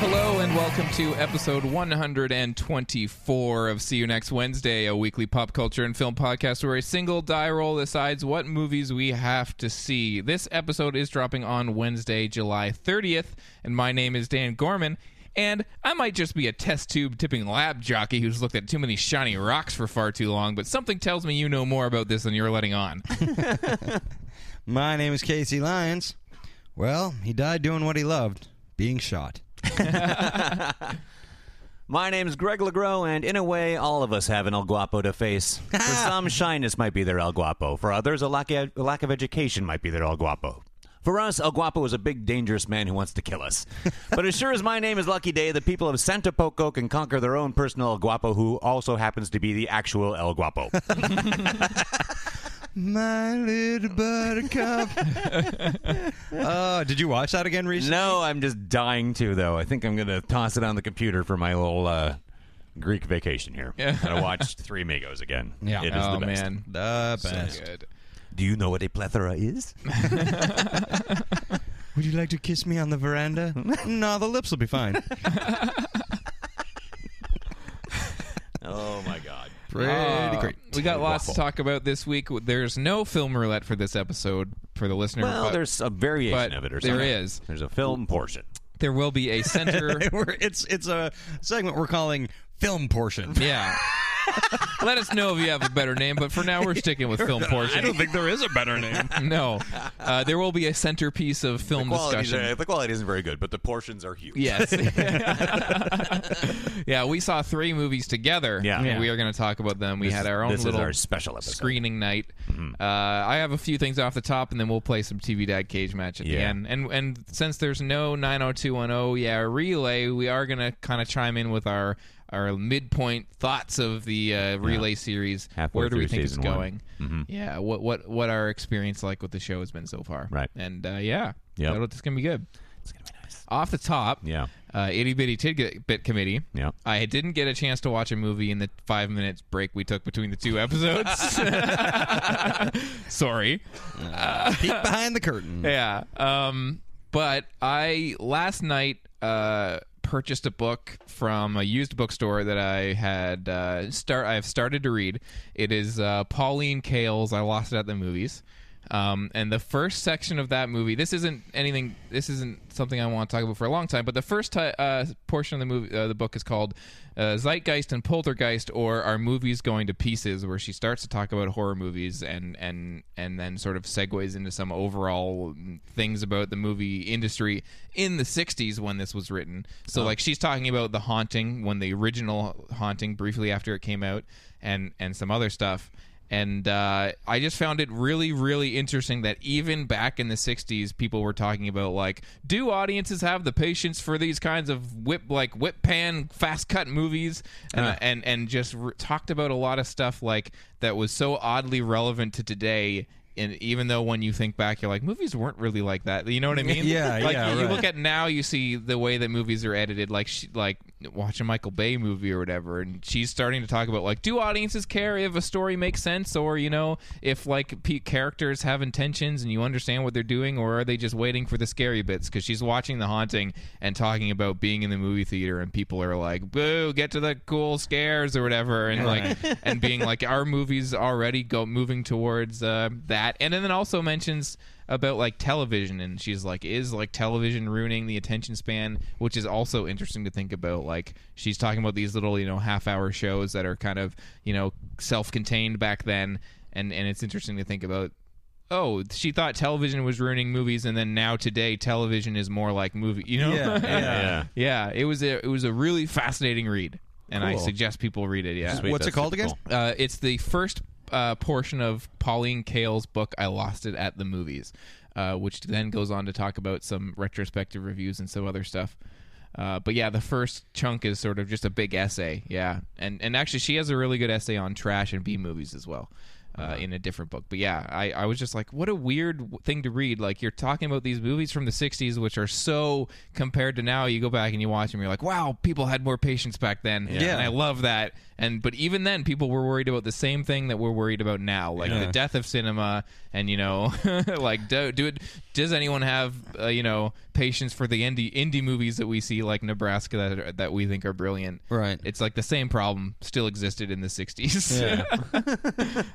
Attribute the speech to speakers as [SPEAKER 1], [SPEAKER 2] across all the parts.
[SPEAKER 1] Hello and welcome to episode 124 of See You Next Wednesday, a weekly pop culture and film podcast where a single die roll decides what movies we have to see. This episode is dropping on Wednesday, July 30th, and my name is Dan Gorman. And I might just be a test tube tipping lab jockey who's looked at too many shiny rocks for far too long, but something tells me you know more about this than you're letting on.
[SPEAKER 2] My name is Casey Lyons. Well, he died doing what he loved, being shot.
[SPEAKER 3] My name's Greg LeGros, and in a way, all of us have an El Guapo to face. For some, shyness might be their El Guapo. For others, a lack, of, a lack of education might be their El Guapo. For us, El Guapo is a big, dangerous man who wants to kill us. but as sure as my name is Lucky Day, the people of Santa Poco can conquer their own personal El Guapo, who also happens to be the actual El Guapo.
[SPEAKER 2] My little buttercup. Oh, did you watch that again recently?
[SPEAKER 3] no, I'm just dying to, though. I think I'm going to toss it on the computer for my little uh, Greek vacation here. and I watched Three Migos again.
[SPEAKER 2] Yeah.
[SPEAKER 3] It is
[SPEAKER 1] oh
[SPEAKER 3] the best.
[SPEAKER 1] man,
[SPEAKER 2] The best.
[SPEAKER 1] so good.
[SPEAKER 3] Do you know what a plethora is?
[SPEAKER 2] Would you like to kiss me on the veranda? no, the lips will be fine.
[SPEAKER 3] Oh my god.
[SPEAKER 2] Pretty
[SPEAKER 1] Uh,
[SPEAKER 2] great.
[SPEAKER 1] We got lots to talk about this week. There's no film roulette for this episode for the listener.
[SPEAKER 3] Well,
[SPEAKER 1] but
[SPEAKER 3] there's a variation
[SPEAKER 1] but
[SPEAKER 3] of it or
[SPEAKER 1] there
[SPEAKER 3] something.
[SPEAKER 1] is.
[SPEAKER 3] There's a film portion.
[SPEAKER 1] there will be a center.
[SPEAKER 2] We're- it's it's a segment we're calling film portion.
[SPEAKER 1] yeah. Let us know if you have a better name, but for now we're sticking with film portion. I don't think there is a better name. no, uh, there will be a centerpiece of film discussion.
[SPEAKER 3] the quality isn't very good, but the portions are huge.
[SPEAKER 1] Yes. yeah, we saw three movies together.
[SPEAKER 3] Yeah.
[SPEAKER 1] and
[SPEAKER 3] Yeah.
[SPEAKER 1] we are going to talk about them. We
[SPEAKER 3] This-
[SPEAKER 1] had our own
[SPEAKER 3] this is
[SPEAKER 1] little
[SPEAKER 3] our special episode. Mm-hmm.
[SPEAKER 1] screening night. Uh, I have a few things off the top, and then we'll play some TV Dad cage match at the
[SPEAKER 3] Yeah.
[SPEAKER 1] end. And and since there's no 90210 yeah relay, we are going to kind of chime in with our our midpoint thoughts of the uh, relay series.
[SPEAKER 3] Halfway
[SPEAKER 1] Where do we
[SPEAKER 3] through
[SPEAKER 1] think it's
[SPEAKER 3] season one. Mm-hmm.
[SPEAKER 1] going? Yeah. What what what our experience like with the show has been so far.
[SPEAKER 3] Right.
[SPEAKER 1] And uh, yeah,
[SPEAKER 3] Yep.
[SPEAKER 1] that'll- it's going to be good.
[SPEAKER 3] It's gonna be nice.
[SPEAKER 1] Off the top,
[SPEAKER 3] Yeah.
[SPEAKER 1] uh, Itty Bitty Tidbit Bit Committee.
[SPEAKER 3] Yeah.
[SPEAKER 1] I didn't get a chance to watch a movie in the five minutes break we took between the two episodes. Sorry.
[SPEAKER 2] Peek behind the curtain.
[SPEAKER 1] Yeah. Um, but I last night uh, purchased a book from a used bookstore that I had uh, start. I have started to read. It is uh, Pauline Kael's "I Lost It at the Movies." Um, and the first section of that movie. This isn't anything. This isn't something I want to talk about for a long time. But the first ti uh, portion of the movie, uh, the book is called uh, "Zeitgeist and Poltergeist," or "Are Movies Going to Pieces?" Where she starts to talk about horror movies and and and then sort of segues into some overall mm, things about the movie industry in the '60s when this was written. So like she's talking about the haunting when the original haunting briefly after it came out, and and some other stuff and uh, I just found it really, really interesting that even back in the '60s, people were talking about like, do audiences have the patience for these kinds of whip, like whip pan, fast cut movies, and and and just re- talked about a lot of stuff like that was so oddly relevant to today and even though when you think back, you're like, movies weren't really like that. You know what I mean?
[SPEAKER 2] Yeah,
[SPEAKER 1] like,
[SPEAKER 2] yeah,
[SPEAKER 1] You
[SPEAKER 2] right.
[SPEAKER 1] look at now, you see the way that movies are edited. Like, she, like watch a Michael Bay movie or whatever, and she's starting to talk about like, do audiences care if a story makes sense, or you know, if like pe characters have intentions and you understand what they're doing, or are they just waiting for the scary bits? Because she's watching The Haunting and talking about being in the movie theater, and people are like, boo, get to the cool scares or whatever, and like, and being like, our movies already go moving towards uh, that, and then also mentions about like television and she's like is like television ruining the attention span which is also interesting to think about like she's talking about these little you know half hour shows that are kind of you know self-contained back then and and it's interesting to think about oh she thought television was ruining movies and then now today television is more like movie you know
[SPEAKER 2] Yeah,
[SPEAKER 3] yeah.
[SPEAKER 1] Yeah, it was a it was a really fascinating read and i
[SPEAKER 2] Cool.
[SPEAKER 1] suggest people read it yeah
[SPEAKER 3] Wait,
[SPEAKER 2] What's it
[SPEAKER 3] that's
[SPEAKER 2] called
[SPEAKER 3] super
[SPEAKER 2] again?
[SPEAKER 3] cool.
[SPEAKER 1] uh, it's the first uh, portion of Pauline Kael's book, I Lost It at the Movies, uh, which then goes on to talk about some retrospective reviews and some other stuff. Uh, but yeah, the first chunk is sort of just a big essay. Yeah. And, and actually, she has a really good essay on trash and B movies as well. Uh, in a different book, but yeah, I, I was just like, what a weird w- thing to read. Like you're talking about these movies from the '60s, which are so compared to now. You go back and you watch them, you're like, wow, people had more patience back then.
[SPEAKER 2] Yeah.
[SPEAKER 1] and I love that. And but even then, people were worried about the same thing that we're worried about now, like the death of cinema, and you know, like do, do it. Does anyone have uh, you know patience for the indie indie movies that we see, like Nebraska, that are, that we think are brilliant?
[SPEAKER 2] Right.
[SPEAKER 1] It's like the same problem still existed in the '60s.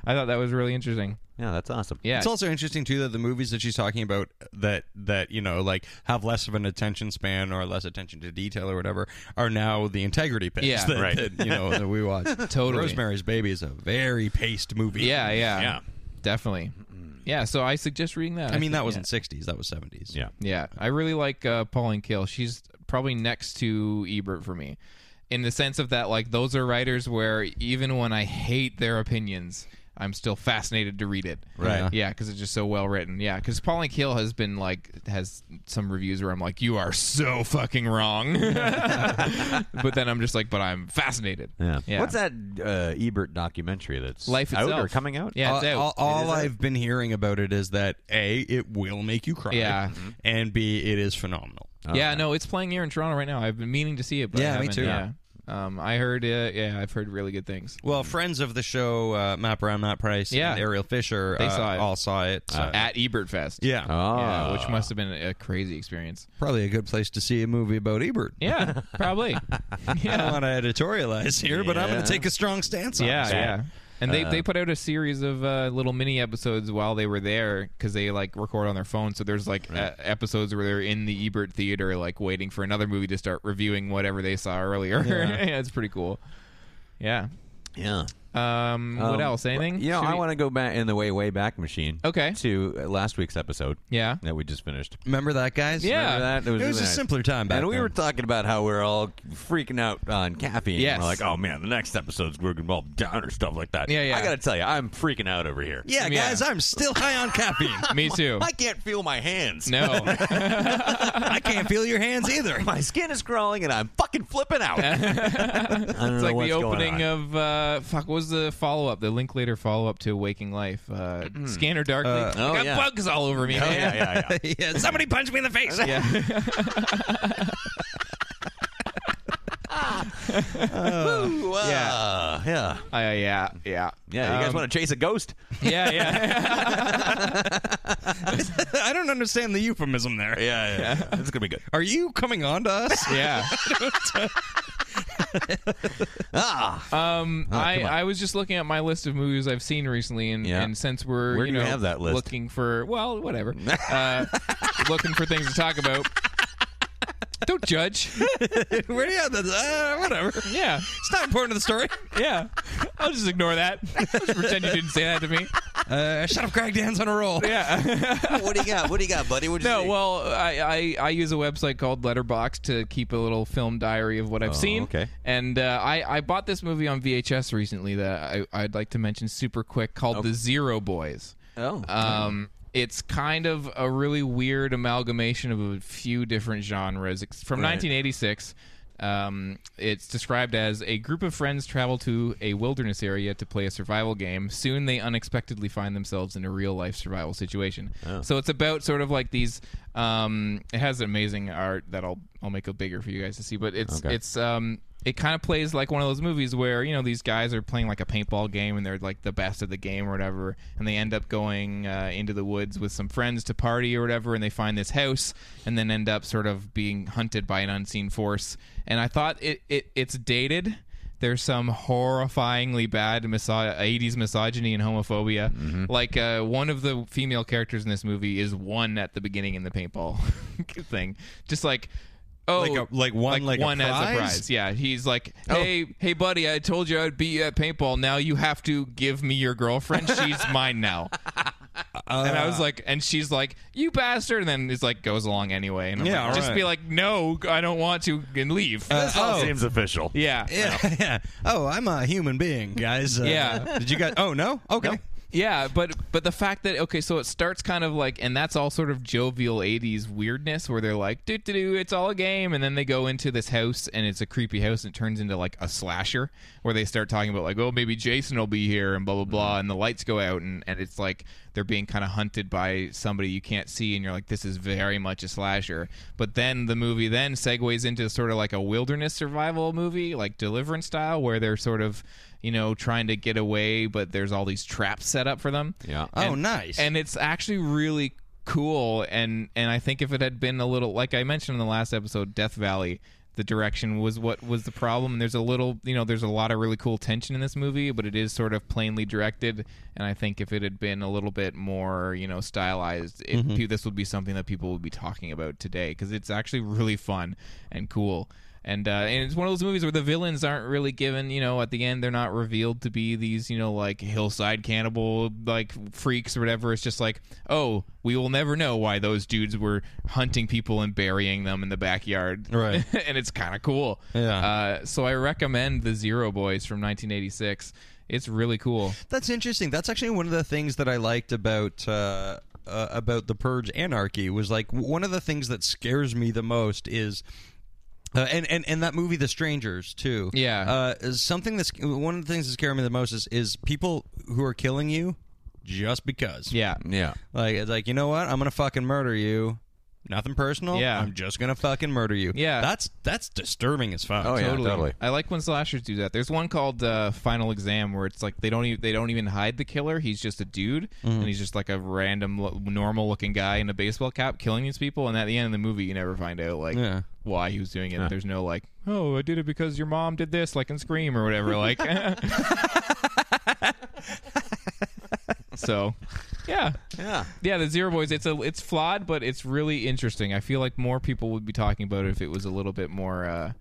[SPEAKER 1] I thought that was really interesting.
[SPEAKER 3] Yeah, that's awesome.
[SPEAKER 1] Yeah.
[SPEAKER 2] It's also interesting too that the movies that she's talking about that that you know like have less of an attention span or less attention to detail or whatever are now the integrity picks
[SPEAKER 1] Yeah.
[SPEAKER 2] that,
[SPEAKER 3] Right.
[SPEAKER 2] that, you know that we watch.
[SPEAKER 1] Totally.
[SPEAKER 2] Rosemary's Baby is a very paced movie.
[SPEAKER 1] yeah, yeah,
[SPEAKER 3] Yeah.
[SPEAKER 1] definitely. Yeah, so I suggest reading that.
[SPEAKER 2] I mean
[SPEAKER 1] think-
[SPEAKER 2] that
[SPEAKER 1] yeah.
[SPEAKER 2] wasn't '60s, that was '70s.
[SPEAKER 3] Yeah.
[SPEAKER 1] Yeah, I really like uh, Pauline Kael. She's probably next to Ebert for me, in the sense of that like those are writers where even when I hate their opinions, I'm still fascinated to read it.
[SPEAKER 2] Right.
[SPEAKER 1] Yeah, because it's just so well written. Yeah, because Pauline Kael has been like has some reviews where I'm like, you are so fucking wrong, but then I'm just like, but I'm fascinated.
[SPEAKER 3] Yeah.
[SPEAKER 1] yeah.
[SPEAKER 3] What's that uh, Ebert documentary that's
[SPEAKER 1] Life
[SPEAKER 3] out
[SPEAKER 1] itself
[SPEAKER 3] or coming out?
[SPEAKER 1] Yeah, it's
[SPEAKER 2] Uh, all,
[SPEAKER 1] out.
[SPEAKER 2] all- all I've been hearing about it is that a it will make you cry,
[SPEAKER 1] Yeah.
[SPEAKER 2] and b it is phenomenal.
[SPEAKER 1] Yeah, no, it's playing here in Toronto right now. I've been meaning to see it, but I
[SPEAKER 2] Yeah, me
[SPEAKER 1] haven't.
[SPEAKER 2] too.
[SPEAKER 1] Yeah. Um, I heard, uh, yeah, I've heard really good things.
[SPEAKER 2] Well, friends of the show, uh, Matt Brown, Matt Price,
[SPEAKER 1] Yeah.
[SPEAKER 2] and Ariel Fisher,
[SPEAKER 1] They
[SPEAKER 2] uh,
[SPEAKER 1] saw it.
[SPEAKER 2] all saw it. so-
[SPEAKER 1] at Ebert Fest.
[SPEAKER 2] Uh, yeah,
[SPEAKER 1] Yeah, which must have been a crazy experience.
[SPEAKER 2] probably a good place to see a movie about Ebert.
[SPEAKER 1] Yeah, probably.
[SPEAKER 2] I don't
[SPEAKER 1] Yeah,
[SPEAKER 2] want to editorialize here, but I'm going to take a strong stance on
[SPEAKER 1] yeah,
[SPEAKER 2] this.
[SPEAKER 1] yeah. And they, they put out a series of uh, little mini episodes while they were there because they like record on their phone. So there's like uh, episodes where they're in the Ebert Theater, like waiting for another movie to start reviewing whatever they saw earlier. Yeah, it's pretty cool. Yeah.
[SPEAKER 3] Yeah.
[SPEAKER 1] Um, what
[SPEAKER 3] Um,
[SPEAKER 1] else? Anything?
[SPEAKER 3] You know,
[SPEAKER 1] Should
[SPEAKER 3] I
[SPEAKER 1] we-
[SPEAKER 3] want to go back in the way way back machine.
[SPEAKER 1] Okay.
[SPEAKER 3] To uh, last week's episode.
[SPEAKER 1] Yeah.
[SPEAKER 3] That we just finished.
[SPEAKER 2] Remember that, guys?
[SPEAKER 1] Yeah.
[SPEAKER 3] Remember that?
[SPEAKER 2] It was
[SPEAKER 3] really
[SPEAKER 2] a
[SPEAKER 3] nice.
[SPEAKER 2] simpler time back
[SPEAKER 3] And we
[SPEAKER 2] then.
[SPEAKER 3] were talking about how we are all freaking out on caffeine.
[SPEAKER 1] Yes.
[SPEAKER 3] We're like, oh man, the next episode's we're gonna involve downer stuff like that.
[SPEAKER 1] Yeah, yeah.
[SPEAKER 3] I gotta tell you, I'm freaking out over here.
[SPEAKER 2] Yeah,
[SPEAKER 1] Yeah.
[SPEAKER 2] guys, I'm still high on caffeine.
[SPEAKER 1] Me too.
[SPEAKER 3] I can't feel my hands.
[SPEAKER 1] No.
[SPEAKER 2] I can't feel your hands either.
[SPEAKER 3] My skin is crawling and I'm fucking flipping out. I don't know
[SPEAKER 1] It's like
[SPEAKER 3] what's
[SPEAKER 1] the
[SPEAKER 3] going
[SPEAKER 1] opening
[SPEAKER 3] on.
[SPEAKER 1] of uh, fuck. What was the follow up? The Linklater follow up to Waking Life. Uh, Scanner Darkly. I
[SPEAKER 3] Mm. oh,
[SPEAKER 1] got
[SPEAKER 3] yeah.
[SPEAKER 1] bugs all over me.
[SPEAKER 3] Oh,
[SPEAKER 1] man.
[SPEAKER 3] yeah, yeah, yeah.
[SPEAKER 2] yeah, somebody punch me in the face.
[SPEAKER 3] Ooh, uh, yeah.
[SPEAKER 1] Uh, yeah, yeah,
[SPEAKER 3] Yeah, you guys
[SPEAKER 1] Um,
[SPEAKER 3] want to chase a ghost?
[SPEAKER 1] yeah, yeah.
[SPEAKER 2] I don't understand the euphemism there.
[SPEAKER 3] Yeah, yeah. yeah. it's gonna be good.
[SPEAKER 2] Are you coming on to us?
[SPEAKER 1] yeah.
[SPEAKER 3] Ah,
[SPEAKER 1] Um, I, I was just looking at my list of movies I've seen recently, and,
[SPEAKER 3] Yeah.
[SPEAKER 1] and since we're
[SPEAKER 3] Where
[SPEAKER 1] you
[SPEAKER 3] do
[SPEAKER 1] know
[SPEAKER 3] you have that list?
[SPEAKER 1] looking for well, whatever, uh, looking for things to talk about. Don't judge.
[SPEAKER 2] Where do you have this? Uh, whatever. It's
[SPEAKER 1] Yeah,
[SPEAKER 2] not important to the story.
[SPEAKER 1] yeah. I'll just ignore that. I'll just pretend you didn't say that to me.
[SPEAKER 2] Uh, shut up, Craig Dan's on a roll.
[SPEAKER 1] Yeah.
[SPEAKER 3] what do you got? What do you got, buddy? What you
[SPEAKER 1] No,
[SPEAKER 3] see?
[SPEAKER 1] well, I, I I use a website called Letterbox to keep a little film diary of what I've seen.
[SPEAKER 3] Oh, okay.
[SPEAKER 1] And uh, I I bought this movie on VHS recently that I I'd like to mention super quick called The Zero Boys.
[SPEAKER 3] Oh.
[SPEAKER 1] Um, it's kind of a really weird amalgamation of a few different genres. It's from 1986. Um, it's described as a group of friends travel to a wilderness area to play a survival game. Soon they unexpectedly find themselves in a real life survival situation. So it's about sort of like these. Um, it has amazing art that I'll I'll make it bigger for you guys to see. But it's it's um, it kind of plays like one of those movies where you know these guys are playing like a paintball game and they're like the best of the game or whatever, and they end up going uh, into the woods with some friends to party or whatever, and they find this house and then end up sort of being hunted by an unseen force. And I thought it, it it's dated. There's some horrifyingly bad miso- 80s misogyny and homophobia. Like uh, one of the female characters in this movie is one at the beginning in the paintball thing, just like. Oh,
[SPEAKER 2] Like a- like one, like a
[SPEAKER 1] one as a
[SPEAKER 2] prize?
[SPEAKER 1] prize. Yeah, he's like,
[SPEAKER 2] Oh.
[SPEAKER 1] hey, hey, buddy, I told you I'd beat you at paintball. Now you have to give me your girlfriend. She's mine now. and I was like, and she's like, you bastard. And then it's like goes along anyway. And I'm
[SPEAKER 2] Yeah,
[SPEAKER 1] like,
[SPEAKER 2] all
[SPEAKER 1] just
[SPEAKER 2] right.
[SPEAKER 1] be like, no, I don't want to, and leave.
[SPEAKER 2] oh,
[SPEAKER 3] Seems official.
[SPEAKER 1] yeah.
[SPEAKER 2] yeah, yeah. Oh, I'm a human being, guys. Uh,
[SPEAKER 1] Yeah.
[SPEAKER 2] Did you guys? Oh no. Okay.
[SPEAKER 1] Yeah, but but the fact that okay, so it starts kind of like, and that's all sort of jovial '80s weirdness where they're like, "Do do do, it's all a game," and then they go into this house and it's a creepy house and it turns into like a slasher where they start talking about like, "Oh, maybe Jason will be here," and blah blah blah, and the lights go out and and it's like they're being kind of hunted by somebody you can't see, and you're like, "This is very much a slasher." But then the movie then segues into sort of like a wilderness survival movie, like Deliverance style, where they're sort of you know, trying to get away, but there's all these traps set up for them.
[SPEAKER 3] Yeah.
[SPEAKER 2] Oh,
[SPEAKER 1] And-
[SPEAKER 2] nice.
[SPEAKER 1] And it's actually really cool. And and I think if it had been a little, like I mentioned in the last episode, Death Valley, the direction was what was the problem. And there's a little, you know, there's a lot of really cool tension in this movie, but it is sort of plainly directed. And I think if it had been a little bit more, you know, stylized, it, pe- this would be something that people would be talking about today because it's actually really fun and cool and uh, and it's one of those movies where the villains aren't really given you know at the end they're not revealed to be these you know like hillside cannibal like freaks or whatever it's just like oh we will never know why those dudes were hunting people and burying them in the backyard
[SPEAKER 2] Right.
[SPEAKER 1] and it's kind of cool
[SPEAKER 2] Yeah.
[SPEAKER 1] uh, so I recommend the Zero Boys from 1986 it's really cool
[SPEAKER 2] That's interesting. That's actually one of the things that I liked about uh, uh, about the Purge Anarchy was like w- one of the things that scares me the most is. Uh, and, and and that movie, The Strangers, too.
[SPEAKER 1] Yeah.
[SPEAKER 2] Uh, is something that's one of the things that scare me the most is, is people who are killing you just because.
[SPEAKER 1] yeah
[SPEAKER 3] Yeah.
[SPEAKER 2] Like it's like you know what? I'm gonna fucking murder you. Nothing personal.
[SPEAKER 1] Yeah.
[SPEAKER 2] I'm just gonna fucking murder you.
[SPEAKER 1] Yeah.
[SPEAKER 2] That's that's disturbing as fuck.
[SPEAKER 3] Oh, yeah.
[SPEAKER 1] totally.
[SPEAKER 3] totally.
[SPEAKER 1] I like when slashers do that. There's one called uh, Final Exam where it's like they don't even, they don't even hide the killer. He's just a dude, and he's just like a random lo- normal looking guy in a baseball cap killing these people. And at the end of the movie, you never find out like
[SPEAKER 2] Yeah.
[SPEAKER 1] why he was doing it. There's no like, oh, I did it because your mom did this, like in Scream or whatever. Like, so yeah,
[SPEAKER 3] Yeah.
[SPEAKER 1] yeah. The Zero Boys. It's a it's flawed, but it's really interesting. I feel like more people would be talking about it if it was a little bit more. Uh,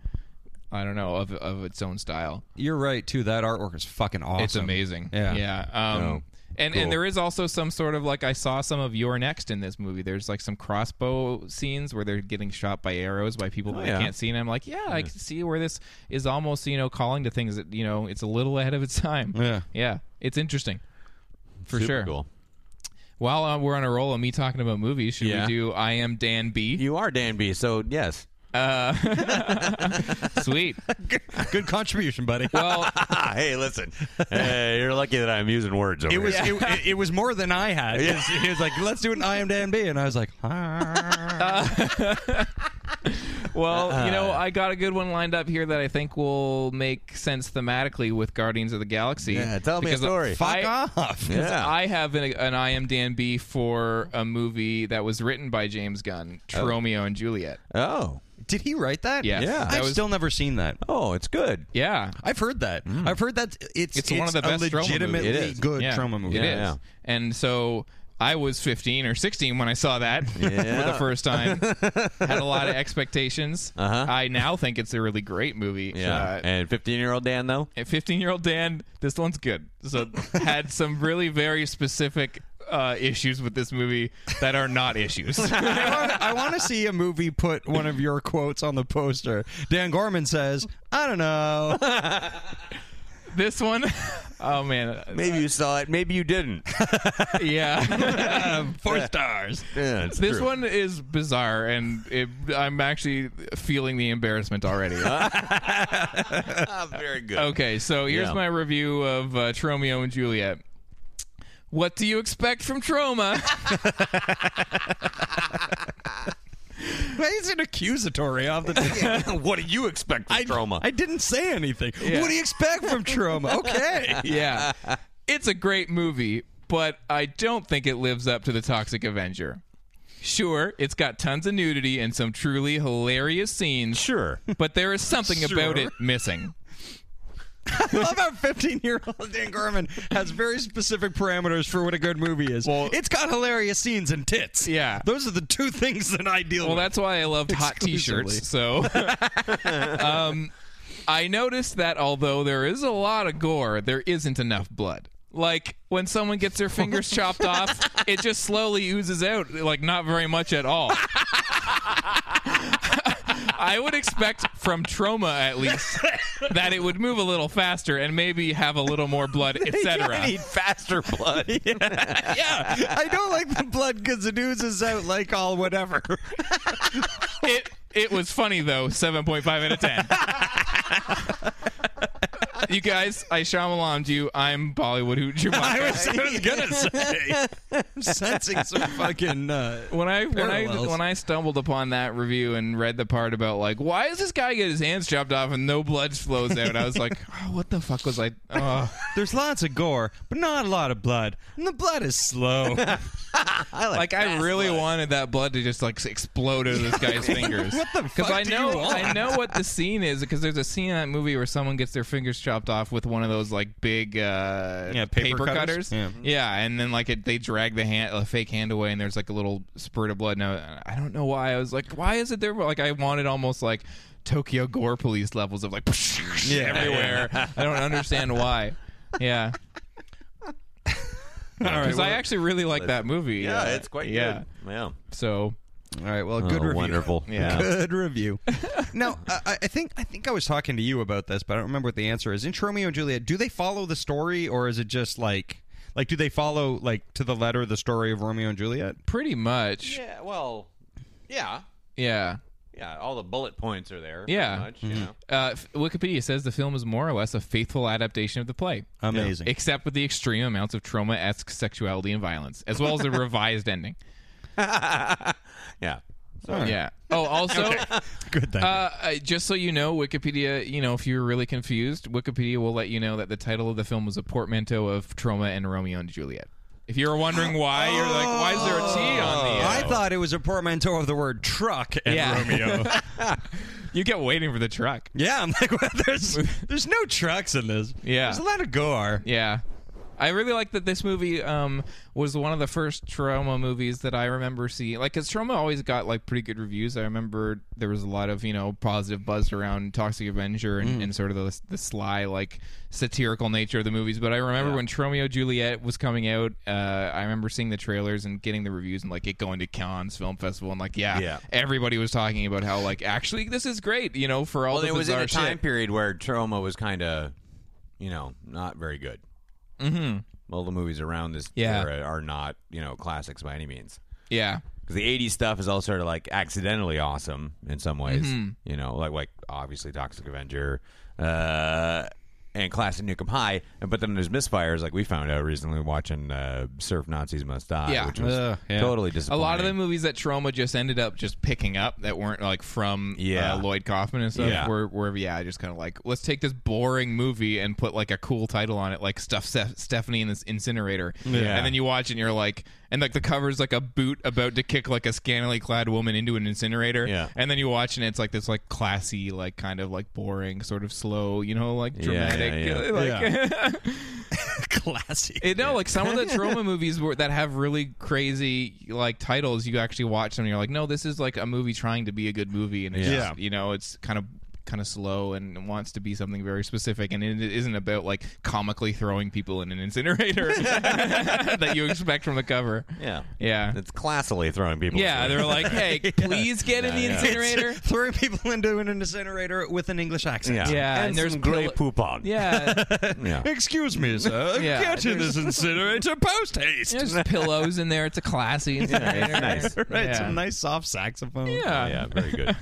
[SPEAKER 1] I don't know of of its own style.
[SPEAKER 2] You're right too. That artwork is fucking awesome.
[SPEAKER 1] It's amazing.
[SPEAKER 2] Yeah.
[SPEAKER 1] yeah. Um,
[SPEAKER 3] Oh,
[SPEAKER 1] and
[SPEAKER 3] cool.
[SPEAKER 1] and there is also some sort of like I saw some of your next in this movie. There's like some crossbow scenes where they're getting shot by arrows by people that
[SPEAKER 3] yeah.
[SPEAKER 1] they can't see, and I'm like, yeah, I can see where this is almost you know calling to things that you know it's a little ahead of its time.
[SPEAKER 2] Yeah.
[SPEAKER 1] yeah. It's interesting for
[SPEAKER 3] Super
[SPEAKER 1] sure.
[SPEAKER 3] Cool.
[SPEAKER 1] While uh, we're on a roll of me talking about movies, should
[SPEAKER 3] Yeah.
[SPEAKER 1] we do I Am Dan B?
[SPEAKER 3] You are Dan B. So yes.
[SPEAKER 1] Sweet.
[SPEAKER 2] Good contribution, buddy.
[SPEAKER 1] well,
[SPEAKER 3] Ah, hey, listen. Hey, you're lucky that I'm using words over
[SPEAKER 2] It was
[SPEAKER 3] here.
[SPEAKER 2] it, it, it was more than I had. He was- He was like, "Let's do an I am Dan B," and I was like, "Ah."
[SPEAKER 1] well, you know, I got a good one lined up here that I think will make sense thematically with Guardians of the Galaxy.
[SPEAKER 3] Yeah, tell me a
[SPEAKER 1] Because
[SPEAKER 3] story.
[SPEAKER 2] "Fuck
[SPEAKER 1] I-
[SPEAKER 2] off."
[SPEAKER 3] Yeah.
[SPEAKER 1] I have an, an I am Dan B for a movie that was written by James Gunn, Romeo and Juliet.
[SPEAKER 3] Oh.
[SPEAKER 2] Did he write that?
[SPEAKER 1] Yes.
[SPEAKER 3] Yeah.
[SPEAKER 2] I've
[SPEAKER 1] That was-
[SPEAKER 2] still never seen that.
[SPEAKER 3] Oh, it's good.
[SPEAKER 1] Yeah,
[SPEAKER 2] I've heard that. I've heard that it's
[SPEAKER 1] Mm. It's one of the best
[SPEAKER 2] a
[SPEAKER 1] trauma movie.
[SPEAKER 2] legitimately
[SPEAKER 3] It is.
[SPEAKER 2] good
[SPEAKER 1] yeah.
[SPEAKER 2] trauma movie.
[SPEAKER 1] It is.
[SPEAKER 3] yeah.
[SPEAKER 1] And so I was 15 or 16 when I saw that for the
[SPEAKER 3] Yeah.
[SPEAKER 1] first time. Had a lot of expectations. Uh-huh. I now think it's a really great movie.
[SPEAKER 3] Yeah.
[SPEAKER 1] Uh,
[SPEAKER 3] and 15 year old Dan though.
[SPEAKER 1] at 15 year old Dan, this one's good. So had some really very specific uh, issues with this movie that are not issues.
[SPEAKER 2] I wanna- I want to see a movie put one of your quotes on the poster. Dan Gorman says, "I don't know."
[SPEAKER 1] this one, oh man,
[SPEAKER 3] Maybe you saw it. Maybe you didn't.
[SPEAKER 1] yeah.
[SPEAKER 2] Four stars.
[SPEAKER 3] Yeah, it's
[SPEAKER 1] This
[SPEAKER 3] true.
[SPEAKER 1] one is bizarre, and it, I'm actually feeling the embarrassment already.
[SPEAKER 3] Ah, very good.
[SPEAKER 1] Okay, so here's
[SPEAKER 3] Yeah.
[SPEAKER 1] my review of uh, Tromeo and Juliet. What do you expect from Troma?
[SPEAKER 2] Why is it accusatory off the top?
[SPEAKER 3] what do you expect from
[SPEAKER 2] I,
[SPEAKER 3] trauma?
[SPEAKER 2] I didn't say anything.
[SPEAKER 1] Yeah.
[SPEAKER 2] What do you expect from trauma? Okay.
[SPEAKER 1] yeah, it's a great movie, but I don't think it lives up to the Toxic Avenger. Sure, it's got tons of nudity and some truly hilarious scenes.
[SPEAKER 3] sure.
[SPEAKER 1] But there is something about
[SPEAKER 2] Sure.
[SPEAKER 1] it missing.
[SPEAKER 2] I love how 15 year old Dan Gorman has very specific parameters for what a good movie is.
[SPEAKER 1] Well-
[SPEAKER 2] it's got hilarious scenes and tits.
[SPEAKER 1] Yeah.
[SPEAKER 2] Those are the two things that I deal
[SPEAKER 1] Well,
[SPEAKER 2] with.
[SPEAKER 1] that's why I loved hot
[SPEAKER 2] Exclusively.
[SPEAKER 1] t-shirts. So, um, I noticed that although there is a lot of gore, there isn't enough blood. Like when someone gets their fingers chopped off, it just slowly oozes out, like not very much at all. I would expect from trauma at least that it would move a little faster and maybe have a little more blood,
[SPEAKER 3] I
[SPEAKER 1] etc.
[SPEAKER 3] need faster blood.
[SPEAKER 2] yeah. I don't like the blood because it oozes out like all whatever.
[SPEAKER 1] It it was funny though, seven point five out of ten. you guys, I Shyamalan you. I'm Bollywood Hoot Jamaica.
[SPEAKER 2] I was, I was gonna say. I'm sensing some fucking. Uh,
[SPEAKER 1] when I when I
[SPEAKER 2] Parallels.
[SPEAKER 1] when I stumbled upon that review and read the part about like why does this guy get his hands chopped off and no blood flows out, I was like, oh, what the fuck was I? Oh.
[SPEAKER 2] there's lots of gore, but not a lot of blood, and the blood is slow.
[SPEAKER 3] I
[SPEAKER 1] Like
[SPEAKER 3] like,
[SPEAKER 1] I really wanted that blood to just like explode out of this guy's fingers. What the Because
[SPEAKER 2] fuck
[SPEAKER 1] I
[SPEAKER 2] do you
[SPEAKER 1] know
[SPEAKER 2] want?
[SPEAKER 1] I know what the scene is because there's a scene in that movie where someone gets their fingers chopped off with one of those like big uh,
[SPEAKER 2] Yeah, paper cutters.
[SPEAKER 1] Yeah.
[SPEAKER 2] Yeah.
[SPEAKER 1] and then like it, they drag the hand, a fake hand away, and there's like a little spurt of blood. Now I don't know why I was like, why is it there? Like I wanted almost like Tokyo Gore Police levels of like everywhere. I don't understand why. Yeah. Because I actually really like that movie.
[SPEAKER 3] Yeah,
[SPEAKER 1] Uh,
[SPEAKER 3] it's quite
[SPEAKER 1] yeah.
[SPEAKER 3] good. Yeah.
[SPEAKER 1] So
[SPEAKER 2] All right, well,
[SPEAKER 3] Uh,
[SPEAKER 2] good review.
[SPEAKER 3] Oh, wonderful.
[SPEAKER 1] Yeah.
[SPEAKER 2] Good review. now, I, I- I think I think I was talking to you about this, but I don't remember what the answer is. In Romeo and Juliet, do they follow the story, or is it just like like do they follow like to the letter the story of Romeo and Juliet?
[SPEAKER 1] pretty much,
[SPEAKER 3] Yeah, well, yeah.
[SPEAKER 1] yeah.
[SPEAKER 3] Yeah, all the bullet points are there.
[SPEAKER 1] Yeah.
[SPEAKER 3] Pretty much, you know.
[SPEAKER 1] Uh, f- Wikipedia says the film is more or less a faithful adaptation of the play,
[SPEAKER 2] Amazing.
[SPEAKER 1] except with the extreme amounts of trauma-esque sexuality and violence, as well as a revised ending.
[SPEAKER 3] Yeah.
[SPEAKER 1] Yeah. Oh, also,
[SPEAKER 2] Good thing.
[SPEAKER 1] uh, I- just so you know, Wikipedia. You know, if you're really confused, Wikipedia will let you know that the title of the film was a portmanteau of trauma and Romeo and Juliet. If you were wondering why, you're like, why is there a T on the?
[SPEAKER 2] Oh. I thought it was a portmanteau of the word truck and
[SPEAKER 1] Yeah.
[SPEAKER 2] Romeo.
[SPEAKER 1] You get waiting for the truck.
[SPEAKER 2] yeah, I'm like, well, there's there's no trucks in this.
[SPEAKER 1] Yeah.
[SPEAKER 2] there's a lot of gore.
[SPEAKER 1] Yeah. I really like that this movie um, was one of the first trauma movies that I remember seeing. Like, because trauma always got like pretty good reviews. I remember there was a lot of you know positive buzz around Toxic Avenger and,
[SPEAKER 3] Mm.
[SPEAKER 1] and sort of the, the sly like satirical nature of the movies. But I remember when Tromeo Juliet was coming out, uh, I remember seeing the trailers and getting the reviews and like it going to Cannes Film Festival and like yeah,
[SPEAKER 3] Yeah.
[SPEAKER 1] everybody was talking about how like actually this is great, you know, for all
[SPEAKER 3] Well,
[SPEAKER 1] the
[SPEAKER 3] it was in
[SPEAKER 1] bizarre
[SPEAKER 3] a time
[SPEAKER 1] shit.
[SPEAKER 3] period where trauma was kind of, you know, not very good. Mm-hmm. Well, the movies around this
[SPEAKER 1] Yeah.
[SPEAKER 3] era are not, you know, classics by any means.
[SPEAKER 1] Yeah,
[SPEAKER 3] Because the '80s stuff is all sort of like accidentally awesome in some ways,
[SPEAKER 1] Mm-hmm.
[SPEAKER 3] you know, like like obviously Toxic Avenger, uh, and Classic Nukem High, and but then there's misfires like we found out recently watching uh, Surf Nazis Must Die,
[SPEAKER 1] Yeah.
[SPEAKER 3] which was
[SPEAKER 2] Ugh, yeah.
[SPEAKER 3] totally
[SPEAKER 1] a
[SPEAKER 3] disappointing.
[SPEAKER 1] lot of the movies that trauma just ended up just picking up that weren't like from
[SPEAKER 3] Yeah.
[SPEAKER 1] uh, Lloyd Kaufman and stuff.
[SPEAKER 3] Yeah.
[SPEAKER 1] Where, where yeah, I just kind of like let's take this boring movie and put like a cool title on it, like stuff Steph- Stephanie in this incinerator.
[SPEAKER 3] Yeah.
[SPEAKER 1] And then you watch it and you're like, and like the cover's like a boot about to kick like a scantily clad woman into an incinerator.
[SPEAKER 3] Yeah.
[SPEAKER 1] And then you watch and it's like this like classy, like kind of like boring, sort of slow, you know, like dramatic,
[SPEAKER 3] yeah.
[SPEAKER 1] uh, like
[SPEAKER 2] Classy.
[SPEAKER 1] it, no, like some of the trauma movies were, that have really crazy like titles. You actually watch them, and you're like, no, this is like a movie trying to be a good movie, and it's
[SPEAKER 2] Yeah.
[SPEAKER 1] just, you know, it's kind of kind of slow and wants to be something very specific, and it isn't about like comically throwing people in an incinerator that you expect from the cover.
[SPEAKER 3] Yeah.
[SPEAKER 1] yeah,
[SPEAKER 3] It's classily throwing people.
[SPEAKER 1] yeah.
[SPEAKER 3] through.
[SPEAKER 1] They're like, hey, please get in the incinerator.
[SPEAKER 2] It's throwing people into an incinerator with an English accent.
[SPEAKER 3] yeah.
[SPEAKER 1] Yeah,
[SPEAKER 3] and,
[SPEAKER 1] and there's
[SPEAKER 3] some gray
[SPEAKER 1] pill-
[SPEAKER 3] poop on.
[SPEAKER 1] Yeah,
[SPEAKER 3] yeah.
[SPEAKER 2] Excuse me, sir.
[SPEAKER 1] Yeah,
[SPEAKER 2] Get in this incinerator post haste.
[SPEAKER 1] there's pillows in there. It's a classy incinerator.
[SPEAKER 3] nice.
[SPEAKER 2] Right,
[SPEAKER 1] Yeah.
[SPEAKER 2] some nice soft saxophone.
[SPEAKER 1] Yeah.
[SPEAKER 3] Yeah, very good.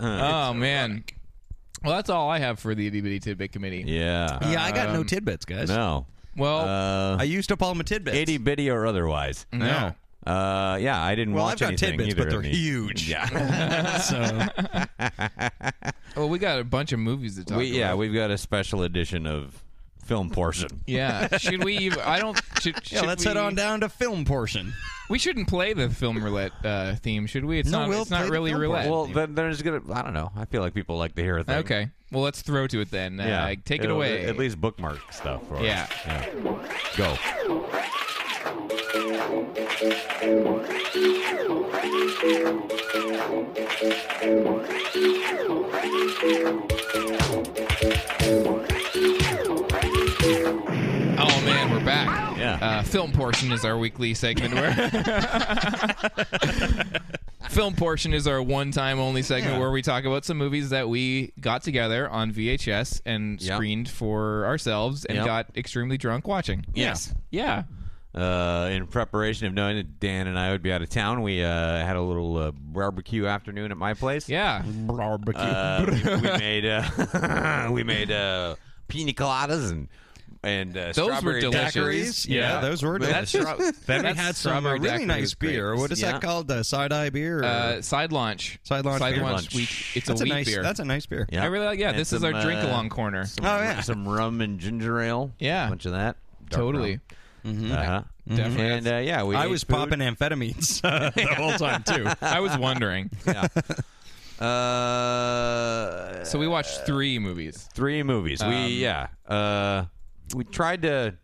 [SPEAKER 1] Oh man. Well, that's all I have for the itty bitty tidbit committee.
[SPEAKER 3] Yeah.
[SPEAKER 2] Yeah, I got no tidbits, guys.
[SPEAKER 3] No.
[SPEAKER 1] Well,
[SPEAKER 3] Uh,
[SPEAKER 2] I used up all my tidbits.
[SPEAKER 3] itty bitty or otherwise.
[SPEAKER 1] yeah.
[SPEAKER 3] Uh, yeah, I didn't
[SPEAKER 2] Well,
[SPEAKER 3] watch
[SPEAKER 2] I've got
[SPEAKER 3] anything
[SPEAKER 2] tidbits,
[SPEAKER 3] either
[SPEAKER 2] but
[SPEAKER 3] of
[SPEAKER 2] they're
[SPEAKER 3] these.
[SPEAKER 2] huge. Yeah. so
[SPEAKER 1] Well, we got a bunch of movies to talk
[SPEAKER 3] We,
[SPEAKER 1] about.
[SPEAKER 3] yeah, we've got a special edition of film portion.
[SPEAKER 1] Yeah. Should we? even- I don't. Should,
[SPEAKER 2] yeah,
[SPEAKER 1] should
[SPEAKER 2] let's
[SPEAKER 1] we,
[SPEAKER 2] head on down to film portion.
[SPEAKER 1] We shouldn't play the film roulette uh, theme, should we? It's
[SPEAKER 2] No,
[SPEAKER 1] not.
[SPEAKER 2] we'll
[SPEAKER 1] it's not
[SPEAKER 2] play the
[SPEAKER 1] really
[SPEAKER 2] film
[SPEAKER 1] roulette.
[SPEAKER 3] Well, then there's gonna. I don't know. I feel like people like to hear a thing.
[SPEAKER 1] okay. Well, let's throw to it then.
[SPEAKER 3] Yeah.
[SPEAKER 1] Uh, take it
[SPEAKER 3] It'll-
[SPEAKER 1] away.
[SPEAKER 3] At least bookmark stuff. For us.
[SPEAKER 1] Yeah.
[SPEAKER 3] yeah. Go.
[SPEAKER 1] Oh man, we're back.
[SPEAKER 3] Yeah.
[SPEAKER 1] Uh, film portion is our weekly segment where. Film portion is our one-time only segment where we talk about some movies that we got together on VHS and
[SPEAKER 3] Yep.
[SPEAKER 1] screened for ourselves and
[SPEAKER 3] Yep.
[SPEAKER 1] got extremely drunk watching.
[SPEAKER 3] Yes.
[SPEAKER 1] Yeah.
[SPEAKER 3] Uh, in preparation of knowing that Dan and I would be out of town, we uh, had a little uh, barbecue afternoon at my place.
[SPEAKER 1] Yeah.
[SPEAKER 2] Barbecue.
[SPEAKER 3] Uh, we, we made uh, we made uh, pina coladas and and uh,
[SPEAKER 1] Those were
[SPEAKER 3] strawberry
[SPEAKER 1] delicious.
[SPEAKER 3] daiquiris.
[SPEAKER 2] Yeah, those were
[SPEAKER 1] That's-
[SPEAKER 2] delicious. then we
[SPEAKER 1] that's
[SPEAKER 2] had some uh,
[SPEAKER 1] strawberry
[SPEAKER 2] really
[SPEAKER 1] daiquiri
[SPEAKER 2] nice
[SPEAKER 1] was great.
[SPEAKER 2] beer. What is
[SPEAKER 3] Yeah.
[SPEAKER 2] that called? Uh, side eye beer? Or...
[SPEAKER 1] Uh, side launch.
[SPEAKER 2] Side launch
[SPEAKER 1] Side
[SPEAKER 2] beer.
[SPEAKER 1] launch.
[SPEAKER 3] Lunch.
[SPEAKER 1] Wheat. It's
[SPEAKER 2] that's
[SPEAKER 1] a wheat
[SPEAKER 2] nice.
[SPEAKER 1] beer.
[SPEAKER 2] That's a nice beer.
[SPEAKER 1] I really like- yeah,
[SPEAKER 3] And
[SPEAKER 1] this is
[SPEAKER 3] some,
[SPEAKER 1] our drink
[SPEAKER 3] uh,
[SPEAKER 1] along corner.
[SPEAKER 3] Some,
[SPEAKER 2] Oh, yeah.
[SPEAKER 3] some rum and ginger ale.
[SPEAKER 1] Yeah.
[SPEAKER 3] a bunch of that. Dark
[SPEAKER 1] Totally.
[SPEAKER 3] rum. Uh-huh.
[SPEAKER 1] Definitely.
[SPEAKER 3] And uh, yeah, we
[SPEAKER 2] I
[SPEAKER 3] ate
[SPEAKER 2] was
[SPEAKER 3] food.
[SPEAKER 2] popping amphetamines uh, the whole time too.
[SPEAKER 1] I was wondering.
[SPEAKER 3] Yeah. uh,
[SPEAKER 1] So we watched three movies.
[SPEAKER 3] three movies.
[SPEAKER 1] Um,
[SPEAKER 3] we yeah. Uh, we tried to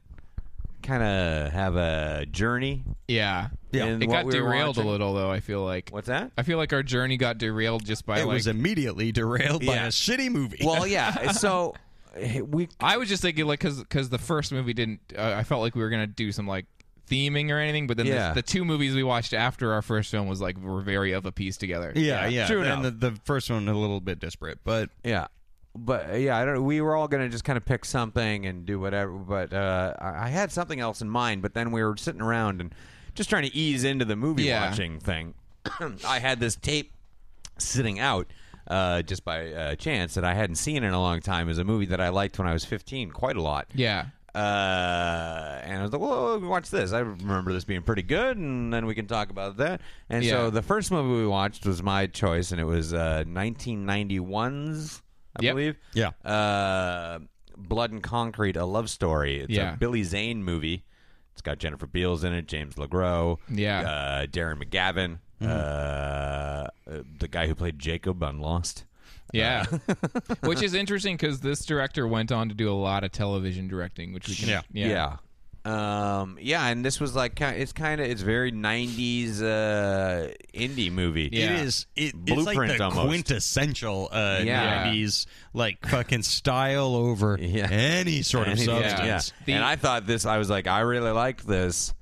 [SPEAKER 3] kind of have a journey.
[SPEAKER 1] Yeah.
[SPEAKER 2] Yeah.
[SPEAKER 3] in
[SPEAKER 1] It
[SPEAKER 3] what
[SPEAKER 1] got
[SPEAKER 3] we were
[SPEAKER 1] derailed a
[SPEAKER 3] watching.
[SPEAKER 1] little though. I feel like.
[SPEAKER 3] What's that?
[SPEAKER 1] I feel like our journey got derailed just by
[SPEAKER 2] it
[SPEAKER 1] like.
[SPEAKER 2] was immediately derailed by
[SPEAKER 3] Yeah.
[SPEAKER 2] a shitty movie.
[SPEAKER 3] Well, yeah. So eh, we
[SPEAKER 1] I was just thinking like because the first movie didn't. Uh, I felt like we were gonna do some like theming or anything, but then the-
[SPEAKER 3] Yeah.
[SPEAKER 1] the, two movies we watched after our first film was like were very of a piece together.
[SPEAKER 2] yeah, yeah.
[SPEAKER 3] true
[SPEAKER 2] and the,
[SPEAKER 3] enough.
[SPEAKER 2] the first one a little bit disparate, but
[SPEAKER 3] Yeah. But uh, yeah, I don't. We were all gonna just kind of pick something and do whatever. But uh, I I had something else in mind. But then we were sitting around and just trying to ease into the movie
[SPEAKER 1] Yeah.
[SPEAKER 3] watching thing. I had this tape sitting out uh, just by uh, chance that I hadn't seen in a long time. Is a movie that I liked when I was fifteen quite a lot.
[SPEAKER 1] Yeah.
[SPEAKER 3] Uh, and I was like, well, watch this. I remember this being pretty good, and then we can talk about that. And
[SPEAKER 1] Yeah.
[SPEAKER 3] so the first movie we watched was my choice, and it was uh, 1991's, I
[SPEAKER 1] Yep.
[SPEAKER 3] believe.
[SPEAKER 2] Yeah.
[SPEAKER 3] Uh, Blood and Concrete, A Love Story. It's
[SPEAKER 1] Yeah.
[SPEAKER 3] a Billy Zane movie. It's got Jennifer Beals in it, James LeGros,
[SPEAKER 1] Yeah. Mm-hmm.
[SPEAKER 3] uh, Darren McGavin, uh, uh, the guy who played Jacob on Lost.
[SPEAKER 1] Yeah. which is interesting because this director went on to do a lot of television directing, which we can. Yeah.
[SPEAKER 3] Yeah. Um, yeah, and this was like ki- it's kind of it's very '90s uh, indie movie.
[SPEAKER 1] Yeah.
[SPEAKER 2] It is it, it's like
[SPEAKER 3] Blueprint
[SPEAKER 2] the
[SPEAKER 3] almost.
[SPEAKER 2] quintessential uh,
[SPEAKER 3] Yeah.
[SPEAKER 2] 90s like fucking style over
[SPEAKER 3] Yeah.
[SPEAKER 2] any sort of
[SPEAKER 3] And- yeah, yeah.
[SPEAKER 2] substance.
[SPEAKER 1] The-
[SPEAKER 3] and I thought this. I was like, I really liked this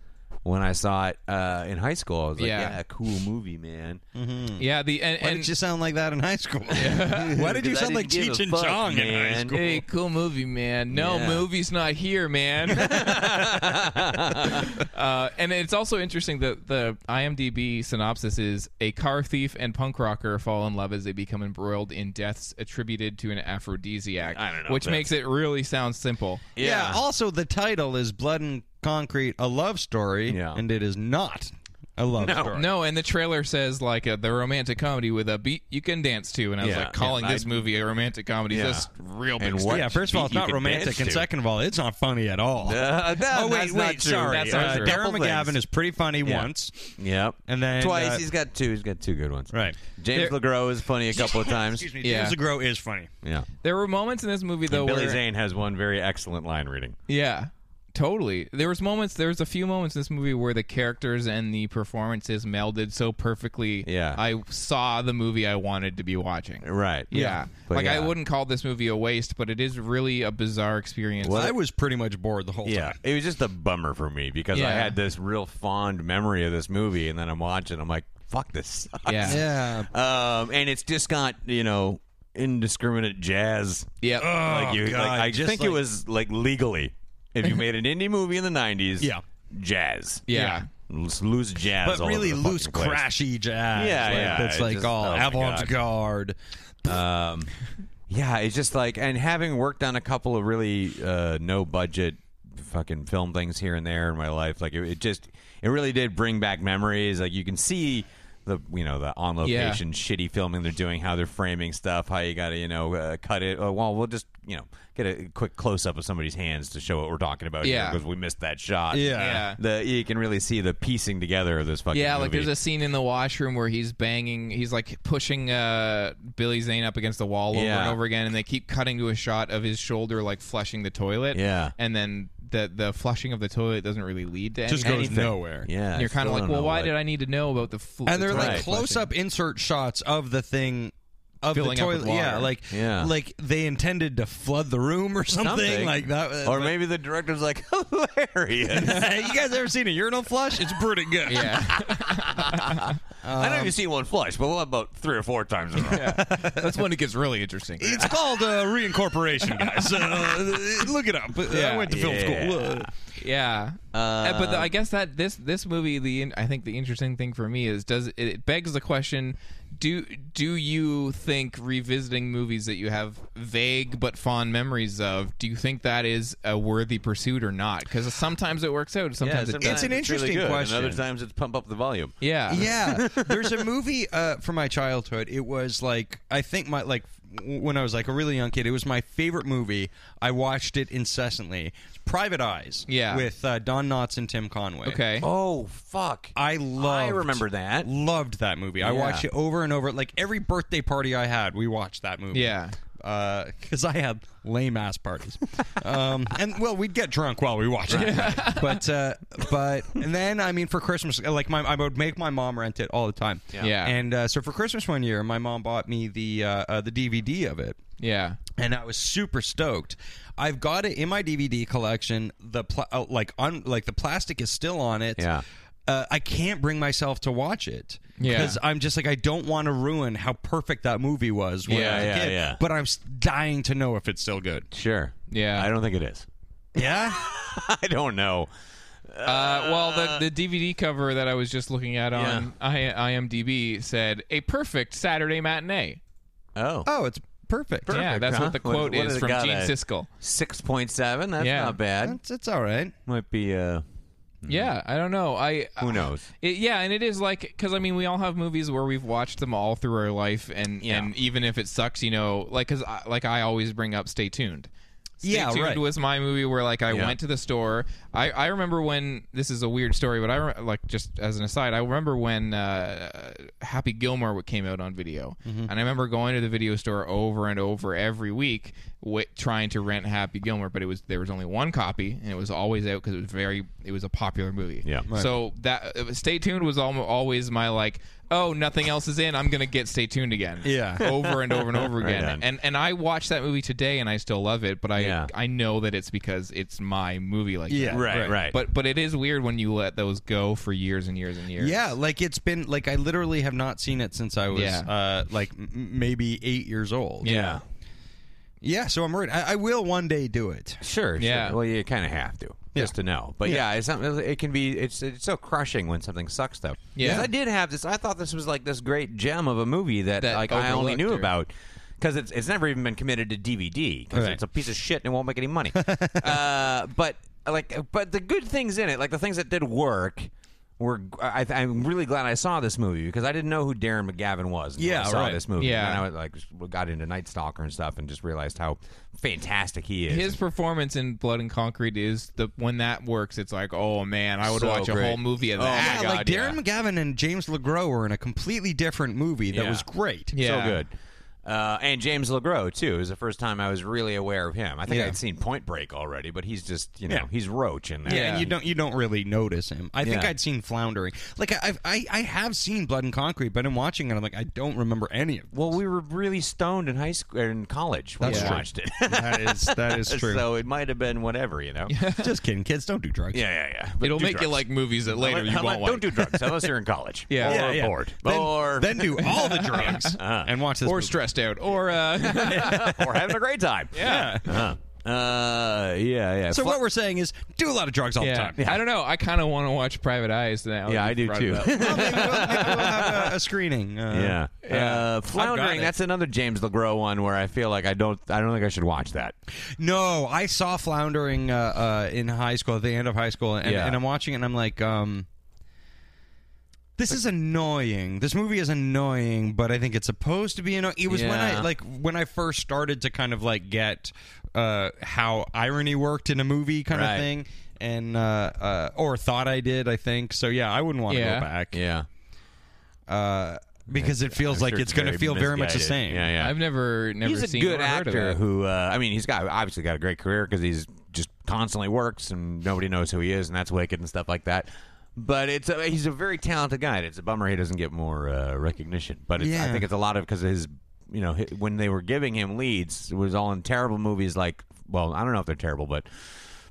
[SPEAKER 3] when I saw it uh, in high school. I was like,
[SPEAKER 1] Yeah.
[SPEAKER 3] yeah, cool movie, man.
[SPEAKER 2] Mm-hmm. Hmm.
[SPEAKER 1] Yeah. The and,
[SPEAKER 2] Why
[SPEAKER 1] and
[SPEAKER 2] did you sound like that in high school? Why did you
[SPEAKER 3] 'Cause I
[SPEAKER 2] sound like
[SPEAKER 3] didn't give
[SPEAKER 2] Cheech
[SPEAKER 3] a
[SPEAKER 2] and
[SPEAKER 3] fuck,
[SPEAKER 2] Chong in high
[SPEAKER 3] man.
[SPEAKER 2] school?
[SPEAKER 1] Hey, cool movie, man. No,
[SPEAKER 3] Yeah.
[SPEAKER 1] movie's not here, man. uh, and it's also interesting that the IMDb synopsis is a car thief and punk rocker fall in love as they become embroiled in deaths attributed to an aphrodisiac.
[SPEAKER 3] I don't know
[SPEAKER 1] Which
[SPEAKER 3] if
[SPEAKER 1] makes it really sound simple.
[SPEAKER 2] Yeah. Also, the title is Blood and Concrete: A Love Story,
[SPEAKER 3] Yeah.
[SPEAKER 2] and it is not a love story.
[SPEAKER 1] No, and the trailer says like uh the romantic comedy with a beat you can dance to, and I was
[SPEAKER 3] Yeah.
[SPEAKER 1] like calling
[SPEAKER 3] Yeah,
[SPEAKER 1] this
[SPEAKER 3] I-
[SPEAKER 1] movie a romantic comedy.
[SPEAKER 3] Yeah.
[SPEAKER 1] is That's real big.
[SPEAKER 3] And
[SPEAKER 1] step.
[SPEAKER 3] what?
[SPEAKER 2] Yeah. First of all, it's
[SPEAKER 3] beat you
[SPEAKER 2] not
[SPEAKER 3] could
[SPEAKER 2] romantic,
[SPEAKER 3] dance
[SPEAKER 2] and
[SPEAKER 3] to.
[SPEAKER 2] second of all, it's not funny at all.
[SPEAKER 3] Uh, no,
[SPEAKER 2] oh wait,
[SPEAKER 3] that's
[SPEAKER 2] wait,
[SPEAKER 3] not true.
[SPEAKER 2] sorry.
[SPEAKER 1] That's not
[SPEAKER 2] uh,
[SPEAKER 1] true.
[SPEAKER 2] Darren
[SPEAKER 3] Couple
[SPEAKER 2] McGavin
[SPEAKER 3] things.
[SPEAKER 2] is pretty funny
[SPEAKER 3] Yeah.
[SPEAKER 2] once.
[SPEAKER 3] Yep.
[SPEAKER 2] And then,
[SPEAKER 3] twice
[SPEAKER 2] uh,
[SPEAKER 3] he's got two. He's got two good ones.
[SPEAKER 2] Right.
[SPEAKER 3] James LeGros is funny a couple of times.
[SPEAKER 2] Excuse me.
[SPEAKER 1] Yeah.
[SPEAKER 2] James LeGros is funny.
[SPEAKER 3] Yeah.
[SPEAKER 1] There were moments in this movie though
[SPEAKER 3] Billy
[SPEAKER 1] where
[SPEAKER 3] Zane has one very excellent line reading.
[SPEAKER 1] yeah, Totally. There was moments. There was a few moments in this movie where the characters and the performances melded so perfectly.
[SPEAKER 3] Yeah.
[SPEAKER 1] I saw the movie I wanted to be watching.
[SPEAKER 3] Right.
[SPEAKER 1] Yeah,
[SPEAKER 3] But
[SPEAKER 1] like I
[SPEAKER 3] yeah.
[SPEAKER 1] wouldn't call this movie a waste, but it is really a bizarre experience.
[SPEAKER 2] I was pretty much bored the whole
[SPEAKER 3] Yeah,
[SPEAKER 2] time.
[SPEAKER 3] it was just a bummer for me because I
[SPEAKER 1] Yeah.
[SPEAKER 3] had this real fond memory of this movie, and then I'm watching, I'm like, "Fuck this!" sucks."
[SPEAKER 1] Yeah.
[SPEAKER 2] Yeah.
[SPEAKER 3] Um, and it's just got you know indiscriminate jazz.
[SPEAKER 1] Yep.
[SPEAKER 3] like you,
[SPEAKER 2] Oh, God,
[SPEAKER 3] like, I
[SPEAKER 2] just
[SPEAKER 3] think it
[SPEAKER 2] like-
[SPEAKER 3] was like legally, if you made an indie movie in the '90s,
[SPEAKER 2] Yeah.
[SPEAKER 3] jazz,
[SPEAKER 1] Yeah.
[SPEAKER 3] Loose- loose jazz,
[SPEAKER 2] but
[SPEAKER 3] all
[SPEAKER 2] really
[SPEAKER 3] over the
[SPEAKER 2] loose,
[SPEAKER 3] fucking place.
[SPEAKER 2] crashy jazz.
[SPEAKER 3] Yeah,
[SPEAKER 2] like,
[SPEAKER 3] yeah,
[SPEAKER 2] That's
[SPEAKER 3] it
[SPEAKER 2] like
[SPEAKER 3] just-
[SPEAKER 2] all
[SPEAKER 3] oh my
[SPEAKER 2] avant garde.
[SPEAKER 3] Um, yeah, it's just like, and having worked on a couple of really uh, no budget fucking film things here and there in my life, like it, it just, it really did bring back memories. Like you can see the, you know, the on location shitty filming they're doing, how they're framing stuff, how you got to, you know, uh, cut it. Oh, well, we'll just, you know, get a quick close up of somebody's hands to show what we're talking about
[SPEAKER 1] Yeah.
[SPEAKER 3] because we missed that shot.
[SPEAKER 1] Yeah.
[SPEAKER 3] The, you can really see the piecing together of this fucking
[SPEAKER 1] Yeah, like
[SPEAKER 3] movie.
[SPEAKER 1] there's a scene in the washroom where he's banging, he's like pushing uh, Billy Zane up against the wall over
[SPEAKER 3] Yeah.
[SPEAKER 1] and over again, and they keep cutting to a shot of his shoulder like flushing the toilet.
[SPEAKER 3] Yeah.
[SPEAKER 1] and then the the flushing of the toilet doesn't really lead to
[SPEAKER 2] Just
[SPEAKER 1] anything.
[SPEAKER 2] goes nowhere.
[SPEAKER 3] yeah.
[SPEAKER 1] And you're kind of like, well, why did I need to know about the? Fl-
[SPEAKER 2] and
[SPEAKER 1] the
[SPEAKER 2] they're
[SPEAKER 1] toilet
[SPEAKER 2] like
[SPEAKER 3] Right.
[SPEAKER 2] close
[SPEAKER 1] flushing?
[SPEAKER 2] up insert shots of the thing of
[SPEAKER 1] Filling
[SPEAKER 2] the
[SPEAKER 1] up
[SPEAKER 2] toilet.
[SPEAKER 1] with
[SPEAKER 2] Yeah,
[SPEAKER 1] water.
[SPEAKER 2] like
[SPEAKER 3] Yeah.
[SPEAKER 2] like they intended to flood the room or something, like that.
[SPEAKER 3] Or maybe the director's like, hilarious.
[SPEAKER 2] you guys ever seen a urinal flush? It's pretty good.
[SPEAKER 1] Yeah,
[SPEAKER 3] I don't even see one flush, but what about three or four times in a row?
[SPEAKER 1] that's when it gets really interesting.
[SPEAKER 2] It's called uh, reincorporation, guys. Uh, look it up. I went to film school. Uh,
[SPEAKER 1] Yeah, Uh, but the, I guess that this this movie, the in- I think the interesting thing for me is does it begs the question: Do do you think revisiting movies that you have vague but fond memories of, do you think that is a worthy pursuit or not? Because sometimes it works out, sometimes it doesn't.
[SPEAKER 2] sometimes It's an
[SPEAKER 3] really
[SPEAKER 2] interesting
[SPEAKER 3] good, and
[SPEAKER 2] question.
[SPEAKER 3] other times it's pump up the volume.
[SPEAKER 1] Yeah,
[SPEAKER 2] yeah there's a movie uh, from my childhood it was like i think my like w- when i was like a really young kid it was my favorite movie i watched it incessantly It's private eyes
[SPEAKER 1] Yeah.
[SPEAKER 2] with uh, don knotts and tim conway
[SPEAKER 1] Okay.
[SPEAKER 3] Oh fuck!
[SPEAKER 2] I loved.
[SPEAKER 3] I remember that.
[SPEAKER 2] Loved that movie. I
[SPEAKER 3] Yeah.
[SPEAKER 2] watched it over and over. Like every birthday party I had, we watched that movie.
[SPEAKER 1] Yeah.
[SPEAKER 2] because I had lame ass parties, um, and well, we'd get drunk while we watched it. But uh, but and then I mean, for Christmas, like my I would make my mom rent it all the time.
[SPEAKER 1] Yeah.
[SPEAKER 2] And uh, so for Christmas one year, my mom bought me the uh, uh, the DVD of it
[SPEAKER 1] yeah,
[SPEAKER 2] and I was super stoked. I've got it in my DVD collection. The pla- uh, like on like the plastic is still on it.
[SPEAKER 3] Yeah.
[SPEAKER 2] Uh, I can't bring myself to watch it
[SPEAKER 1] Yeah.
[SPEAKER 2] because I'm just like I don't want to ruin how perfect that movie was when I
[SPEAKER 3] Yeah,
[SPEAKER 2] was a
[SPEAKER 3] yeah,
[SPEAKER 2] kid.
[SPEAKER 3] yeah.
[SPEAKER 2] But I'm s- dying to know if it's still good.
[SPEAKER 3] Sure.
[SPEAKER 1] Yeah.
[SPEAKER 3] I don't think it is.
[SPEAKER 2] Yeah,
[SPEAKER 3] I don't know.
[SPEAKER 1] Uh, well, the, the DVD cover that I was just looking at on I, IMDb said a perfect Saturday matinee.
[SPEAKER 3] Oh.
[SPEAKER 2] oh, it's perfect.
[SPEAKER 1] yeah, that's
[SPEAKER 3] huh?
[SPEAKER 1] what the
[SPEAKER 3] What-
[SPEAKER 1] quote
[SPEAKER 3] what
[SPEAKER 1] is
[SPEAKER 3] has it
[SPEAKER 1] from
[SPEAKER 3] got,
[SPEAKER 1] Gene
[SPEAKER 3] uh,
[SPEAKER 1] Siskel.
[SPEAKER 3] Six point seven. That's
[SPEAKER 1] Yeah.
[SPEAKER 3] not bad.
[SPEAKER 2] It's, it's all right.
[SPEAKER 3] Might be. Uh,
[SPEAKER 1] Yeah, I don't know. I
[SPEAKER 3] who knows?
[SPEAKER 1] It, yeah, and it is like because I mean we all have movies where we've watched them all through our life, and
[SPEAKER 3] Yeah.
[SPEAKER 1] and even if it sucks, you know, like because I, like I always bring up Stay Tuned. Stay
[SPEAKER 2] Yeah,
[SPEAKER 1] Tuned
[SPEAKER 2] right.
[SPEAKER 1] was my movie where like I
[SPEAKER 3] Yeah.
[SPEAKER 1] went to the store. I, I remember when this is a weird story, but I re- like just as an aside, I remember when uh, Happy Gilmore came out on video,
[SPEAKER 3] Mm-hmm.
[SPEAKER 1] and I remember going to the video store over and over every week, w- trying to rent Happy Gilmore, but it was there was only one copy, and it was always out because it was very it was a popular movie.
[SPEAKER 3] Yeah. Right.
[SPEAKER 1] So that uh, stay tuned was almo- always my like, oh, nothing else is in. I'm gonna get stay tuned again.
[SPEAKER 2] Yeah.
[SPEAKER 1] over and over and over again.
[SPEAKER 3] on.
[SPEAKER 1] and and I watch that movie today, and I still love it. But I
[SPEAKER 3] Yeah.
[SPEAKER 1] I know that it's because it's my movie. Like
[SPEAKER 2] Yeah.
[SPEAKER 1] that.
[SPEAKER 2] Right,
[SPEAKER 3] right.
[SPEAKER 1] But but it is weird when you let those go for years and years and years.
[SPEAKER 2] Yeah, like it's been like I literally have not seen it since I was
[SPEAKER 1] Yeah.
[SPEAKER 2] uh, like m- maybe eight years old.
[SPEAKER 1] Yeah.
[SPEAKER 2] yeah. So I'm worried. I, I will one day do it.
[SPEAKER 3] Sure.
[SPEAKER 1] Yeah.
[SPEAKER 3] Sure. Well, you kind of have to just to know. But yeah, it's not, it can be. It's it's so crushing when something sucks though.
[SPEAKER 1] Yeah.
[SPEAKER 3] 'Cause I did have this. I thought this was like this great gem of a movie that,
[SPEAKER 1] That
[SPEAKER 3] like I only
[SPEAKER 1] overlooked
[SPEAKER 3] knew
[SPEAKER 1] or-
[SPEAKER 3] about. Because it's, it's never even been committed to DVD because
[SPEAKER 2] Right.
[SPEAKER 3] it's a piece of shit and it won't make any money. uh, but like, but the good things in it, like the things that did work, were I, I'm really glad I saw this movie because I didn't know who Darren McGavin was. until
[SPEAKER 2] Yeah,
[SPEAKER 3] I saw
[SPEAKER 2] right.
[SPEAKER 3] this movie.
[SPEAKER 1] Yeah.
[SPEAKER 3] and then I was, like got into Night Stalker and stuff and just realized how fantastic he is.
[SPEAKER 1] His performance in Blood and Concrete is the when that works, it's like, oh man, I would
[SPEAKER 3] So
[SPEAKER 1] watch a
[SPEAKER 3] great.
[SPEAKER 1] whole movie of
[SPEAKER 3] Oh,
[SPEAKER 1] that.
[SPEAKER 2] yeah,
[SPEAKER 3] my
[SPEAKER 2] Ah, like
[SPEAKER 3] God, yeah.
[SPEAKER 2] Darren McGavin and James LeGros were in a completely different movie that
[SPEAKER 3] Yeah.
[SPEAKER 2] was great.
[SPEAKER 1] Yeah.
[SPEAKER 3] so good. Uh, and James LeGros too is the first time I was really aware of him. I think
[SPEAKER 2] Yeah.
[SPEAKER 3] I'd seen Point Break already, but he's just you know
[SPEAKER 2] Yeah.
[SPEAKER 3] he's Roach in there.
[SPEAKER 2] Yeah, and you don't you don't really notice him. I think
[SPEAKER 3] Yeah.
[SPEAKER 2] I'd seen floundering. Like I, I've, I I have seen Blood and Concrete, but I'm watching it. I'm like I don't remember any of.
[SPEAKER 3] Well, we were really stoned in high school in college when
[SPEAKER 2] That's
[SPEAKER 3] we
[SPEAKER 2] true.
[SPEAKER 3] watched it.
[SPEAKER 2] That is that is true.
[SPEAKER 3] so it might have been whatever, you know. Yeah,
[SPEAKER 2] Just kidding, kids. Don't do drugs.
[SPEAKER 3] yeah, yeah. But
[SPEAKER 1] It'll
[SPEAKER 3] do
[SPEAKER 1] make you
[SPEAKER 3] drugs.
[SPEAKER 1] like movies that later
[SPEAKER 3] Unless-
[SPEAKER 1] you
[SPEAKER 3] unless-
[SPEAKER 1] won't like.
[SPEAKER 3] Don't do drugs unless you're in college.
[SPEAKER 1] Yeah.
[SPEAKER 3] or
[SPEAKER 1] Yeah,
[SPEAKER 3] bored,
[SPEAKER 2] Then,
[SPEAKER 3] or
[SPEAKER 2] then do all the drugs and watch this.
[SPEAKER 1] or
[SPEAKER 2] movie.
[SPEAKER 1] stressed out, or uh,
[SPEAKER 3] Uh-huh. or having a great time.
[SPEAKER 1] yeah.
[SPEAKER 3] Uh-huh. Uh, yeah, yeah.
[SPEAKER 2] So
[SPEAKER 3] Fla-
[SPEAKER 2] what we're saying is do a lot of drugs all the time.
[SPEAKER 1] I don't know. I kind of want to watch Private Eyes now.
[SPEAKER 3] Yeah,
[SPEAKER 1] that
[SPEAKER 3] I
[SPEAKER 1] you
[SPEAKER 3] do
[SPEAKER 1] brought
[SPEAKER 3] too.
[SPEAKER 1] it up.
[SPEAKER 2] Well, maybe we'll, maybe we'll have a, a screening.
[SPEAKER 3] Yeah.
[SPEAKER 2] Uh,
[SPEAKER 3] Uh, floundering.
[SPEAKER 2] it.
[SPEAKER 3] That's another James LeGros one where I feel like I don't. I don't think I should watch that.
[SPEAKER 2] No, I saw floundering uh, uh, in high school at the end of high school, and,
[SPEAKER 3] Yeah.
[SPEAKER 2] and I'm watching it, and I'm like, um, this is annoying. This movie is annoying, but I think it's supposed to be annoying. It was when I
[SPEAKER 3] Yeah.
[SPEAKER 2] like when I first started to kind of like get uh, how irony worked in a movie kind
[SPEAKER 3] Right.
[SPEAKER 2] of thing. And uh, uh, or thought I did, I think. So yeah, I wouldn't want to
[SPEAKER 1] Yeah.
[SPEAKER 2] go back
[SPEAKER 3] Yeah.
[SPEAKER 2] because it feels
[SPEAKER 3] I'm
[SPEAKER 2] like
[SPEAKER 3] sure
[SPEAKER 2] it's going to feel very much the
[SPEAKER 3] misguided.
[SPEAKER 2] same.
[SPEAKER 3] Yeah, yeah.
[SPEAKER 1] I've never, never
[SPEAKER 3] he's a
[SPEAKER 1] seen
[SPEAKER 3] good
[SPEAKER 1] or heard of
[SPEAKER 3] actor
[SPEAKER 1] that.
[SPEAKER 3] who. Uh, I mean, he's got obviously got a great career because he's just constantly works and nobody knows who he is, and that's wicked and stuff like that. But it's a, he's a very talented guy. And it's a bummer he doesn't get more uh, recognition. But it's, I
[SPEAKER 2] Yeah.
[SPEAKER 3] think it's a lot of because his. You know, hi when they were giving him leads, it was all in terrible movies like, well, I don't know if they're terrible, but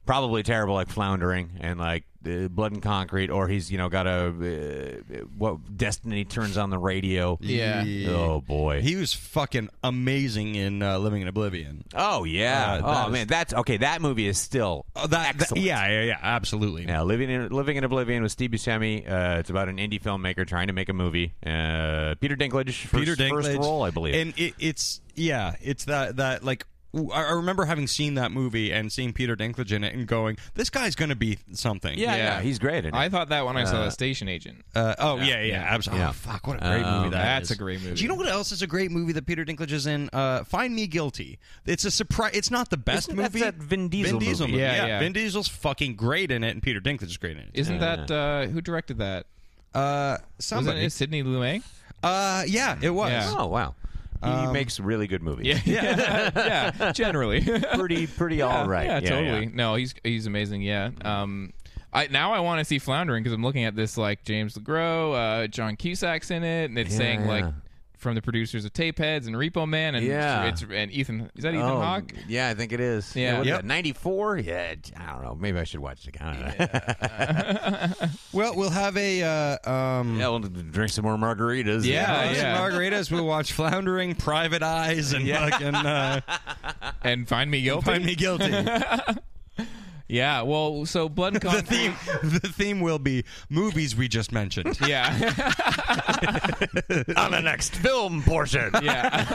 [SPEAKER 3] probably terrible like floundering and like uh, blood and concrete or he's you know got a uh, what destiny turns on the radio
[SPEAKER 1] Yeah.
[SPEAKER 3] oh boy
[SPEAKER 2] He was fucking amazing in uh, Living in Oblivion.
[SPEAKER 3] oh yeah
[SPEAKER 2] Uh, that
[SPEAKER 3] oh
[SPEAKER 2] is-
[SPEAKER 3] man that's okay that movie is still
[SPEAKER 2] Oh, that, that-
[SPEAKER 3] Excellent.
[SPEAKER 2] yeah, yeah, yeah, absolutely.
[SPEAKER 3] yeah, living in living in oblivion with Steve Buscemi. Uh, it's about an indie filmmaker trying to make a movie. Uh, Peter Dinklage, first,
[SPEAKER 2] Peter Dinklage,
[SPEAKER 3] first role, I believe.
[SPEAKER 2] and it, it's yeah, it's that that like w- I I remember having seen that movie and seeing Peter Dinklage in it and going, this guy's gonna be something.
[SPEAKER 3] yeah, yeah, he's great. In it.
[SPEAKER 1] I thought that when I saw the station agent.
[SPEAKER 2] Uh, oh yeah, yeah, absolutely.
[SPEAKER 3] Yeah.
[SPEAKER 2] Oh, fuck, what a great movie that
[SPEAKER 1] that's
[SPEAKER 2] is.
[SPEAKER 1] a great movie.
[SPEAKER 2] Do you know what else is a great movie that Peter Dinklage is in? Uh, Find Me Guilty. It's a surprise. It's not the best
[SPEAKER 3] Isn't that
[SPEAKER 2] movie.
[SPEAKER 3] that Vin Diesel movie?
[SPEAKER 1] Yeah, yeah.
[SPEAKER 2] Vin Diesel's fucking great in it, and Peter Dinklage is great in it.
[SPEAKER 1] Isn't that uh, who directed that?
[SPEAKER 2] uh,
[SPEAKER 1] Wasn't
[SPEAKER 2] somebody?
[SPEAKER 1] it Sidney Lumet?
[SPEAKER 2] Uh, yeah, it was.
[SPEAKER 1] Yeah.
[SPEAKER 3] oh wow, he makes really good movies.
[SPEAKER 1] Um, yeah, yeah. Generally,
[SPEAKER 3] pretty pretty all right.
[SPEAKER 1] Yeah, totally. No, he's he's amazing. Yeah. Um, I now I want to see floundering because I'm looking at this like James LeGros, uh, John Cusack's in it, and it's saying like
[SPEAKER 3] yeah.
[SPEAKER 1] from the producers of Tapeheads and Repo Man, and
[SPEAKER 3] Yeah.
[SPEAKER 1] it's and Ethan is that Ethan
[SPEAKER 3] Oh,
[SPEAKER 1] Hawke?
[SPEAKER 3] Yeah, I think it is.
[SPEAKER 1] Yeah.
[SPEAKER 3] what is
[SPEAKER 1] Yep.
[SPEAKER 3] that, 94? Yeah, I don't know. Maybe I should watch it. I don't know.
[SPEAKER 2] Well, we'll have a uh, um,
[SPEAKER 3] Yeah, we'll drink some more margaritas.
[SPEAKER 1] Yeah,
[SPEAKER 2] We'll have some margaritas. We'll watch Floundering, Private Eyes, and fucking uh,
[SPEAKER 1] And Find Me Guilty.
[SPEAKER 2] Find Me Guilty. the
[SPEAKER 1] Yeah. Well, so Blood and Concrete.
[SPEAKER 2] theme, the theme will be movies we just mentioned.
[SPEAKER 1] yeah,
[SPEAKER 3] On the next film portion.
[SPEAKER 1] yeah.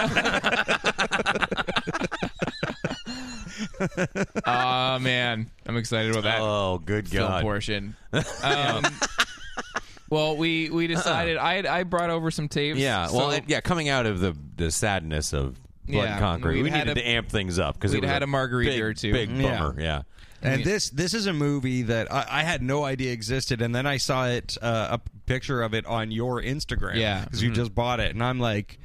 [SPEAKER 1] oh man, I'm excited about that.
[SPEAKER 3] Oh, good
[SPEAKER 1] film
[SPEAKER 3] God.
[SPEAKER 1] portion. Um, well, we we decided I had- I brought over some tapes.
[SPEAKER 3] Yeah,
[SPEAKER 1] so
[SPEAKER 3] well, it- yeah, coming out of the, the sadness of Blood
[SPEAKER 1] Yeah,
[SPEAKER 3] and Concrete,
[SPEAKER 1] we'd
[SPEAKER 3] we
[SPEAKER 1] had
[SPEAKER 3] needed
[SPEAKER 1] a-
[SPEAKER 3] to amp things up because
[SPEAKER 1] we'd had a margarita or two.
[SPEAKER 3] Big bummer, yeah.
[SPEAKER 2] And this this is a movie that I, I had no idea existed, and then I saw it uh, a picture of it on your Instagram.
[SPEAKER 1] Yeah.
[SPEAKER 2] because you
[SPEAKER 3] Mm-hmm.
[SPEAKER 2] just bought it, and I'm like,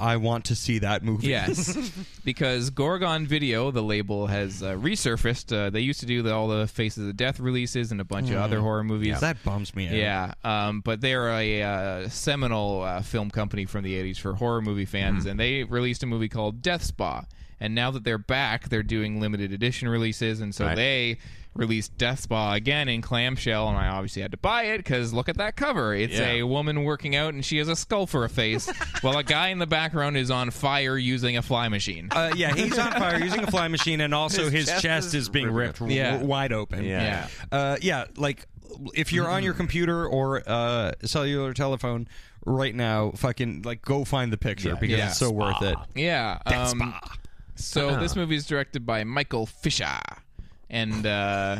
[SPEAKER 2] I want to see that movie.
[SPEAKER 1] Yes, because Gorgon Video, the label, has uh, resurfaced. Uh, they used to do the, all the Faces of Death releases and a bunch
[SPEAKER 3] Mm-hmm.
[SPEAKER 1] of other horror movies.
[SPEAKER 2] that bums me out.
[SPEAKER 1] Yeah, um, but they're a uh, seminal uh, film company from the 80s for horror movie fans,
[SPEAKER 3] Mm-hmm.
[SPEAKER 1] and they released a movie called Death Spa. And now that they're back, they're doing limited edition releases, and so
[SPEAKER 3] Right.
[SPEAKER 1] they released Death Spa again in clamshell, and I obviously had to buy it because look at that cover. It's
[SPEAKER 3] Yeah.
[SPEAKER 1] a woman working out, and she has a skull for a face, while a guy in the background is on fire using a fly machine.
[SPEAKER 2] Uh, yeah, he's on fire using a fly machine, and also his, chest, is, being ripped w-
[SPEAKER 1] Yeah.
[SPEAKER 2] wide open.
[SPEAKER 3] Yeah.
[SPEAKER 2] uh, yeah. Like if you're on your computer or uh, cellular telephone right now, fucking like go find the picture because
[SPEAKER 1] Yeah.
[SPEAKER 2] it's so worth it.
[SPEAKER 1] Yeah. um, So
[SPEAKER 3] Uh-huh.
[SPEAKER 1] this movie is directed by Michael Fisher, and uh,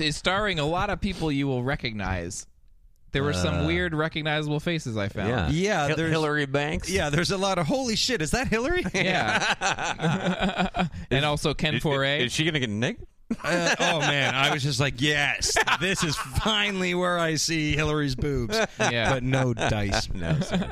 [SPEAKER 1] is starring a lot of people you will recognize. There were some weird recognizable faces I found.
[SPEAKER 3] Uh, Yeah.
[SPEAKER 2] Yeah,
[SPEAKER 3] Hil-
[SPEAKER 2] there's-
[SPEAKER 3] Hillary Banks.
[SPEAKER 2] Yeah, there's a lot of holy shit. Is that Hillary?
[SPEAKER 1] Yeah. and also Ken Foray.
[SPEAKER 3] Is she going to get naked?
[SPEAKER 2] Uh, oh man, I was just like, yes, this is finally where I see Hillary's boobs.
[SPEAKER 1] Yeah.
[SPEAKER 2] but no dice.
[SPEAKER 3] No. sorry.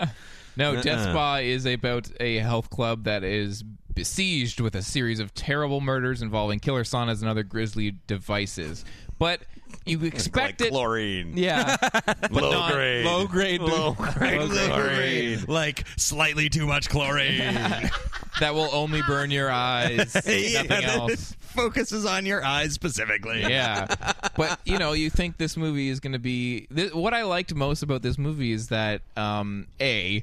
[SPEAKER 1] No, Death Spa is about a health club that is besieged with a series of terrible murders involving killer saunas and other grisly devices. But you expect
[SPEAKER 3] like
[SPEAKER 1] it.
[SPEAKER 3] chlorine.
[SPEAKER 1] Yeah.
[SPEAKER 3] low
[SPEAKER 1] not
[SPEAKER 3] grade.
[SPEAKER 2] Low grade,
[SPEAKER 3] Low grade chlorine.
[SPEAKER 2] like slightly too much chlorine.
[SPEAKER 1] that will only burn your eyes.
[SPEAKER 2] Yeah,
[SPEAKER 1] Nothing
[SPEAKER 2] that
[SPEAKER 1] else.
[SPEAKER 2] Focuses on your eyes specifically.
[SPEAKER 1] yeah but you know you think this movie is going to be th- what i liked most about this movie is that um a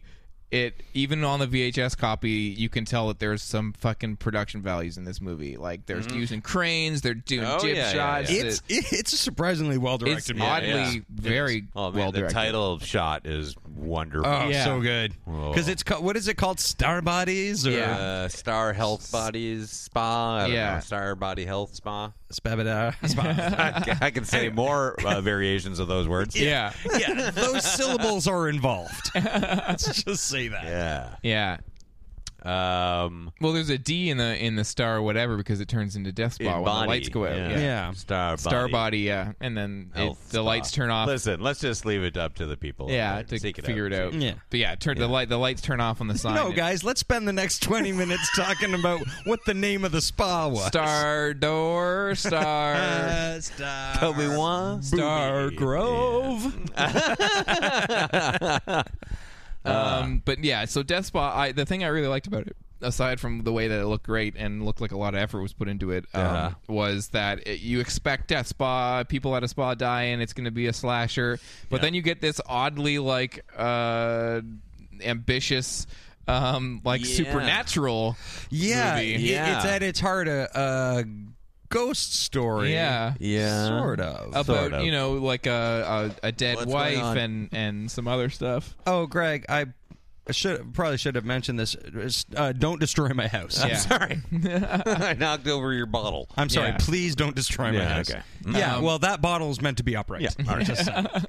[SPEAKER 1] it even on the vhs copy you can tell that there's some fucking production values in this movie like they're
[SPEAKER 3] Mm-hmm.
[SPEAKER 1] using cranes they're doing
[SPEAKER 4] Oh,
[SPEAKER 1] jib
[SPEAKER 4] yeah, yeah,
[SPEAKER 1] shots
[SPEAKER 4] yeah.
[SPEAKER 2] It's it's a surprisingly well
[SPEAKER 1] it's
[SPEAKER 2] directed movie.
[SPEAKER 1] oddly
[SPEAKER 4] yeah.
[SPEAKER 1] very
[SPEAKER 3] Oh man,
[SPEAKER 1] well
[SPEAKER 3] the
[SPEAKER 1] directed
[SPEAKER 3] title shot is wonderful.
[SPEAKER 2] Oh,
[SPEAKER 1] Yeah.
[SPEAKER 2] so good. Because it's ca- what is it called? Star Bodies or
[SPEAKER 1] Yeah.
[SPEAKER 4] Uh, Star Health Bodies Spa. I don't
[SPEAKER 1] Yeah.
[SPEAKER 4] know, Star Body Health Spa.
[SPEAKER 2] Spabada?
[SPEAKER 3] I, I can say more uh, variations of those words.
[SPEAKER 1] yeah
[SPEAKER 2] yeah, those syllables are involved. Let's just say that.
[SPEAKER 3] Yeah.
[SPEAKER 1] yeah
[SPEAKER 3] Um,
[SPEAKER 1] well there's a d in the in the star whatever because it turns into death
[SPEAKER 3] in
[SPEAKER 1] spot when
[SPEAKER 3] body,
[SPEAKER 1] the lights go out
[SPEAKER 3] Yeah.
[SPEAKER 1] yeah,
[SPEAKER 2] Yeah.
[SPEAKER 3] Star body.
[SPEAKER 1] star body yeah and then it-
[SPEAKER 3] Health
[SPEAKER 1] the
[SPEAKER 3] Spa.
[SPEAKER 1] lights turn off
[SPEAKER 3] Listen, let's just leave it up to the people.
[SPEAKER 1] Yeah,
[SPEAKER 3] Uh,
[SPEAKER 1] to
[SPEAKER 3] seek
[SPEAKER 1] figure it out.
[SPEAKER 2] it out.
[SPEAKER 1] but yeah, turn the light. The lights turn off on the sign.
[SPEAKER 2] No,
[SPEAKER 1] and-
[SPEAKER 2] guys, let's spend the next 20 minutes talking about what the name of the spa was.
[SPEAKER 1] Star door, star,
[SPEAKER 2] Uh, star.
[SPEAKER 3] But we want
[SPEAKER 1] star
[SPEAKER 3] booty.
[SPEAKER 1] grove.
[SPEAKER 2] Uh.
[SPEAKER 1] um, but yeah, so Death Spa. I the thing I really liked about it, aside from the way that it looked great and looked like a lot of effort was put into it, um, was that it, you expect Death Spa people at a spa die and it's going to be a slasher, but then you get this oddly like uh, ambitious. Um, like
[SPEAKER 4] Yeah.
[SPEAKER 1] supernatural.
[SPEAKER 2] Yeah,
[SPEAKER 1] movie.
[SPEAKER 2] it-
[SPEAKER 4] Yeah.
[SPEAKER 2] it's at its heart a, a ghost story.
[SPEAKER 1] Yeah.
[SPEAKER 4] Yeah.
[SPEAKER 2] Sort of.
[SPEAKER 1] about
[SPEAKER 3] Sort of.
[SPEAKER 1] you know like a a, a dead
[SPEAKER 4] What's going
[SPEAKER 1] wife
[SPEAKER 4] on?
[SPEAKER 1] and and some other stuff.
[SPEAKER 2] oh, Greg, I should probably should have mentioned this. Uh, don't destroy my house.
[SPEAKER 1] Yeah.
[SPEAKER 4] Sorry. I knocked over your bottle.
[SPEAKER 2] I'm sorry.
[SPEAKER 1] Yeah.
[SPEAKER 2] Please don't destroy my
[SPEAKER 3] Yeah,
[SPEAKER 2] house.
[SPEAKER 3] okay. Um,
[SPEAKER 2] Yeah. well, that bottle is meant to be upright. Yeah.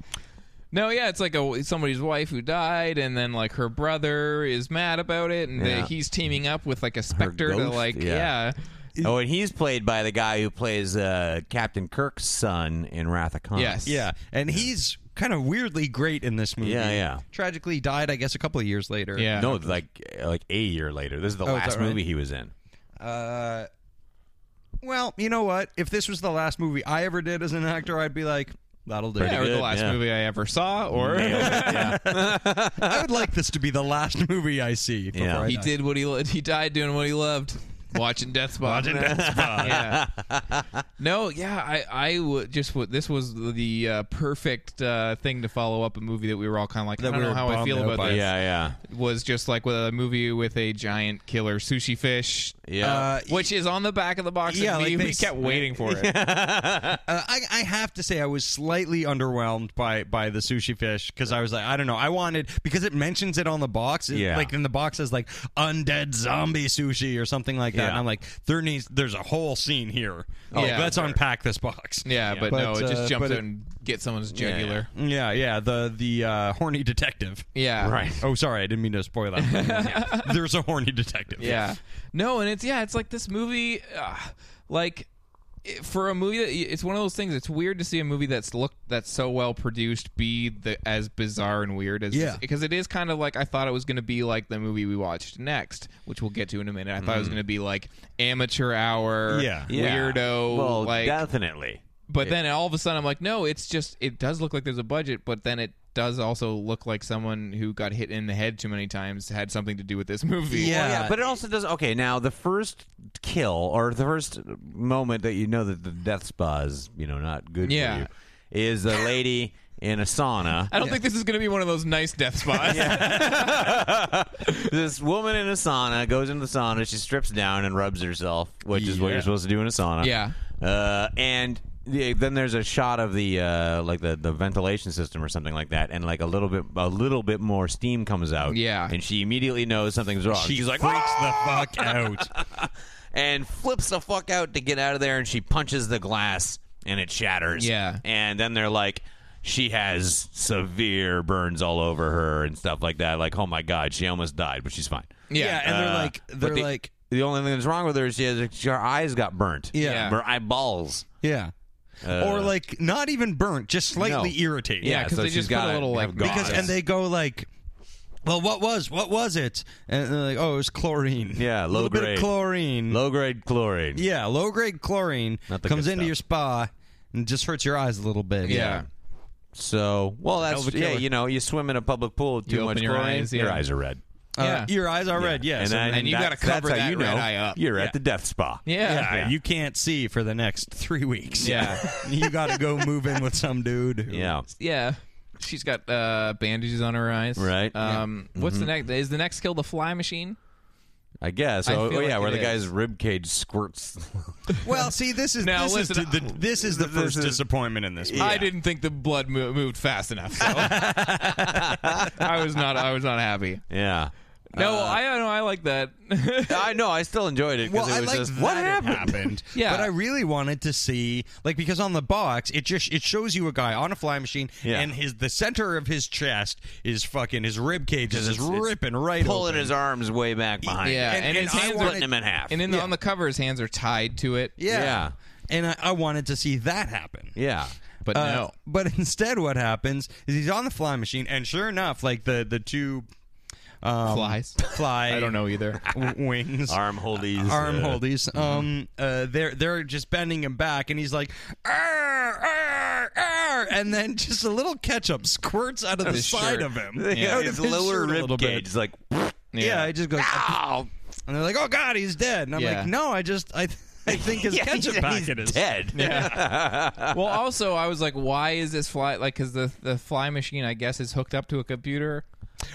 [SPEAKER 1] No, yeah, it's like a somebody's wife who died, and then like her brother is mad about it, and they-
[SPEAKER 3] Yeah.
[SPEAKER 1] he's teaming up with like a specter to
[SPEAKER 3] ghost?
[SPEAKER 1] like yeah.
[SPEAKER 3] Yeah. Oh, and he's played by the guy who plays uh, Captain Kirk's son in Wrath of Khan.
[SPEAKER 1] Yes.
[SPEAKER 2] Yeah, and he's kind of weirdly great in this movie.
[SPEAKER 3] Yeah, yeah.
[SPEAKER 2] Tragically died, I guess, a couple of years later.
[SPEAKER 1] Yeah.
[SPEAKER 3] No, like like a year later. This is the
[SPEAKER 2] Oh, is
[SPEAKER 3] last
[SPEAKER 2] that right?
[SPEAKER 3] movie he was in.
[SPEAKER 2] Uh, well, you know what? If this was the last movie I ever did as an actor, I'd be like, "That'll do."
[SPEAKER 1] Yeah, or the
[SPEAKER 3] good,
[SPEAKER 1] last
[SPEAKER 3] yeah.
[SPEAKER 1] movie I ever saw, or
[SPEAKER 2] I would like this to be the last movie I see. Before
[SPEAKER 3] Yeah.
[SPEAKER 2] I
[SPEAKER 1] he
[SPEAKER 2] die.
[SPEAKER 1] did what he lo- he died doing what he loved, watching Death Spot. yeah. No, yeah, I I would just w- this was the uh, perfect uh, thing to follow up a movie that we were all kind of like I
[SPEAKER 2] That
[SPEAKER 1] don't
[SPEAKER 2] we
[SPEAKER 1] know
[SPEAKER 2] were
[SPEAKER 1] how I
[SPEAKER 2] bummed
[SPEAKER 1] feel
[SPEAKER 2] out
[SPEAKER 1] about
[SPEAKER 2] by.
[SPEAKER 1] this.
[SPEAKER 3] Yeah, yeah.
[SPEAKER 1] was just like with a movie with a giant killer sushi fish.
[SPEAKER 3] Yeah.
[SPEAKER 1] uh, which is on the back of the box.
[SPEAKER 2] yeah,
[SPEAKER 1] and we,
[SPEAKER 2] like they
[SPEAKER 1] we
[SPEAKER 2] s-
[SPEAKER 1] kept waiting for it.
[SPEAKER 2] Uh, I, I have to say, I was slightly underwhelmed by by the sushi fish because I was like, I don't know, I wanted because it mentions it on the box. It-
[SPEAKER 3] Yeah.
[SPEAKER 2] like in the box is like undead zombie sushi or something like that.
[SPEAKER 3] Yeah.
[SPEAKER 2] And I'm like, there needs there's a whole scene here. Oh,
[SPEAKER 1] Yeah.
[SPEAKER 2] let's unpack this box.
[SPEAKER 1] Yeah, but, no, it
[SPEAKER 2] uh,
[SPEAKER 1] just jumps
[SPEAKER 2] but
[SPEAKER 1] out
[SPEAKER 2] it-
[SPEAKER 1] and gets someone's jugular.
[SPEAKER 2] Yeah, yeah. The the uh, horny detective.
[SPEAKER 1] Yeah,
[SPEAKER 3] Right.
[SPEAKER 2] Oh, sorry, I didn't mean to spoil that. Yeah. There's a horny detective.
[SPEAKER 1] Yeah. No, and it's yeah, it's like this movie, uh, like it- for a movie that it's one of those things. It's weird to see a movie that's looked that's so well produced be the as bizarre and weird as
[SPEAKER 2] Yeah.
[SPEAKER 1] because it is kind of like I thought it was going to be like the movie we watched next, which we'll get to in a minute. I thought it was going to be like amateur hour,
[SPEAKER 2] Yeah.
[SPEAKER 1] weirdo,
[SPEAKER 3] Well,
[SPEAKER 1] like.
[SPEAKER 3] definitely.
[SPEAKER 1] but then all of a sudden I'm like, no, it's just it does look like there's a budget, but then it. Does also look like someone who got hit in the head too many times had something to do with this movie.
[SPEAKER 3] Well, yeah, but it also does. Okay, now the first kill or the first moment that you know that the death spa is, you know, not good
[SPEAKER 1] Yeah.
[SPEAKER 3] for you is a lady in a sauna.
[SPEAKER 1] I don't think this is going to be one of those nice death spots.
[SPEAKER 3] this woman in a sauna goes into the sauna. She strips down and rubs herself, which is what
[SPEAKER 2] Yeah.
[SPEAKER 3] you're supposed to do in a sauna.
[SPEAKER 1] Yeah.
[SPEAKER 3] Uh, and yeah, then there's a shot of the uh, like the, the ventilation system or something like that, and like a little bit a little bit more steam comes out.
[SPEAKER 1] Yeah.
[SPEAKER 3] And she immediately knows something's wrong.
[SPEAKER 2] She
[SPEAKER 3] She's like,
[SPEAKER 2] freaks
[SPEAKER 3] "Ah!"
[SPEAKER 2] the fuck out.
[SPEAKER 3] and flips the fuck out to get out of there, and she punches the glass, and it shatters.
[SPEAKER 1] Yeah.
[SPEAKER 3] And then they're like. She has severe burns all over her and stuff like that. Like, oh my god, she almost died, but she's fine.
[SPEAKER 2] Yeah, and they're
[SPEAKER 3] Uh,
[SPEAKER 2] like
[SPEAKER 3] but
[SPEAKER 2] they're
[SPEAKER 3] the-
[SPEAKER 2] like
[SPEAKER 3] the only thing that's wrong with her is she has her eyes got burnt.
[SPEAKER 1] Yeah.
[SPEAKER 3] her eyeballs.
[SPEAKER 2] yeah, or like not even burnt, just slightly
[SPEAKER 3] No.
[SPEAKER 2] irritated.
[SPEAKER 1] Uh. Yeah, 'cause
[SPEAKER 3] so
[SPEAKER 1] they
[SPEAKER 3] she's
[SPEAKER 1] just put a
[SPEAKER 3] gotta
[SPEAKER 1] little, like,
[SPEAKER 3] have
[SPEAKER 1] gauze.
[SPEAKER 2] because and they go like Well, what was what was it? And they're like, oh, it was chlorine. A
[SPEAKER 3] Yeah, low
[SPEAKER 2] little bit
[SPEAKER 3] grade.
[SPEAKER 2] of chlorine.
[SPEAKER 3] Low grade chlorine.
[SPEAKER 2] yeah, low grade chlorine
[SPEAKER 3] Not the
[SPEAKER 2] comes
[SPEAKER 3] good
[SPEAKER 2] into
[SPEAKER 3] stuff.
[SPEAKER 2] your spa and just hurts your eyes a little bit.
[SPEAKER 1] Yeah.
[SPEAKER 3] So, well, that's
[SPEAKER 2] Hell of a
[SPEAKER 3] yeah.
[SPEAKER 2] killer.
[SPEAKER 3] You know, you swim in a public pool, with too
[SPEAKER 1] You open
[SPEAKER 3] much
[SPEAKER 1] your
[SPEAKER 3] chlorine,
[SPEAKER 1] eyes,
[SPEAKER 3] your
[SPEAKER 1] yeah.
[SPEAKER 3] eyes are red.
[SPEAKER 2] Uh,
[SPEAKER 1] Yeah.
[SPEAKER 2] Your eyes are red. Yes,
[SPEAKER 3] I
[SPEAKER 1] And
[SPEAKER 3] mean,
[SPEAKER 1] you
[SPEAKER 3] that's-
[SPEAKER 1] gotta cover
[SPEAKER 3] that's how
[SPEAKER 1] that
[SPEAKER 3] you know
[SPEAKER 1] red eye up.
[SPEAKER 3] You're at the death spa.
[SPEAKER 2] Yeah,
[SPEAKER 1] Yeah.
[SPEAKER 2] you can't see for the next three weeks.
[SPEAKER 1] Yeah.
[SPEAKER 2] you got to go move in with some dude. who-
[SPEAKER 3] Yeah.
[SPEAKER 1] Yeah. She's got uh, bandages on her eyes.
[SPEAKER 3] Right.
[SPEAKER 1] Um, What's the next? Is the next kill the fly machine?
[SPEAKER 3] I guess.
[SPEAKER 1] I
[SPEAKER 3] oh,
[SPEAKER 1] feel
[SPEAKER 3] oh, yeah,
[SPEAKER 1] like
[SPEAKER 3] where
[SPEAKER 1] it
[SPEAKER 3] the
[SPEAKER 1] is.
[SPEAKER 3] guy's rib cage squirts.
[SPEAKER 2] Well, see, this is
[SPEAKER 1] Now,
[SPEAKER 2] this
[SPEAKER 1] listen,
[SPEAKER 2] is the, the- this is the first disappointment in this. Movie.
[SPEAKER 1] I didn't think the blood mo- moved fast enough. So. I was not. I was not happy.
[SPEAKER 3] yeah.
[SPEAKER 2] Uh,
[SPEAKER 1] No, I I know. I like that.
[SPEAKER 3] I know. I still enjoyed it
[SPEAKER 2] Well,
[SPEAKER 3] because
[SPEAKER 2] I
[SPEAKER 3] it was
[SPEAKER 2] like
[SPEAKER 3] just
[SPEAKER 2] that
[SPEAKER 3] what
[SPEAKER 2] it
[SPEAKER 3] happened.
[SPEAKER 1] Yeah.
[SPEAKER 2] but I really wanted to see like because on the box it just it shows you a guy on a fly machine
[SPEAKER 3] Yeah.
[SPEAKER 2] and his the center of his chest is fucking his rib cage is
[SPEAKER 3] It's-
[SPEAKER 2] just
[SPEAKER 3] it's
[SPEAKER 2] ripping right
[SPEAKER 3] pulling
[SPEAKER 2] open.
[SPEAKER 3] his arms way back behind.
[SPEAKER 1] yeah,
[SPEAKER 3] him.
[SPEAKER 2] and- and
[SPEAKER 1] his
[SPEAKER 2] I
[SPEAKER 1] hands are-
[SPEAKER 2] wanted-
[SPEAKER 3] splitting him in half.
[SPEAKER 1] And then on the cover, his hands are tied to it.
[SPEAKER 2] yeah.
[SPEAKER 3] Yeah.
[SPEAKER 2] and I, I wanted to see that happen.
[SPEAKER 3] yeah,
[SPEAKER 1] But
[SPEAKER 2] Uh,
[SPEAKER 1] no.
[SPEAKER 2] But instead, what happens is he's on the fly machine, and sure enough, like the the two um,
[SPEAKER 1] Flies.
[SPEAKER 2] fly
[SPEAKER 1] I don't know either.
[SPEAKER 2] w- wings
[SPEAKER 3] arm holdies,
[SPEAKER 2] arm
[SPEAKER 3] uh,
[SPEAKER 2] holdies. Um, uh, they're they're just bending him back, and he's like, "Arr, arr, arr," and then just a little ketchup squirts out of the
[SPEAKER 1] his
[SPEAKER 2] side
[SPEAKER 1] shirt.
[SPEAKER 2] of him,
[SPEAKER 3] Yeah,
[SPEAKER 2] out
[SPEAKER 3] his
[SPEAKER 2] of his
[SPEAKER 3] lower
[SPEAKER 2] shirt a little
[SPEAKER 3] rib
[SPEAKER 2] bit.
[SPEAKER 3] cage Ah! is like.
[SPEAKER 2] Yeah. it just goes,
[SPEAKER 3] Ow!
[SPEAKER 2] and they're like, "Oh God, he's dead," and I'm
[SPEAKER 1] Yeah.
[SPEAKER 2] like, "No, I just I." I think his
[SPEAKER 3] Yeah,
[SPEAKER 2] ketchup
[SPEAKER 3] he's-
[SPEAKER 2] packet
[SPEAKER 3] he's
[SPEAKER 2] is
[SPEAKER 3] dead.
[SPEAKER 1] well, also, I was like, why is this fly like? Because the the fly machine, I guess, is hooked up to a computer.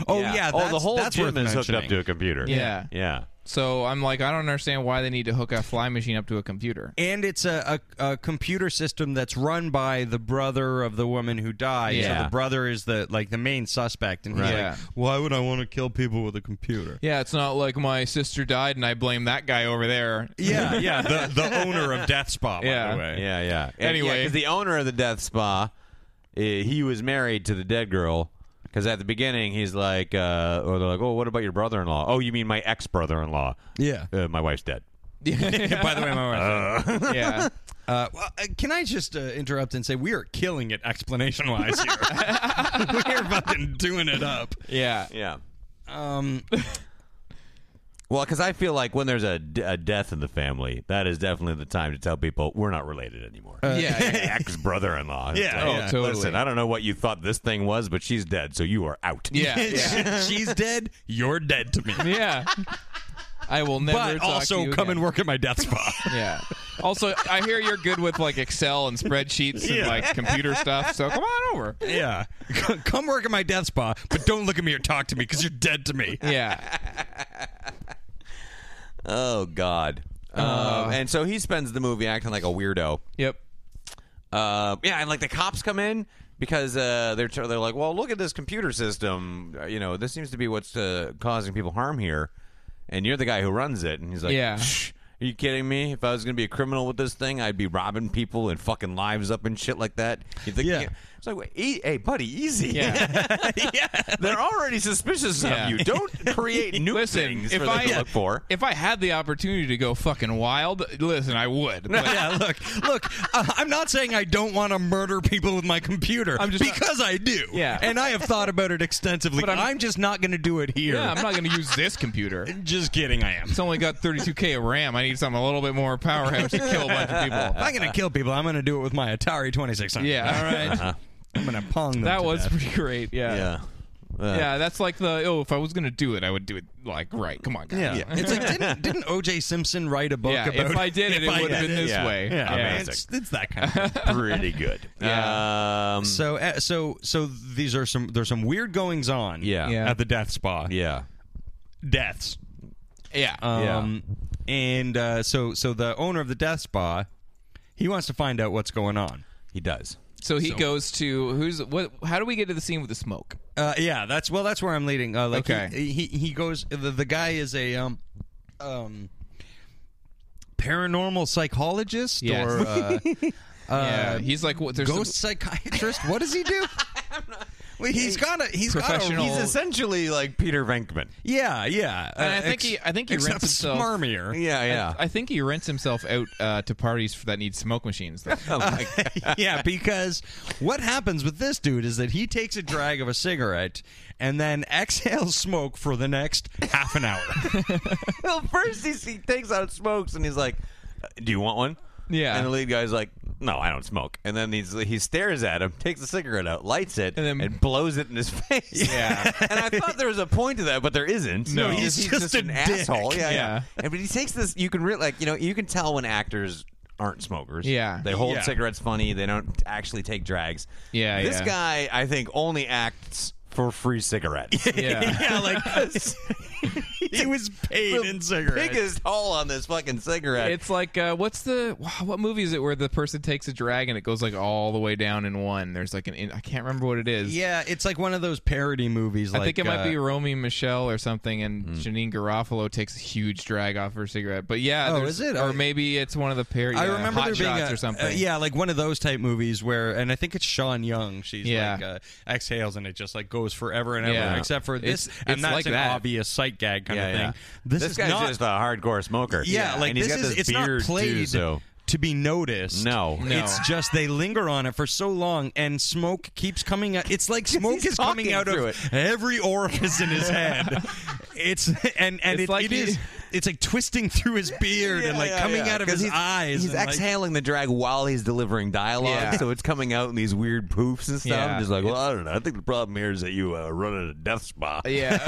[SPEAKER 2] Oh yeah, that's,
[SPEAKER 3] oh, the whole
[SPEAKER 2] that's
[SPEAKER 3] gym
[SPEAKER 2] worth
[SPEAKER 3] is hooked up
[SPEAKER 2] mentioning.
[SPEAKER 3] to a computer.
[SPEAKER 1] Yeah.
[SPEAKER 3] yeah.
[SPEAKER 1] So I'm like, I don't understand why they need to hook a fly machine up to a computer.
[SPEAKER 2] and it's a, a, a computer system that's run by the brother of the woman who died. So
[SPEAKER 3] Yeah.
[SPEAKER 2] the brother is the like the main suspect, and he's
[SPEAKER 1] Right.
[SPEAKER 2] like,
[SPEAKER 1] Yeah.
[SPEAKER 2] "Why would I want to kill people with a computer?"
[SPEAKER 1] Yeah, it's not like my sister died and I blame that guy over there.
[SPEAKER 2] Yeah, yeah. The the owner of Death Spa, by
[SPEAKER 1] Yeah.
[SPEAKER 2] the way.
[SPEAKER 3] Yeah, yeah.
[SPEAKER 1] Anyway.
[SPEAKER 3] because the owner of the death spa, uh, he was married to the dead girl. Because at the beginning, he's like, uh, or they're like, oh, what about your brother in law? Oh, you mean my ex brother in law?
[SPEAKER 2] Yeah.
[SPEAKER 3] Uh, my wife's dead.
[SPEAKER 2] by the way, my wife.
[SPEAKER 1] yeah.
[SPEAKER 2] Uh, well, uh, can I just uh, interrupt and say we are killing it explanation wise here. we are fucking doing it up.
[SPEAKER 1] Yeah.
[SPEAKER 3] Yeah.
[SPEAKER 2] Um,
[SPEAKER 3] Well, because I feel like when there's a, d- a death in the family, that is definitely the time to tell people we're not related anymore.
[SPEAKER 1] yeah.
[SPEAKER 3] ex brother in law.
[SPEAKER 2] Yeah,
[SPEAKER 1] yeah. oh, Totally.
[SPEAKER 3] Listen, I don't know what you thought this thing was, but she's dead, so you are out.
[SPEAKER 1] Yeah. Yeah.
[SPEAKER 2] she's dead. You're dead to me.
[SPEAKER 1] Yeah. I will never.
[SPEAKER 2] But
[SPEAKER 1] talk to
[SPEAKER 2] also
[SPEAKER 1] you
[SPEAKER 2] come
[SPEAKER 1] again.
[SPEAKER 2] and work at my Death Spa.
[SPEAKER 1] Yeah. Also, I hear you're good with like Excel and spreadsheets and like computer stuff. So come on over.
[SPEAKER 2] Yeah. C- Come work at my death spa, but don't look at me or talk to me because you're dead to me.
[SPEAKER 1] Yeah.
[SPEAKER 3] Oh God. um, and so he spends the movie acting like a weirdo.
[SPEAKER 1] Yep.
[SPEAKER 3] Uh, yeah, and like the cops come in because uh, they're they're like, well, look at this computer system. Uh, You know, this seems to be what's uh, causing people harm here, and you're the guy who runs it. And he's like,
[SPEAKER 1] Yeah.
[SPEAKER 3] "Shh, Are you kidding me? If I was going to be a criminal with this thing, I'd be robbing people and fucking lives up and shit like that. You think,
[SPEAKER 2] Yeah.
[SPEAKER 3] It's like, "Wait, e- hey, buddy, easy.
[SPEAKER 1] Yeah.
[SPEAKER 3] They're already suspicious
[SPEAKER 1] Yeah.
[SPEAKER 3] of you. Don't create new
[SPEAKER 1] Listen,
[SPEAKER 3] things
[SPEAKER 1] if
[SPEAKER 3] for them
[SPEAKER 1] I
[SPEAKER 3] to look for.
[SPEAKER 1] if I had the opportunity to go fucking wild, listen, I would. But
[SPEAKER 2] Yeah, look, look. Uh, I'm not saying I don't want to murder people with my computer.
[SPEAKER 1] I'm just not-
[SPEAKER 2] because I do.
[SPEAKER 1] Yeah.
[SPEAKER 2] and I have thought about it extensively. But I'm, just not going to do it here.
[SPEAKER 1] yeah, I'm not going to use this computer.
[SPEAKER 2] just kidding. I am.
[SPEAKER 1] It's only got 32k of RAM. I need something a little bit more powerhouse to kill a bunch of
[SPEAKER 2] If
[SPEAKER 1] people.
[SPEAKER 2] I'm going to kill people. I'm going to do it with my Atari 2600.
[SPEAKER 1] uh, Yeah.
[SPEAKER 2] All right? I'm going to pong them.
[SPEAKER 1] That
[SPEAKER 2] to
[SPEAKER 1] was
[SPEAKER 2] death.
[SPEAKER 1] pretty great. Yeah.
[SPEAKER 3] yeah. Uh,
[SPEAKER 1] Yeah, that's like the oh, if I was gonna do it, I would do it like right. Come on, guys.
[SPEAKER 2] Yeah. it's like didn't didn't O.J. Simpson write a book
[SPEAKER 1] Yeah,
[SPEAKER 2] about
[SPEAKER 1] if I did it, it
[SPEAKER 2] if I
[SPEAKER 1] would have
[SPEAKER 2] did
[SPEAKER 1] been
[SPEAKER 2] it?
[SPEAKER 1] this
[SPEAKER 3] Yeah.
[SPEAKER 1] way.
[SPEAKER 2] Yeah,
[SPEAKER 3] Yeah.
[SPEAKER 2] it's, it's that kind of. Thing.
[SPEAKER 3] pretty good. Yeah. Um,
[SPEAKER 2] So uh, so so these are some there's some weird goings on.
[SPEAKER 3] Yeah.
[SPEAKER 1] Yeah.
[SPEAKER 2] At the death spa.
[SPEAKER 3] yeah.
[SPEAKER 2] Deaths.
[SPEAKER 1] yeah.
[SPEAKER 2] Um and uh, so so the owner of the death spa, he wants to find out what's going on.
[SPEAKER 3] He does.
[SPEAKER 1] so he goes to who's what? How do we get to the scene with the smoke?
[SPEAKER 2] Uh, yeah, that's well that's where I'm leading. Uh, like he-
[SPEAKER 1] Okay.
[SPEAKER 2] he, he goes the, the guy is a um um paranormal psychologist
[SPEAKER 1] Yes.
[SPEAKER 2] or uh,
[SPEAKER 1] yeah, he's like, what? There's
[SPEAKER 2] ghost
[SPEAKER 1] some-
[SPEAKER 2] psychiatrist. What does he do? Well, he's got a he's
[SPEAKER 1] Professional-
[SPEAKER 2] got a
[SPEAKER 3] He's essentially like Peter Venkman.
[SPEAKER 2] yeah yeah. Uh,
[SPEAKER 1] And I think he- I think he
[SPEAKER 2] except
[SPEAKER 1] rents himself-
[SPEAKER 2] smarmier.
[SPEAKER 3] Yeah, yeah.
[SPEAKER 1] I think he rents himself out uh, to parties for, that need smoke machines. though.
[SPEAKER 2] yeah, because what happens with this dude is that he takes a drag of a cigarette and then exhales smoke for the next half an hour.
[SPEAKER 3] well, first he, he takes out smokes and he's like, "Uh, "Do you want one?"
[SPEAKER 1] Yeah.
[SPEAKER 3] And the lead guy's like, "No, I don't smoke." And then he's, he stares at him, takes the cigarette out, lights it, and,
[SPEAKER 1] then-
[SPEAKER 3] blows it in his face. Yeah. and I thought there was a point to that, but there isn't.
[SPEAKER 1] No.
[SPEAKER 3] he's,
[SPEAKER 2] He's
[SPEAKER 3] just,
[SPEAKER 2] just
[SPEAKER 3] an
[SPEAKER 2] a dick.
[SPEAKER 3] asshole. Yeah, yeah.
[SPEAKER 1] Yeah.
[SPEAKER 3] And but he takes this. You can really like you know you can tell when actors aren't smokers.
[SPEAKER 1] Yeah.
[SPEAKER 3] They hold
[SPEAKER 2] Yeah.
[SPEAKER 3] cigarettes funny. They don't actually take drags.
[SPEAKER 1] Yeah,
[SPEAKER 3] This
[SPEAKER 1] yeah.
[SPEAKER 3] guy, I think, only acts for free cigarettes.
[SPEAKER 1] yeah.
[SPEAKER 2] yeah, like he was paid in cigarettes.
[SPEAKER 3] Biggest hole on this fucking cigarette.
[SPEAKER 1] It's like uh, what's the what movie is it where the person takes a drag and it goes like all the way down in one? There's like an in, I can't remember what it is.
[SPEAKER 2] Yeah, it's like one of those parody movies.
[SPEAKER 1] I
[SPEAKER 2] like,
[SPEAKER 1] think it might
[SPEAKER 2] uh, Mm-hmm.
[SPEAKER 1] be Romy Michelle or something, and Janine Garofalo takes a huge drag off her cigarette. But yeah,
[SPEAKER 2] Oh,
[SPEAKER 1] there's-
[SPEAKER 2] is it?
[SPEAKER 1] Or
[SPEAKER 2] I-
[SPEAKER 1] maybe it's one of the pair.
[SPEAKER 2] I
[SPEAKER 1] yeah,
[SPEAKER 2] remember
[SPEAKER 1] Hot
[SPEAKER 2] there being
[SPEAKER 1] Shots
[SPEAKER 2] a-
[SPEAKER 1] or something.
[SPEAKER 2] uh, yeah, like one of those type movies where, and I think it's Sean Young. She's
[SPEAKER 1] Yeah.
[SPEAKER 2] like uh, exhales and it just like goes forever and ever,
[SPEAKER 1] Yeah.
[SPEAKER 2] except for this,
[SPEAKER 1] It's-
[SPEAKER 2] and
[SPEAKER 1] it's
[SPEAKER 2] that's
[SPEAKER 1] like
[SPEAKER 2] an
[SPEAKER 1] that.
[SPEAKER 2] obvious sight gag kind
[SPEAKER 3] Yeah,
[SPEAKER 2] of thing.
[SPEAKER 3] yeah.
[SPEAKER 2] This,
[SPEAKER 3] This
[SPEAKER 2] is
[SPEAKER 3] guy's
[SPEAKER 2] not,
[SPEAKER 3] just a hardcore smoker.
[SPEAKER 2] yeah, like
[SPEAKER 3] and he's
[SPEAKER 2] this
[SPEAKER 3] got
[SPEAKER 2] is
[SPEAKER 3] this
[SPEAKER 2] it's
[SPEAKER 3] beard
[SPEAKER 2] not played
[SPEAKER 3] Too, so.
[SPEAKER 2] to be noticed.
[SPEAKER 3] No. No.
[SPEAKER 2] it's just they linger on it for so long, and smoke keeps coming out. It's like smoke
[SPEAKER 3] he's
[SPEAKER 2] is
[SPEAKER 3] talking
[SPEAKER 2] coming out
[SPEAKER 3] through
[SPEAKER 2] of
[SPEAKER 3] it.
[SPEAKER 2] every orifice in his head. It's and and
[SPEAKER 1] It's
[SPEAKER 2] it,
[SPEAKER 1] like
[SPEAKER 2] it
[SPEAKER 1] he-
[SPEAKER 2] is. It's like twisting through his beard and like coming out of
[SPEAKER 3] 'Cause
[SPEAKER 2] his
[SPEAKER 3] he's,
[SPEAKER 2] eyes.
[SPEAKER 3] He's
[SPEAKER 2] and, like-
[SPEAKER 3] exhaling the drag while he's delivering dialogue,
[SPEAKER 1] Yeah.
[SPEAKER 3] so it's coming out in these weird poofs and stuff.
[SPEAKER 1] Yeah.
[SPEAKER 3] He's like, well, I don't know. I think the problem here is that you uh, run at a death spa.
[SPEAKER 1] Yeah.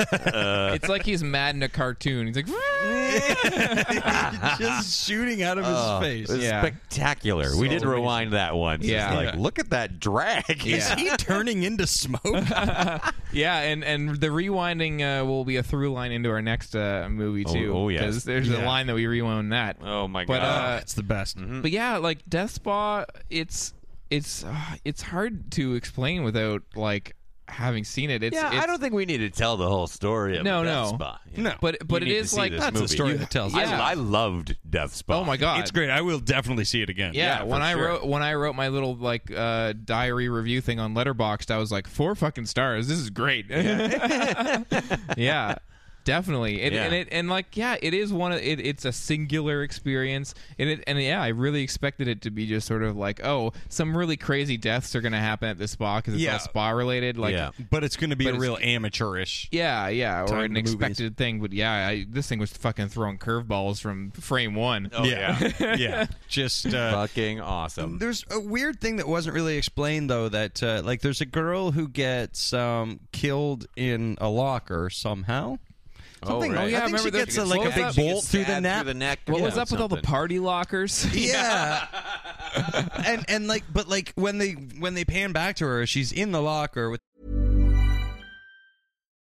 [SPEAKER 1] it's like he's mad in a cartoon. He's like,
[SPEAKER 2] just shooting out of his face.
[SPEAKER 3] It was
[SPEAKER 1] Yeah.
[SPEAKER 3] Uh, Spectacular. we did rewind that one.
[SPEAKER 1] Yeah.
[SPEAKER 3] Just like,
[SPEAKER 1] Yeah.
[SPEAKER 3] look at that drag.
[SPEAKER 1] Yeah.
[SPEAKER 2] Is he turning into smoke?
[SPEAKER 1] yeah, and and the rewinding uh, will be a through line into our next uh, movie
[SPEAKER 3] Oh,
[SPEAKER 1] too.
[SPEAKER 3] oh, yes.
[SPEAKER 1] because there's a
[SPEAKER 2] Yeah.
[SPEAKER 1] line that we rewound that.
[SPEAKER 3] Oh, my
[SPEAKER 1] But,
[SPEAKER 3] God.
[SPEAKER 1] uh,
[SPEAKER 2] it's the best.
[SPEAKER 3] Mm-hmm.
[SPEAKER 1] But yeah, like Death Spa, it's it's uh, it's hard to explain without like having seen it. It's,
[SPEAKER 3] Yeah, I
[SPEAKER 1] it's-
[SPEAKER 3] don't think we need to tell the whole story of
[SPEAKER 1] No,
[SPEAKER 3] Death
[SPEAKER 1] no.
[SPEAKER 3] Spa. you
[SPEAKER 2] No.
[SPEAKER 3] know.
[SPEAKER 1] But but
[SPEAKER 3] You
[SPEAKER 1] it
[SPEAKER 3] need to
[SPEAKER 1] is
[SPEAKER 3] see
[SPEAKER 1] like
[SPEAKER 3] this
[SPEAKER 2] That's a
[SPEAKER 3] movie.
[SPEAKER 2] story that tells
[SPEAKER 1] Yeah.
[SPEAKER 2] it.
[SPEAKER 3] I, I loved Death Spa.
[SPEAKER 1] oh my god,
[SPEAKER 2] It's great. I will definitely see it again.
[SPEAKER 1] Yeah,
[SPEAKER 3] Yeah,
[SPEAKER 1] when
[SPEAKER 3] for
[SPEAKER 1] I
[SPEAKER 3] sure.
[SPEAKER 1] wrote when I wrote my little like uh, diary review thing on Letterboxd, I was like four fucking stars. This is great. Yeah, definitely. It,
[SPEAKER 3] Yeah.
[SPEAKER 1] And it and like yeah, it is one. Of, it, it's a singular experience. And it and yeah, I really expected it to be just sort of like oh, some really crazy deaths are gonna happen at this spa because it's
[SPEAKER 2] Yeah.
[SPEAKER 1] all spa related. Like
[SPEAKER 3] Yeah.
[SPEAKER 2] But it's going to be a
[SPEAKER 1] it's-
[SPEAKER 2] real amateurish.
[SPEAKER 1] yeah, yeah, or
[SPEAKER 2] Time
[SPEAKER 1] an
[SPEAKER 2] to movies.
[SPEAKER 1] expected thing, but yeah, I, this thing was fucking throwing curveballs from frame one.
[SPEAKER 2] Oh, yeah. Yeah. Just uh,
[SPEAKER 3] Fucking awesome.
[SPEAKER 2] There's a weird thing that wasn't really explained though. That uh, like there's a girl who gets um, killed in a locker somehow. Something.
[SPEAKER 3] right. Oh,
[SPEAKER 2] I
[SPEAKER 3] yeah,
[SPEAKER 2] think
[SPEAKER 1] remember
[SPEAKER 2] she
[SPEAKER 1] that-
[SPEAKER 2] gets a, like
[SPEAKER 1] what
[SPEAKER 2] a
[SPEAKER 1] was
[SPEAKER 2] big
[SPEAKER 1] that?
[SPEAKER 3] She gets
[SPEAKER 2] bolt through the
[SPEAKER 3] stabbed
[SPEAKER 2] neck.
[SPEAKER 3] Through the neck.
[SPEAKER 1] What
[SPEAKER 3] yeah,
[SPEAKER 1] was up with all the
[SPEAKER 3] something.
[SPEAKER 1] party lockers?
[SPEAKER 2] Yeah. and and like but like when they when they pan back to her, she's in the locker with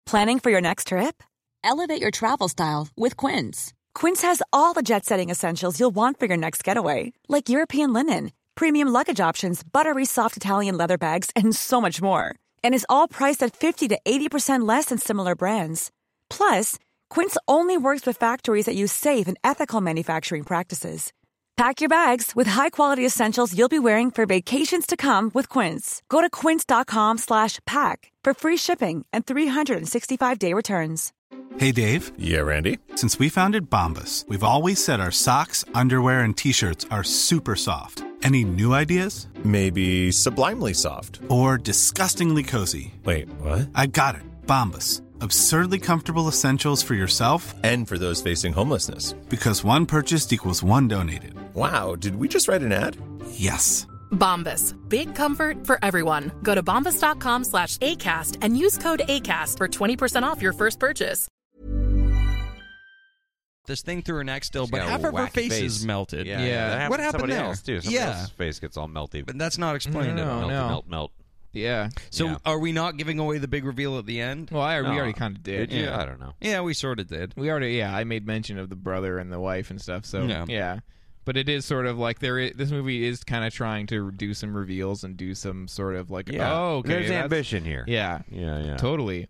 [SPEAKER 5] Planning for your next trip? Elevate your travel style with Quince. Quince has all the jet setting essentials you'll want for your next getaway, like European linen, premium luggage options, buttery soft Italian leather bags, and so much more. And is all priced at 50 to 80% less than similar brands. Plus, Quince only works with factories that use safe and ethical manufacturing practices. Pack your bags with high-quality essentials you'll be wearing for vacations to come with Quince. Go to quince.com slash pack for free shipping and 365-day returns.
[SPEAKER 6] Hey, Dave.
[SPEAKER 7] Yeah, Randy.
[SPEAKER 6] Since we founded Bombus, we've always said our socks, underwear, and t shirts are super soft. Any new ideas?
[SPEAKER 7] Maybe sublimely soft.
[SPEAKER 6] Or disgustingly cozy?
[SPEAKER 7] Wait, what?
[SPEAKER 6] I got it. Bombus. Absurdly comfortable essentials for yourself
[SPEAKER 7] And for those facing homelessness.
[SPEAKER 6] because one purchased equals one donated.
[SPEAKER 7] Wow, did we just write an ad?
[SPEAKER 6] Yes.
[SPEAKER 8] Bombas. Big comfort for everyone. Go to bombas.com slash ACAST and use code ACAST for 20% off your first purchase.
[SPEAKER 2] this thing through her neck still,
[SPEAKER 4] She's
[SPEAKER 2] but
[SPEAKER 4] got a
[SPEAKER 2] half of her
[SPEAKER 4] wacky
[SPEAKER 2] face, is
[SPEAKER 4] face.
[SPEAKER 2] melted.
[SPEAKER 1] Yeah.
[SPEAKER 4] That
[SPEAKER 2] What
[SPEAKER 4] to
[SPEAKER 2] happened
[SPEAKER 4] somebody
[SPEAKER 2] there?
[SPEAKER 4] Else too. Somebody
[SPEAKER 2] Yeah.
[SPEAKER 4] else's face gets all melty.
[SPEAKER 2] But that's not explained
[SPEAKER 1] No,
[SPEAKER 2] at all.
[SPEAKER 1] no,
[SPEAKER 4] melt,
[SPEAKER 1] no.
[SPEAKER 4] melt, melt.
[SPEAKER 1] Yeah.
[SPEAKER 2] So
[SPEAKER 4] Yeah.
[SPEAKER 2] are we not giving away the big reveal at the end?
[SPEAKER 1] Well, I, we
[SPEAKER 4] No.
[SPEAKER 1] already kind of did.
[SPEAKER 4] you?
[SPEAKER 1] Yeah.
[SPEAKER 4] I don't know.
[SPEAKER 2] yeah, we sort of did.
[SPEAKER 1] We already, yeah, I made mention of the brother and the wife and stuff. So
[SPEAKER 2] Yeah.
[SPEAKER 1] yeah, but it is sort of like there. Is, this movie is kind of trying to do some reveals and do some sort of like, oh, okay,
[SPEAKER 3] There's
[SPEAKER 1] that's-
[SPEAKER 3] ambition here.
[SPEAKER 1] Yeah,
[SPEAKER 3] Yeah, yeah.
[SPEAKER 1] totally.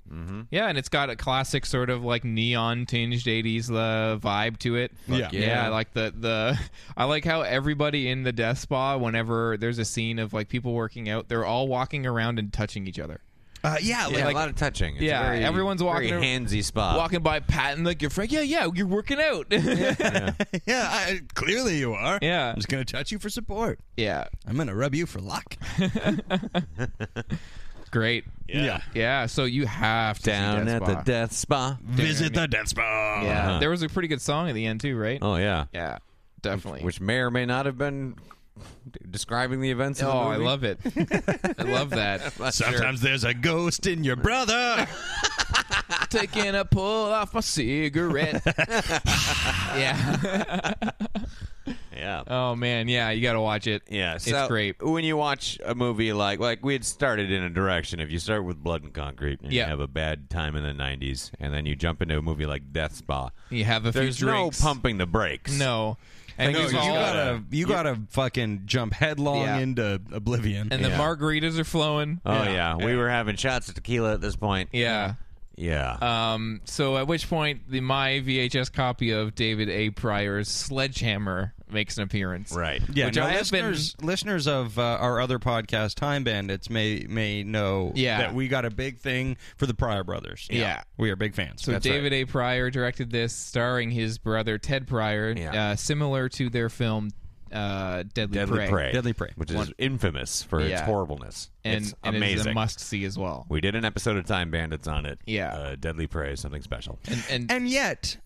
[SPEAKER 1] Yeah, and it's got a classic sort of like neon tinged '80s uh, vibe to it.
[SPEAKER 2] Fuck yeah.
[SPEAKER 1] yeah, I like the the. I like how everybody in the death spa, whenever there's a scene of like people working out, they're all walking around and touching each other.
[SPEAKER 2] Uh, yeah,
[SPEAKER 3] Yeah, a lot of touching. It's a
[SPEAKER 1] yeah,
[SPEAKER 3] very-
[SPEAKER 1] everyone's walking
[SPEAKER 3] very handsy spot.
[SPEAKER 1] walking by patting like your friend. Yeah, yeah, you're working out.
[SPEAKER 2] yeah, I, clearly you are.
[SPEAKER 1] Yeah.
[SPEAKER 2] I'm just gonna touch you for support.
[SPEAKER 1] yeah,
[SPEAKER 2] I'm gonna rub you for luck.
[SPEAKER 1] great.
[SPEAKER 3] Yeah.
[SPEAKER 1] Yeah, so you have to see
[SPEAKER 3] Down
[SPEAKER 1] Death
[SPEAKER 3] at
[SPEAKER 1] Spa.
[SPEAKER 3] the death spa.
[SPEAKER 2] Visit the death spa.
[SPEAKER 1] Yeah, Uh-huh. there was a pretty good song at the end too, right?
[SPEAKER 3] Oh yeah.
[SPEAKER 1] Yeah, definitely.
[SPEAKER 3] Which may or may not have been describing the events.
[SPEAKER 1] oh,
[SPEAKER 3] of the
[SPEAKER 1] I
[SPEAKER 3] movie.
[SPEAKER 1] love it. I love that.
[SPEAKER 2] Sometimes there's a ghost in your brother.
[SPEAKER 1] Taking a pull off my cigarette. yeah.
[SPEAKER 3] Yeah. Uh,
[SPEAKER 1] Oh man, yeah, you got to watch it.
[SPEAKER 3] Yeah,
[SPEAKER 1] it's
[SPEAKER 3] so
[SPEAKER 1] great.
[SPEAKER 3] When you watch a movie like like we had started in a direction. If you start with Blood and Concrete, and
[SPEAKER 1] Yeah.
[SPEAKER 3] you have a bad time in the '90s, and then you jump into a movie like Death Spa,
[SPEAKER 1] You have a
[SPEAKER 3] there's
[SPEAKER 1] few drinks.
[SPEAKER 3] no pumping the brakes.
[SPEAKER 1] No. And
[SPEAKER 2] No, you
[SPEAKER 1] we've all-
[SPEAKER 2] gotta, you gotta fucking jump headlong
[SPEAKER 1] Yeah.
[SPEAKER 2] into oblivion.
[SPEAKER 1] and the margaritas are flowing.
[SPEAKER 3] Oh yeah, we were having shots of tequila at this point.
[SPEAKER 1] yeah.
[SPEAKER 3] Yeah.
[SPEAKER 1] Um, so at which point the my VHS copy of David A. Pryor's Sledgehammer makes an appearance.
[SPEAKER 3] right.
[SPEAKER 2] yeah,
[SPEAKER 1] which
[SPEAKER 2] now
[SPEAKER 1] I have been-
[SPEAKER 2] listeners, listeners of uh, our other podcast, Time Bandits, may may know
[SPEAKER 1] Yeah.
[SPEAKER 2] that we got a big thing for the Pryor brothers.
[SPEAKER 1] Yeah.
[SPEAKER 2] we are big fans.
[SPEAKER 1] So
[SPEAKER 2] That's
[SPEAKER 1] David
[SPEAKER 2] right.
[SPEAKER 1] A. Pryor directed this, starring his brother Ted Pryor,
[SPEAKER 3] Yeah.
[SPEAKER 1] uh, similar to their film uh, Deadly,
[SPEAKER 3] Deadly Prey.
[SPEAKER 2] Deadly Prey.
[SPEAKER 3] which is infamous for its
[SPEAKER 1] Yeah.
[SPEAKER 3] horribleness.
[SPEAKER 1] And,
[SPEAKER 3] it's
[SPEAKER 1] and
[SPEAKER 3] amazing.
[SPEAKER 1] it is a must see as well.
[SPEAKER 3] we did an episode of Time Bandits on it.
[SPEAKER 1] Yeah.
[SPEAKER 3] Uh, Deadly Prey is something special.
[SPEAKER 1] And, and,
[SPEAKER 2] and yet,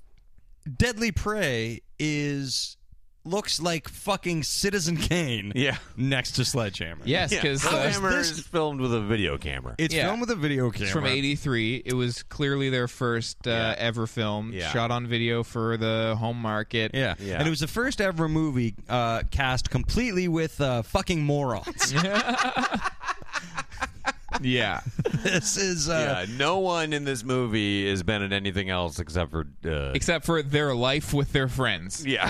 [SPEAKER 2] Deadly Prey is looks like fucking Citizen Kane.
[SPEAKER 3] Yeah.
[SPEAKER 2] next to Sledgehammer.
[SPEAKER 1] yes, uh, because
[SPEAKER 3] Sledgehammer
[SPEAKER 2] this-
[SPEAKER 3] is filmed with a video camera.
[SPEAKER 2] it's
[SPEAKER 1] Yeah.
[SPEAKER 2] filmed with a video camera
[SPEAKER 1] It's from '83. It was clearly their first uh, ever film,
[SPEAKER 3] Yeah.
[SPEAKER 1] shot on video for the home market.
[SPEAKER 2] Yeah.
[SPEAKER 3] Yeah.
[SPEAKER 2] And it was the first ever movie uh, cast completely with uh, fucking morons.
[SPEAKER 1] yeah,
[SPEAKER 2] this is. Uh,
[SPEAKER 3] yeah, no one in this movie has been in anything else except for. Uh,
[SPEAKER 1] except for their life with their friends.
[SPEAKER 3] yeah.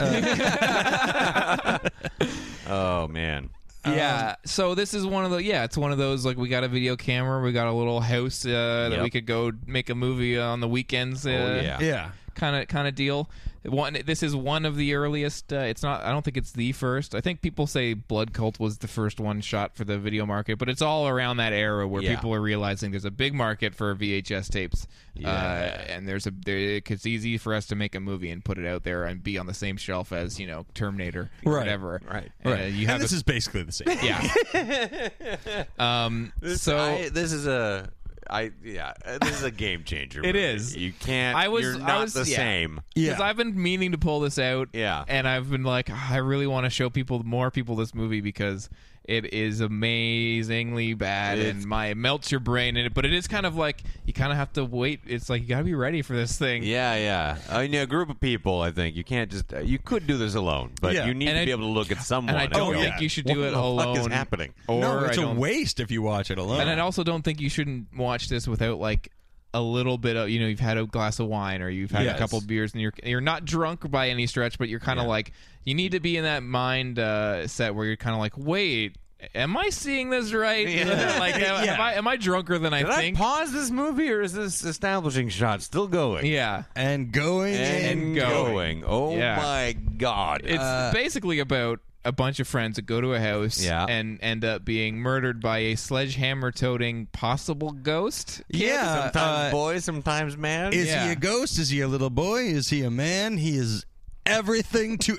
[SPEAKER 1] uh,
[SPEAKER 3] oh man.
[SPEAKER 1] Yeah. Um, so this is one of the yeah, it's one of those like we got a video camera, we got a little house uh, that
[SPEAKER 3] Yep. Oh,
[SPEAKER 1] we could go make a movie on the weekends. Uh,
[SPEAKER 3] yeah.
[SPEAKER 2] yeah.
[SPEAKER 1] Kind of kind of deal. One this is one of the earliest. Uh, it's not. I don't think it's the first. I think people say Blood Cult was the first one shot for the video market, but it's all around that era where
[SPEAKER 3] Yeah.
[SPEAKER 1] people are realizing there's a big market for VHS tapes. Uh, and there's a there, it's easy for us to make a movie and put it out there and be on the same shelf as you know Terminator, or
[SPEAKER 2] Right.
[SPEAKER 1] whatever.
[SPEAKER 3] Right.
[SPEAKER 1] Uh,
[SPEAKER 2] Right.
[SPEAKER 1] you have
[SPEAKER 2] and this
[SPEAKER 1] a-
[SPEAKER 2] is basically the same.
[SPEAKER 1] yeah. um. so
[SPEAKER 3] I, this is a. I yeah, uh, this is a game changer.
[SPEAKER 1] It
[SPEAKER 3] movie.
[SPEAKER 1] is.
[SPEAKER 3] You can't.
[SPEAKER 1] I was.
[SPEAKER 3] You're not
[SPEAKER 1] I was
[SPEAKER 3] the
[SPEAKER 1] yeah.
[SPEAKER 3] same.
[SPEAKER 1] Because I've been meaning to pull this out.
[SPEAKER 3] Yeah.
[SPEAKER 1] And I've been like, "Ah, I really want to show people more people this movie because it is amazingly bad and my it melts your brain in it. But it is kind of like you kind of have to wait. It's like you got to be ready for this thing.
[SPEAKER 3] Yeah, yeah. I mean, a group of people. I think you can't just. Uh, you could do this alone, but
[SPEAKER 2] Yeah.
[SPEAKER 3] you need
[SPEAKER 1] And
[SPEAKER 3] to
[SPEAKER 1] I-
[SPEAKER 3] be able to look at someone.
[SPEAKER 1] And I don't
[SPEAKER 3] go,
[SPEAKER 1] think you should do
[SPEAKER 3] what
[SPEAKER 1] it
[SPEAKER 3] the
[SPEAKER 1] alone.
[SPEAKER 3] Fuck is happening?
[SPEAKER 1] Or
[SPEAKER 2] no, it's
[SPEAKER 1] I
[SPEAKER 2] a
[SPEAKER 1] don't-
[SPEAKER 2] waste if you watch it alone.
[SPEAKER 1] And I also don't think you shouldn't watch this without like a little bit of you know you've had a glass of wine or you've had
[SPEAKER 2] Yes.
[SPEAKER 1] a couple beers and you're you're not drunk by any stretch, but you're kind of like you need to be in that mind uh, set where you're kind of like, wait, am I seeing this right? like, am, am
[SPEAKER 2] Yeah.
[SPEAKER 1] I am I drunker than I
[SPEAKER 3] Did
[SPEAKER 1] think?
[SPEAKER 3] I pause this movie, or is this establishing shot still going?
[SPEAKER 1] yeah.
[SPEAKER 2] and going
[SPEAKER 3] and,
[SPEAKER 2] in-
[SPEAKER 3] going. Oh
[SPEAKER 1] Yeah.
[SPEAKER 3] my god! Uh,
[SPEAKER 1] It's
[SPEAKER 2] Uh,
[SPEAKER 1] basically about a bunch of friends that go to a house
[SPEAKER 3] Yeah.
[SPEAKER 1] and end up being murdered by a sledgehammer toting possible ghost.
[SPEAKER 2] Yeah.
[SPEAKER 3] sometimes
[SPEAKER 2] uh,
[SPEAKER 3] boy, sometimes man.
[SPEAKER 2] is
[SPEAKER 1] Yeah.
[SPEAKER 2] he a ghost? Is he a little boy? Is he a man? He is everything to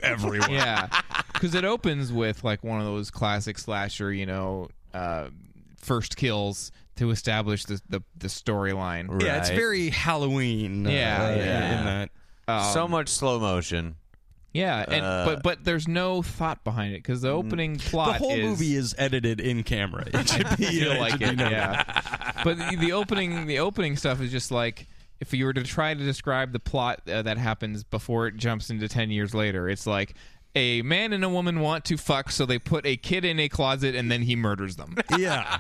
[SPEAKER 2] everyone.
[SPEAKER 1] yeah because it opens with like one of those classic slasher you know uh, first kills to establish the the, the storyline
[SPEAKER 2] Yeah, it's very Halloween. uh,
[SPEAKER 1] Yeah,
[SPEAKER 2] uh,
[SPEAKER 1] yeah.
[SPEAKER 2] In that.
[SPEAKER 3] so much slow motion.
[SPEAKER 1] yeah and but but there's no thought behind it because the opening
[SPEAKER 2] Uh, Mm. The
[SPEAKER 1] plot
[SPEAKER 2] whole
[SPEAKER 1] is,
[SPEAKER 2] movie is edited in camera. It should be
[SPEAKER 1] feel
[SPEAKER 2] it
[SPEAKER 1] like
[SPEAKER 2] should be
[SPEAKER 1] it
[SPEAKER 2] known.
[SPEAKER 1] yeah but the, the opening the opening stuff is just like if you were to try to describe the plot uh, that happens before it jumps into 10 years later it's like a man and a woman want to fuck so they put a kid in a closet and then he murders them
[SPEAKER 2] yeah.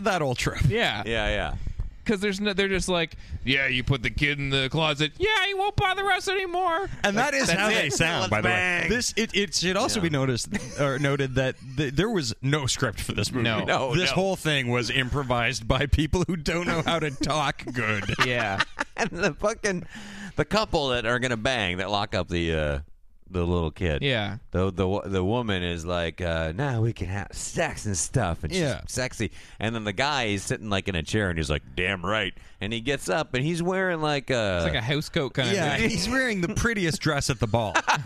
[SPEAKER 2] That old trip.
[SPEAKER 1] yeah
[SPEAKER 3] Yeah, yeah.
[SPEAKER 1] because there's no, they're just like, yeah, you put the kid in the closet. Yeah, he won't bother us anymore.
[SPEAKER 2] And that is how they
[SPEAKER 1] it.
[SPEAKER 2] sound, by the way.
[SPEAKER 3] bang.
[SPEAKER 2] This it, it should also be noticed or noted that th- there was no script for this movie.
[SPEAKER 1] No.
[SPEAKER 3] No,
[SPEAKER 2] this
[SPEAKER 3] no.
[SPEAKER 2] whole thing was improvised by people who don't know how to talk good.
[SPEAKER 1] Yeah,
[SPEAKER 3] And the fucking the couple that are gonna bang that lock up the uh the little kid.
[SPEAKER 1] Yeah.
[SPEAKER 3] The the wo- the woman is like, uh, now we can have sex and stuff, and she's
[SPEAKER 1] Yeah.
[SPEAKER 3] sexy. And then the guy is sitting like in a chair, and he's like, damn right. And he gets up, and he's wearing like uh, a
[SPEAKER 1] It's like a house coat kind
[SPEAKER 2] Yeah,
[SPEAKER 1] of
[SPEAKER 2] and
[SPEAKER 1] thing.
[SPEAKER 2] he's wearing the prettiest dress at the ball.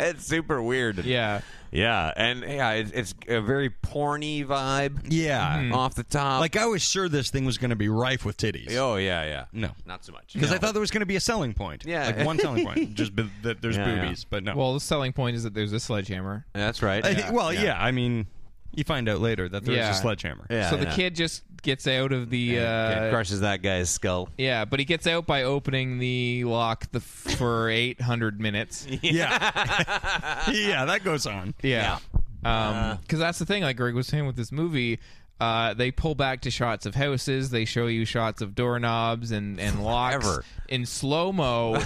[SPEAKER 3] it's super weird.
[SPEAKER 1] Yeah.
[SPEAKER 3] Yeah, and yeah, it's, it's a very porny vibe.
[SPEAKER 2] Yeah.
[SPEAKER 3] off the top.
[SPEAKER 2] Like I was sure this thing was going to be rife with titties.
[SPEAKER 3] oh yeah, yeah.
[SPEAKER 2] No.
[SPEAKER 3] not so much.
[SPEAKER 2] Because I
[SPEAKER 3] No.
[SPEAKER 2] thought there was going to be a selling point.
[SPEAKER 3] Yeah.
[SPEAKER 2] Like one selling point. Just be- that there's
[SPEAKER 3] Yeah, yeah.
[SPEAKER 2] boobies, but no.
[SPEAKER 1] Well, the selling point is that there's a sledgehammer.
[SPEAKER 3] that's right.
[SPEAKER 2] I thi- well, yeah. I mean, you find out later that there's
[SPEAKER 1] Yeah.
[SPEAKER 2] a sledgehammer.
[SPEAKER 3] Yeah,
[SPEAKER 1] so the
[SPEAKER 3] yeah.
[SPEAKER 1] kid just gets out of the.
[SPEAKER 3] Yeah,
[SPEAKER 1] Uh,
[SPEAKER 3] crushes that guy's skull.
[SPEAKER 1] yeah, but he gets out by opening the lock the, for 800 minutes.
[SPEAKER 2] Yeah. yeah, that goes on.
[SPEAKER 1] Yeah. Because that's the thing, like Greg was saying with this movie, uh, they pull back to shots of houses. They show you shots of doorknobs and, and locks
[SPEAKER 3] Forever.
[SPEAKER 1] in slow mo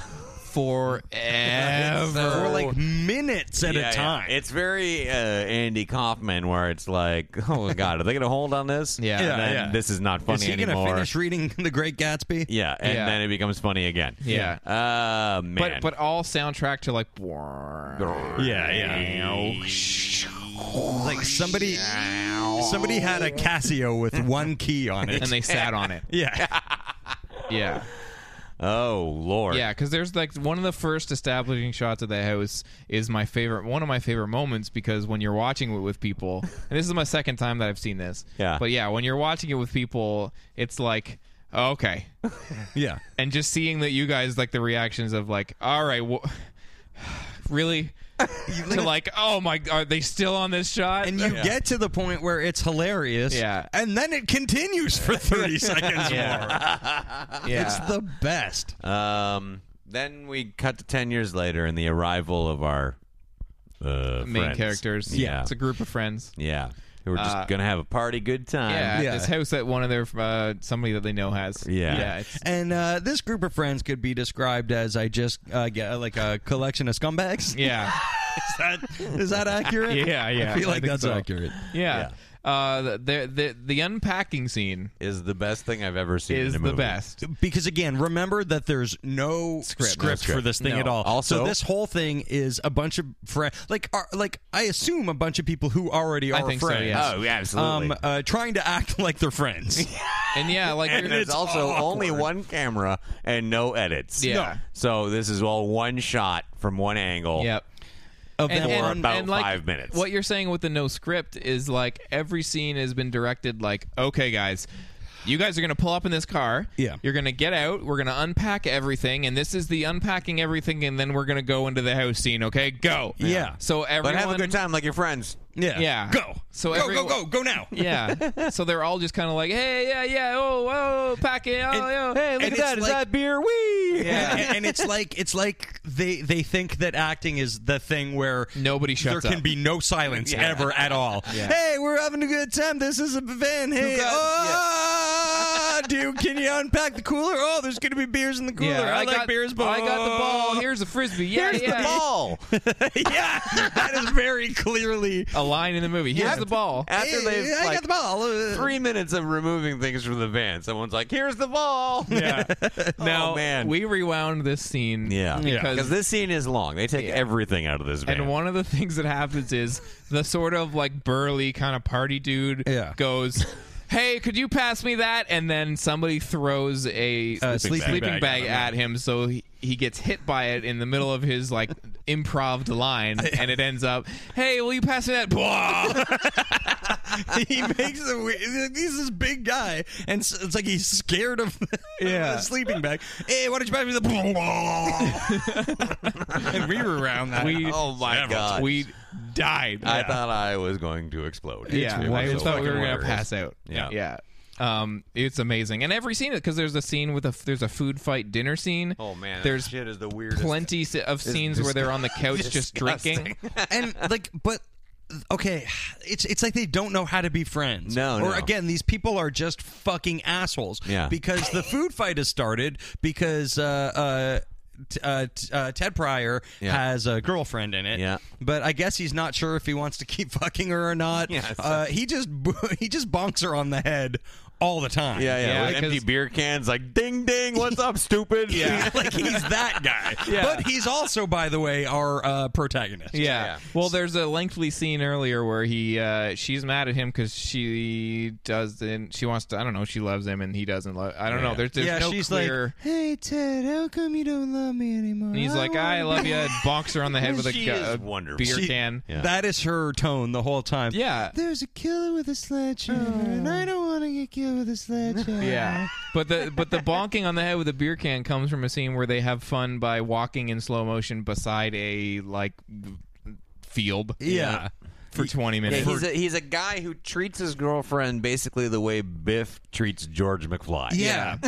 [SPEAKER 1] forever.
[SPEAKER 2] For like minutes at
[SPEAKER 3] Yeah,
[SPEAKER 2] a
[SPEAKER 3] yeah.
[SPEAKER 2] time.
[SPEAKER 3] It's very uh, Andy Kaufman, where it's like, oh my god, are they going to hold on this?
[SPEAKER 1] Yeah.
[SPEAKER 3] and
[SPEAKER 1] Yeah,
[SPEAKER 3] then
[SPEAKER 2] yeah.
[SPEAKER 3] this is not funny
[SPEAKER 2] Is he gonna
[SPEAKER 3] anymore.
[SPEAKER 2] finish reading The Great Gatsby?
[SPEAKER 3] yeah, and
[SPEAKER 1] Yeah.
[SPEAKER 3] then it becomes funny again.
[SPEAKER 1] Yeah.
[SPEAKER 3] uh, man.
[SPEAKER 1] but but all soundtrack to like
[SPEAKER 2] Yeah, yeah. Like somebody, somebody had a Casio with one key on it.
[SPEAKER 1] and they sat on it.
[SPEAKER 2] yeah,
[SPEAKER 1] Yeah.
[SPEAKER 3] oh lord,
[SPEAKER 1] Yeah, because there's like one of the first establishing shots of the house is my favorite, one of my favorite moments because when you're watching it with people, and this is my second time that I've seen this.
[SPEAKER 3] Yeah.
[SPEAKER 1] But yeah, when you're watching it with people, it's like, oh, okay.
[SPEAKER 2] yeah.
[SPEAKER 1] And just seeing that you guys like the reactions of like, all right, wha- really? to like, oh my, are they still on this shot?
[SPEAKER 2] And you get to the point where it's hilarious.
[SPEAKER 1] Yeah.
[SPEAKER 2] and then it continues for thirty seconds more.
[SPEAKER 1] Yeah.
[SPEAKER 2] It's the best.
[SPEAKER 3] Um, then we cut to ten years later and the arrival of our uh,
[SPEAKER 1] main
[SPEAKER 3] friends.
[SPEAKER 1] characters.
[SPEAKER 3] Yeah,
[SPEAKER 1] It's a group of friends.
[SPEAKER 3] yeah, who are
[SPEAKER 1] Uh,
[SPEAKER 3] just gonna have a party, good time.
[SPEAKER 1] Yeah,
[SPEAKER 2] Yeah.
[SPEAKER 1] this house that one of their uh, somebody that they know has.
[SPEAKER 3] Yeah.
[SPEAKER 1] yeah, it's,
[SPEAKER 2] And uh, this group of friends could be described as I just uh, get like a collection of scumbags.
[SPEAKER 1] yeah.
[SPEAKER 2] Is that is that accurate?
[SPEAKER 1] Yeah, yeah,
[SPEAKER 2] I feel
[SPEAKER 1] I
[SPEAKER 2] like
[SPEAKER 1] think
[SPEAKER 2] that's
[SPEAKER 1] so.
[SPEAKER 2] accurate.
[SPEAKER 1] Yeah. Uh, the, the the unpacking scene
[SPEAKER 3] is the best thing I've ever seen.
[SPEAKER 1] is
[SPEAKER 3] in a
[SPEAKER 1] the
[SPEAKER 3] movie.
[SPEAKER 1] best.
[SPEAKER 2] because again, remember that there's no script, for this thing
[SPEAKER 1] No.
[SPEAKER 2] at all.
[SPEAKER 3] Also-
[SPEAKER 2] so this whole thing is a bunch of friends, like, are, like I assume a bunch of people who already
[SPEAKER 1] I
[SPEAKER 2] are
[SPEAKER 1] think so,
[SPEAKER 2] friends.
[SPEAKER 1] yeah.
[SPEAKER 3] Oh, yeah, absolutely.
[SPEAKER 2] Um, uh, trying to act like they're friends.
[SPEAKER 1] And yeah, like
[SPEAKER 3] and
[SPEAKER 1] there-
[SPEAKER 3] there's also only one camera and no edits.
[SPEAKER 1] Yeah. No.
[SPEAKER 3] So this is all one shot from one angle.
[SPEAKER 1] Yep.
[SPEAKER 2] Of
[SPEAKER 1] And,
[SPEAKER 2] them
[SPEAKER 1] and-
[SPEAKER 2] on-
[SPEAKER 3] about
[SPEAKER 1] and, like,
[SPEAKER 3] five minutes.
[SPEAKER 1] What you're saying with the no script is like every scene has been directed like, okay, guys, you guys are gonna pull up in this car.
[SPEAKER 2] Yeah.
[SPEAKER 1] You're gonna get out. We're gonna unpack everything, and this is the unpacking everything, and then we're gonna go into the house scene. Okay, go.
[SPEAKER 2] Yeah.
[SPEAKER 1] So everyone.
[SPEAKER 3] But have a good time like your friends.
[SPEAKER 2] yeah,
[SPEAKER 1] yeah.
[SPEAKER 2] Go,
[SPEAKER 1] So
[SPEAKER 2] go,
[SPEAKER 1] every-
[SPEAKER 2] go, go, go now.
[SPEAKER 1] Yeah. so they're all just kind of like, hey, yeah, yeah, oh, oh, pack it, oh, oh, hey, look
[SPEAKER 2] and
[SPEAKER 1] at
[SPEAKER 2] it's
[SPEAKER 1] that, is
[SPEAKER 2] like-
[SPEAKER 1] that beer? Wee.
[SPEAKER 2] And, and it's like it's like they they think that acting is the thing where
[SPEAKER 1] Nobody shuts
[SPEAKER 2] there can
[SPEAKER 1] up.
[SPEAKER 2] be no silence ever at all. Hey, we're having a good time. This is a van. Hey,
[SPEAKER 1] got-
[SPEAKER 2] oh, dude, can you unpack the cooler? Oh, there's gonna be beers in the cooler. I, like
[SPEAKER 1] got,
[SPEAKER 2] beers, but
[SPEAKER 1] I got the ball. Here's a frisbee. Yeah,
[SPEAKER 2] Here's the
[SPEAKER 1] yeah.
[SPEAKER 3] Ball.
[SPEAKER 2] yeah, that is very clearly.
[SPEAKER 1] A line in the movie. Here's the ball.
[SPEAKER 3] After
[SPEAKER 2] Hey,
[SPEAKER 3] they've
[SPEAKER 2] I
[SPEAKER 3] like,
[SPEAKER 2] got the ball. Uh,
[SPEAKER 3] three minutes of removing things from the van, someone's like, "Here's the ball."
[SPEAKER 1] Yeah. now,
[SPEAKER 3] oh, man.
[SPEAKER 1] we rewound this scene.
[SPEAKER 3] yeah.
[SPEAKER 1] Because-
[SPEAKER 3] Because this scene is long. They take everything out of this van.
[SPEAKER 1] And one of the things that happens is the sort of like burly kind of party dude
[SPEAKER 2] Yeah.
[SPEAKER 1] goes, Hey, could you pass me that? And then somebody throws a sleeping,
[SPEAKER 2] Uh, sleeping
[SPEAKER 1] sleeping
[SPEAKER 2] bag
[SPEAKER 1] bag
[SPEAKER 2] at
[SPEAKER 1] at
[SPEAKER 2] him.
[SPEAKER 1] him. So he, he gets hit by it in the middle of his like improv line. And it ends up, Hey, will you pass me that? Blah!
[SPEAKER 2] he makes a. we- He's this big guy, and s- it's like he's scared of
[SPEAKER 1] Yeah.
[SPEAKER 2] the sleeping bag. Hey, why don't you buy me the ball? and we were around that.
[SPEAKER 1] We-
[SPEAKER 3] oh my god.
[SPEAKER 1] we died.
[SPEAKER 3] I thought I was going to explode.
[SPEAKER 1] yeah,
[SPEAKER 3] It was
[SPEAKER 1] I just
[SPEAKER 3] so
[SPEAKER 1] thought we were
[SPEAKER 3] fucking
[SPEAKER 1] gonna
[SPEAKER 3] hilarious.
[SPEAKER 1] pass out.
[SPEAKER 3] Yeah.
[SPEAKER 1] yeah. Um, it's amazing, and every scene because there's a scene with a there's a food fight dinner scene.
[SPEAKER 3] Oh man,
[SPEAKER 1] there's
[SPEAKER 3] that shit is the weirdest.
[SPEAKER 1] plenty s- of scenes where they're on the couch just drinking.
[SPEAKER 2] and like but okay it's it's like they don't know how to be friends
[SPEAKER 3] No,
[SPEAKER 2] or
[SPEAKER 3] no.
[SPEAKER 2] again these people are just fucking assholes
[SPEAKER 3] Yeah.
[SPEAKER 2] because the food fight has started because uh uh t- uh, t- uh, Ted Pryor
[SPEAKER 3] Yeah.
[SPEAKER 2] has a girlfriend in it,
[SPEAKER 3] Yeah.
[SPEAKER 2] But I guess he's not sure if he wants to keep fucking her or not.
[SPEAKER 3] Yeah, it's-
[SPEAKER 2] uh, he just bo- he just bonks her on the head all the time.
[SPEAKER 3] Yeah, yeah. with empty beer cans, like ding ding, what's up, stupid?
[SPEAKER 2] Yeah, like he's that guy.
[SPEAKER 3] Yeah.
[SPEAKER 2] But he's also, by the way, our uh, protagonist.
[SPEAKER 1] Yeah. Well, there's a lengthy scene earlier where he, uh, she's mad at him because she doesn't, she wants to, I don't know, she loves him and he doesn't love. I don't know. There's, there's
[SPEAKER 2] yeah,
[SPEAKER 1] no
[SPEAKER 2] she's
[SPEAKER 1] clear.
[SPEAKER 2] like, "Hey Ted, how come you don't love me anymore?"
[SPEAKER 1] and he's like, I love you. and Bonks her on the head with a,
[SPEAKER 3] She
[SPEAKER 1] gu-
[SPEAKER 3] is
[SPEAKER 1] a
[SPEAKER 3] wonderful.
[SPEAKER 1] beer
[SPEAKER 2] She-
[SPEAKER 1] can.
[SPEAKER 2] That is her tone the whole time.
[SPEAKER 1] Yeah.
[SPEAKER 2] There's a killer with a sledgehammer, and I don't want to get killed with a sledgehammer.
[SPEAKER 1] Yeah,
[SPEAKER 3] Uh-huh.
[SPEAKER 1] but the but the bonking on the head with a beer can comes from a scene where they have fun by walking in slow motion beside a like field.
[SPEAKER 2] Yeah.
[SPEAKER 1] for twenty
[SPEAKER 3] Yeah,
[SPEAKER 1] minutes.
[SPEAKER 3] he's a, he's a guy who treats his girlfriend basically the way Biff treats George McFly.
[SPEAKER 2] Yeah.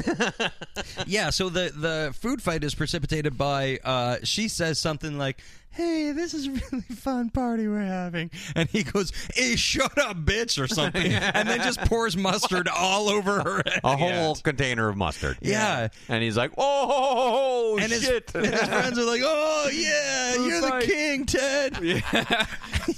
[SPEAKER 2] yeah, so the the food fight is precipitated by uh she says something like, "Hey, this is a really fun party we're having." And he goes, "Hey, shut up, bitch," or something. And then just pours mustard all over her head.
[SPEAKER 3] A whole container of mustard.
[SPEAKER 2] Yeah.
[SPEAKER 3] And he's like, oh,
[SPEAKER 2] And his,
[SPEAKER 3] shit.
[SPEAKER 2] and his friends are like, "Oh yeah, you're the king, Ted.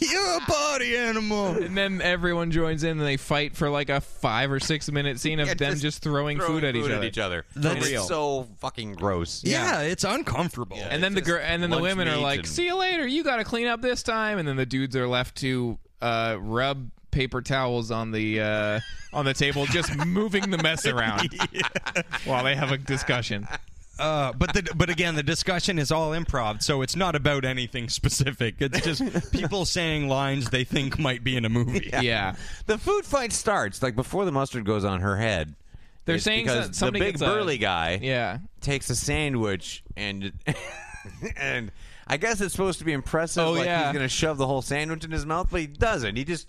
[SPEAKER 2] you're a party animal."
[SPEAKER 1] and then everyone joins in and they fight for like a five or six minute scene of
[SPEAKER 3] Yeah,
[SPEAKER 1] them
[SPEAKER 3] just
[SPEAKER 1] just, throwing, food at each other.
[SPEAKER 3] That's
[SPEAKER 2] That's real.
[SPEAKER 3] so fucking gross.
[SPEAKER 2] Yeah, it's uncomfortable.
[SPEAKER 1] And then the gir- and then the
[SPEAKER 3] lunch
[SPEAKER 1] women are
[SPEAKER 3] meat
[SPEAKER 1] like,
[SPEAKER 3] and-
[SPEAKER 1] "See you later. You got to clean up this time." And then the dudes are left to uh, rub paper towels on the uh, on the table, just moving the mess around while they have a discussion.
[SPEAKER 2] Uh, but the, but again, the discussion is all improv, so it's not about anything specific. It's just people saying lines they think might be in a movie.
[SPEAKER 1] Yeah,
[SPEAKER 3] The food fight starts like before the mustard goes on her head.
[SPEAKER 1] they're
[SPEAKER 3] It's
[SPEAKER 1] saying
[SPEAKER 3] because
[SPEAKER 1] so- somebody
[SPEAKER 3] the big
[SPEAKER 1] gets a-
[SPEAKER 3] burly guy
[SPEAKER 1] Yeah,
[SPEAKER 3] takes a sandwich and and I guess it's supposed to be impressive.
[SPEAKER 1] Oh,
[SPEAKER 3] like
[SPEAKER 1] yeah.
[SPEAKER 3] he's gonna shove the whole sandwich in his mouth, but he doesn't. He just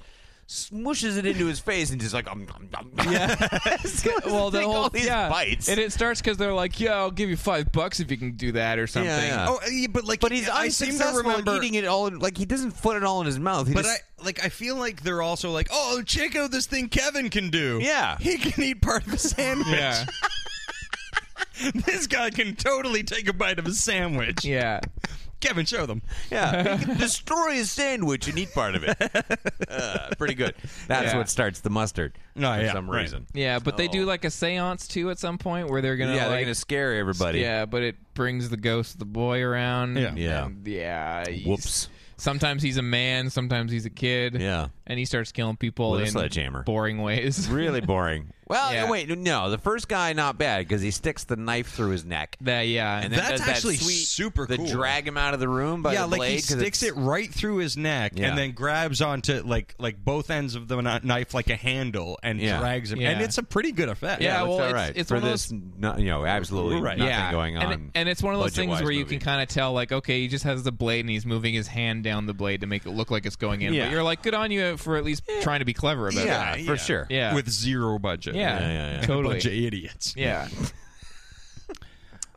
[SPEAKER 3] smooshes it into his face and just like um, um, um, yeah.
[SPEAKER 1] well, the
[SPEAKER 3] take
[SPEAKER 1] whole
[SPEAKER 3] all these
[SPEAKER 1] yeah,
[SPEAKER 3] bites.
[SPEAKER 1] and it starts because they're like, "Yeah, I'll give you five bucks if you can do that or something."
[SPEAKER 3] yeah.
[SPEAKER 2] Oh, yeah, but like,
[SPEAKER 3] but he's
[SPEAKER 2] I seem to
[SPEAKER 3] unsuccessful
[SPEAKER 2] remember.
[SPEAKER 3] at eating it all. in- Like he doesn't put it all in his mouth. He
[SPEAKER 2] but
[SPEAKER 3] just-
[SPEAKER 2] I like, I feel like they're also like, oh, check out this thing Kevin can do.
[SPEAKER 3] Yeah.
[SPEAKER 2] he can eat part of a sandwich.
[SPEAKER 1] Yeah,
[SPEAKER 2] this guy can totally take a bite of a sandwich.
[SPEAKER 1] yeah.
[SPEAKER 2] Kevin, show them.
[SPEAKER 3] yeah, he can destroy his sandwich and eat part of it. Uh, pretty good. That's
[SPEAKER 1] Yeah.
[SPEAKER 3] what starts the mustard
[SPEAKER 2] No,
[SPEAKER 3] for
[SPEAKER 2] yeah,
[SPEAKER 3] some
[SPEAKER 2] right.
[SPEAKER 3] reason.
[SPEAKER 1] Yeah, but they do like a séance too at some point where they're gonna
[SPEAKER 3] Oh. yeah, they're
[SPEAKER 1] like
[SPEAKER 3] gonna scare everybody.
[SPEAKER 1] Yeah, but it brings the ghost of the boy around.
[SPEAKER 2] Yeah.
[SPEAKER 3] Yeah.
[SPEAKER 1] And, yeah. he's-
[SPEAKER 3] Whoops.
[SPEAKER 1] Sometimes he's a man, sometimes he's a kid.
[SPEAKER 3] Yeah.
[SPEAKER 1] And he starts killing people
[SPEAKER 3] With a
[SPEAKER 1] in
[SPEAKER 3] sledgehammer.
[SPEAKER 1] boring ways.
[SPEAKER 3] really boring. Well,
[SPEAKER 1] Yeah.
[SPEAKER 3] wait, no, the first guy not bad because he sticks the knife through his neck.
[SPEAKER 1] that yeah.
[SPEAKER 3] And then
[SPEAKER 2] That's
[SPEAKER 3] does that
[SPEAKER 2] actually
[SPEAKER 3] sweet-
[SPEAKER 2] super
[SPEAKER 3] The
[SPEAKER 2] cool.
[SPEAKER 3] drag him out of the room by
[SPEAKER 2] yeah,
[SPEAKER 3] the
[SPEAKER 2] like
[SPEAKER 3] blade.
[SPEAKER 2] he
[SPEAKER 3] 'cause
[SPEAKER 2] sticks it
[SPEAKER 3] it's-
[SPEAKER 2] right through his neck
[SPEAKER 3] Yeah.
[SPEAKER 2] and then grabs onto like like both ends of the kn- knife like a handle and
[SPEAKER 3] Yeah.
[SPEAKER 2] drags him, and
[SPEAKER 1] Yeah.
[SPEAKER 2] it's a pretty good effect.
[SPEAKER 1] Yeah,
[SPEAKER 3] Yeah,
[SPEAKER 1] well,
[SPEAKER 3] all
[SPEAKER 1] it's-
[SPEAKER 3] right.
[SPEAKER 1] it's
[SPEAKER 3] for
[SPEAKER 1] one of
[SPEAKER 3] this,
[SPEAKER 1] those-
[SPEAKER 3] no- you know, absolutely
[SPEAKER 2] Right.
[SPEAKER 3] nothing
[SPEAKER 1] yeah.
[SPEAKER 3] going on.
[SPEAKER 1] And, and it's one of those things
[SPEAKER 3] budget-wise
[SPEAKER 1] where you
[SPEAKER 3] movie.
[SPEAKER 1] can kind of tell, like, okay, he just has the blade and he's moving his hand down the blade to make it look like it's going in.
[SPEAKER 3] Yeah.
[SPEAKER 1] But you're like, good on you for at least trying to be clever about
[SPEAKER 3] yeah,
[SPEAKER 1] it.
[SPEAKER 3] for sure.
[SPEAKER 1] Yeah.
[SPEAKER 2] with zero budget.
[SPEAKER 1] yeah.
[SPEAKER 3] Yeah,
[SPEAKER 2] a
[SPEAKER 3] yeah, yeah.
[SPEAKER 2] bunch of
[SPEAKER 1] Totally.
[SPEAKER 2] idiots.
[SPEAKER 1] Yeah.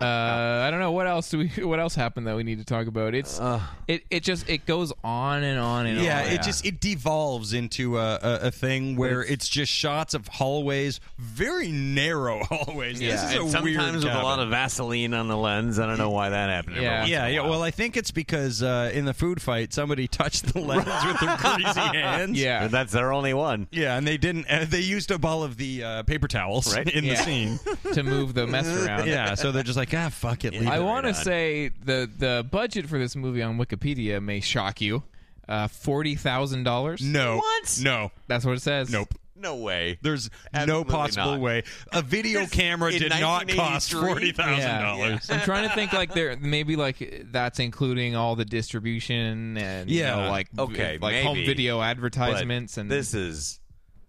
[SPEAKER 1] Uh, I don't know what else do we what else happened that we need to talk about. It's it it just it goes on and on and
[SPEAKER 2] Yeah,
[SPEAKER 1] on.
[SPEAKER 2] it just it devolves into a, a, a thing where it's, just shots of hallways, very narrow hallways. this
[SPEAKER 1] Yeah,
[SPEAKER 2] is
[SPEAKER 3] And
[SPEAKER 2] a
[SPEAKER 3] sometimes
[SPEAKER 2] weird
[SPEAKER 3] with a
[SPEAKER 2] cabin.
[SPEAKER 3] lot of Vaseline on the lens. I don't know why that happened. every
[SPEAKER 1] Yeah.
[SPEAKER 3] once in
[SPEAKER 2] Yeah,
[SPEAKER 3] a
[SPEAKER 2] yeah.
[SPEAKER 3] while.
[SPEAKER 2] Well, I think it's because uh, in the food fight, somebody touched the lens with their greasy hands.
[SPEAKER 1] yeah.
[SPEAKER 3] And that's their only one.
[SPEAKER 2] yeah, and they didn't. Uh, they used up all of the uh, paper towels
[SPEAKER 3] Right.
[SPEAKER 2] in the
[SPEAKER 1] Yeah.
[SPEAKER 2] scene.
[SPEAKER 1] to move the mess around.
[SPEAKER 2] yeah, so they're just like, ah, fuck it. Leave
[SPEAKER 1] I
[SPEAKER 2] it
[SPEAKER 1] want
[SPEAKER 2] right
[SPEAKER 1] to
[SPEAKER 2] on.
[SPEAKER 1] say the the budget for this movie on Wikipedia may shock you. Uh, forty thousand dollars.
[SPEAKER 2] no,
[SPEAKER 3] What?
[SPEAKER 2] no,
[SPEAKER 1] that's what it says.
[SPEAKER 2] nope.
[SPEAKER 3] No way.
[SPEAKER 2] There's no
[SPEAKER 3] Absolutely
[SPEAKER 2] possible
[SPEAKER 3] not.
[SPEAKER 2] way. A video camera
[SPEAKER 3] in
[SPEAKER 2] did not cost
[SPEAKER 3] 1983?
[SPEAKER 2] forty thousand dollars.
[SPEAKER 1] I'm trying to think like there maybe like that's including all the distribution and you
[SPEAKER 2] Yeah.
[SPEAKER 1] know, like
[SPEAKER 3] Okay,
[SPEAKER 1] like home
[SPEAKER 3] maybe.
[SPEAKER 1] video
[SPEAKER 3] But
[SPEAKER 1] advertisements and
[SPEAKER 3] this is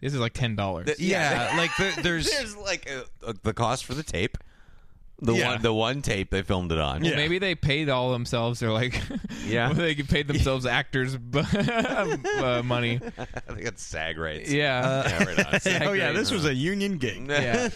[SPEAKER 1] this is like ten dollars.
[SPEAKER 2] Yeah, like there, there's
[SPEAKER 3] there's like a, a, the cost for the tape, the
[SPEAKER 2] Yeah.
[SPEAKER 3] one the one tape they filmed it on.
[SPEAKER 2] Yeah.
[SPEAKER 1] Maybe they paid all themselves. They're like,
[SPEAKER 3] Yeah.
[SPEAKER 1] well, they paid themselves actors b- uh, money.
[SPEAKER 3] I think it's SAG rates.
[SPEAKER 1] Yeah,
[SPEAKER 3] Yeah, right on.
[SPEAKER 2] oh yeah, this was a union gig.
[SPEAKER 1] yeah,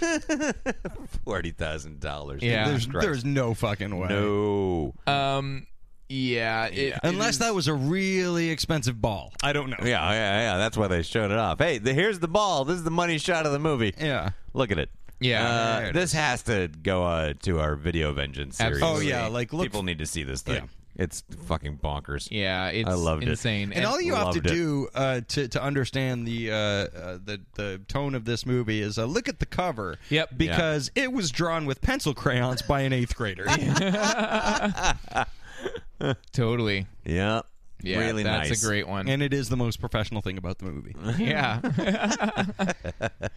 [SPEAKER 3] forty thousand dollars.
[SPEAKER 1] Yeah.
[SPEAKER 2] There's
[SPEAKER 3] Christ.
[SPEAKER 2] there's no fucking way.
[SPEAKER 3] Ah, no.
[SPEAKER 1] um, yeah. It,
[SPEAKER 2] Unless that was a really expensive ball. I don't know.
[SPEAKER 3] yeah, yeah, yeah. That's why they showed it off. Hey, the, here's the ball. This is the money shot of the movie.
[SPEAKER 2] Yeah.
[SPEAKER 3] Look at it.
[SPEAKER 1] Yeah.
[SPEAKER 3] Uh,
[SPEAKER 1] There it
[SPEAKER 3] this has to go uh, to our video vengeance series.
[SPEAKER 1] Absolutely.
[SPEAKER 2] Oh, yeah, like, look-
[SPEAKER 3] people need to see this thing. It's fucking bonkers.
[SPEAKER 1] Yeah, it's
[SPEAKER 3] I loved it.
[SPEAKER 1] insane.
[SPEAKER 2] And, all you have to
[SPEAKER 3] loved it.
[SPEAKER 2] do uh, to to understand the uh, uh, the the tone of this movie is uh, look at the cover.
[SPEAKER 1] Yep.
[SPEAKER 2] Because it was drawn with pencil crayons by an eighth grader.
[SPEAKER 1] Totally.
[SPEAKER 3] Yeah.
[SPEAKER 1] Yeah,
[SPEAKER 3] really
[SPEAKER 1] that's
[SPEAKER 3] nice.
[SPEAKER 1] a great one.
[SPEAKER 2] and it is the most professional thing about the movie.
[SPEAKER 1] yeah.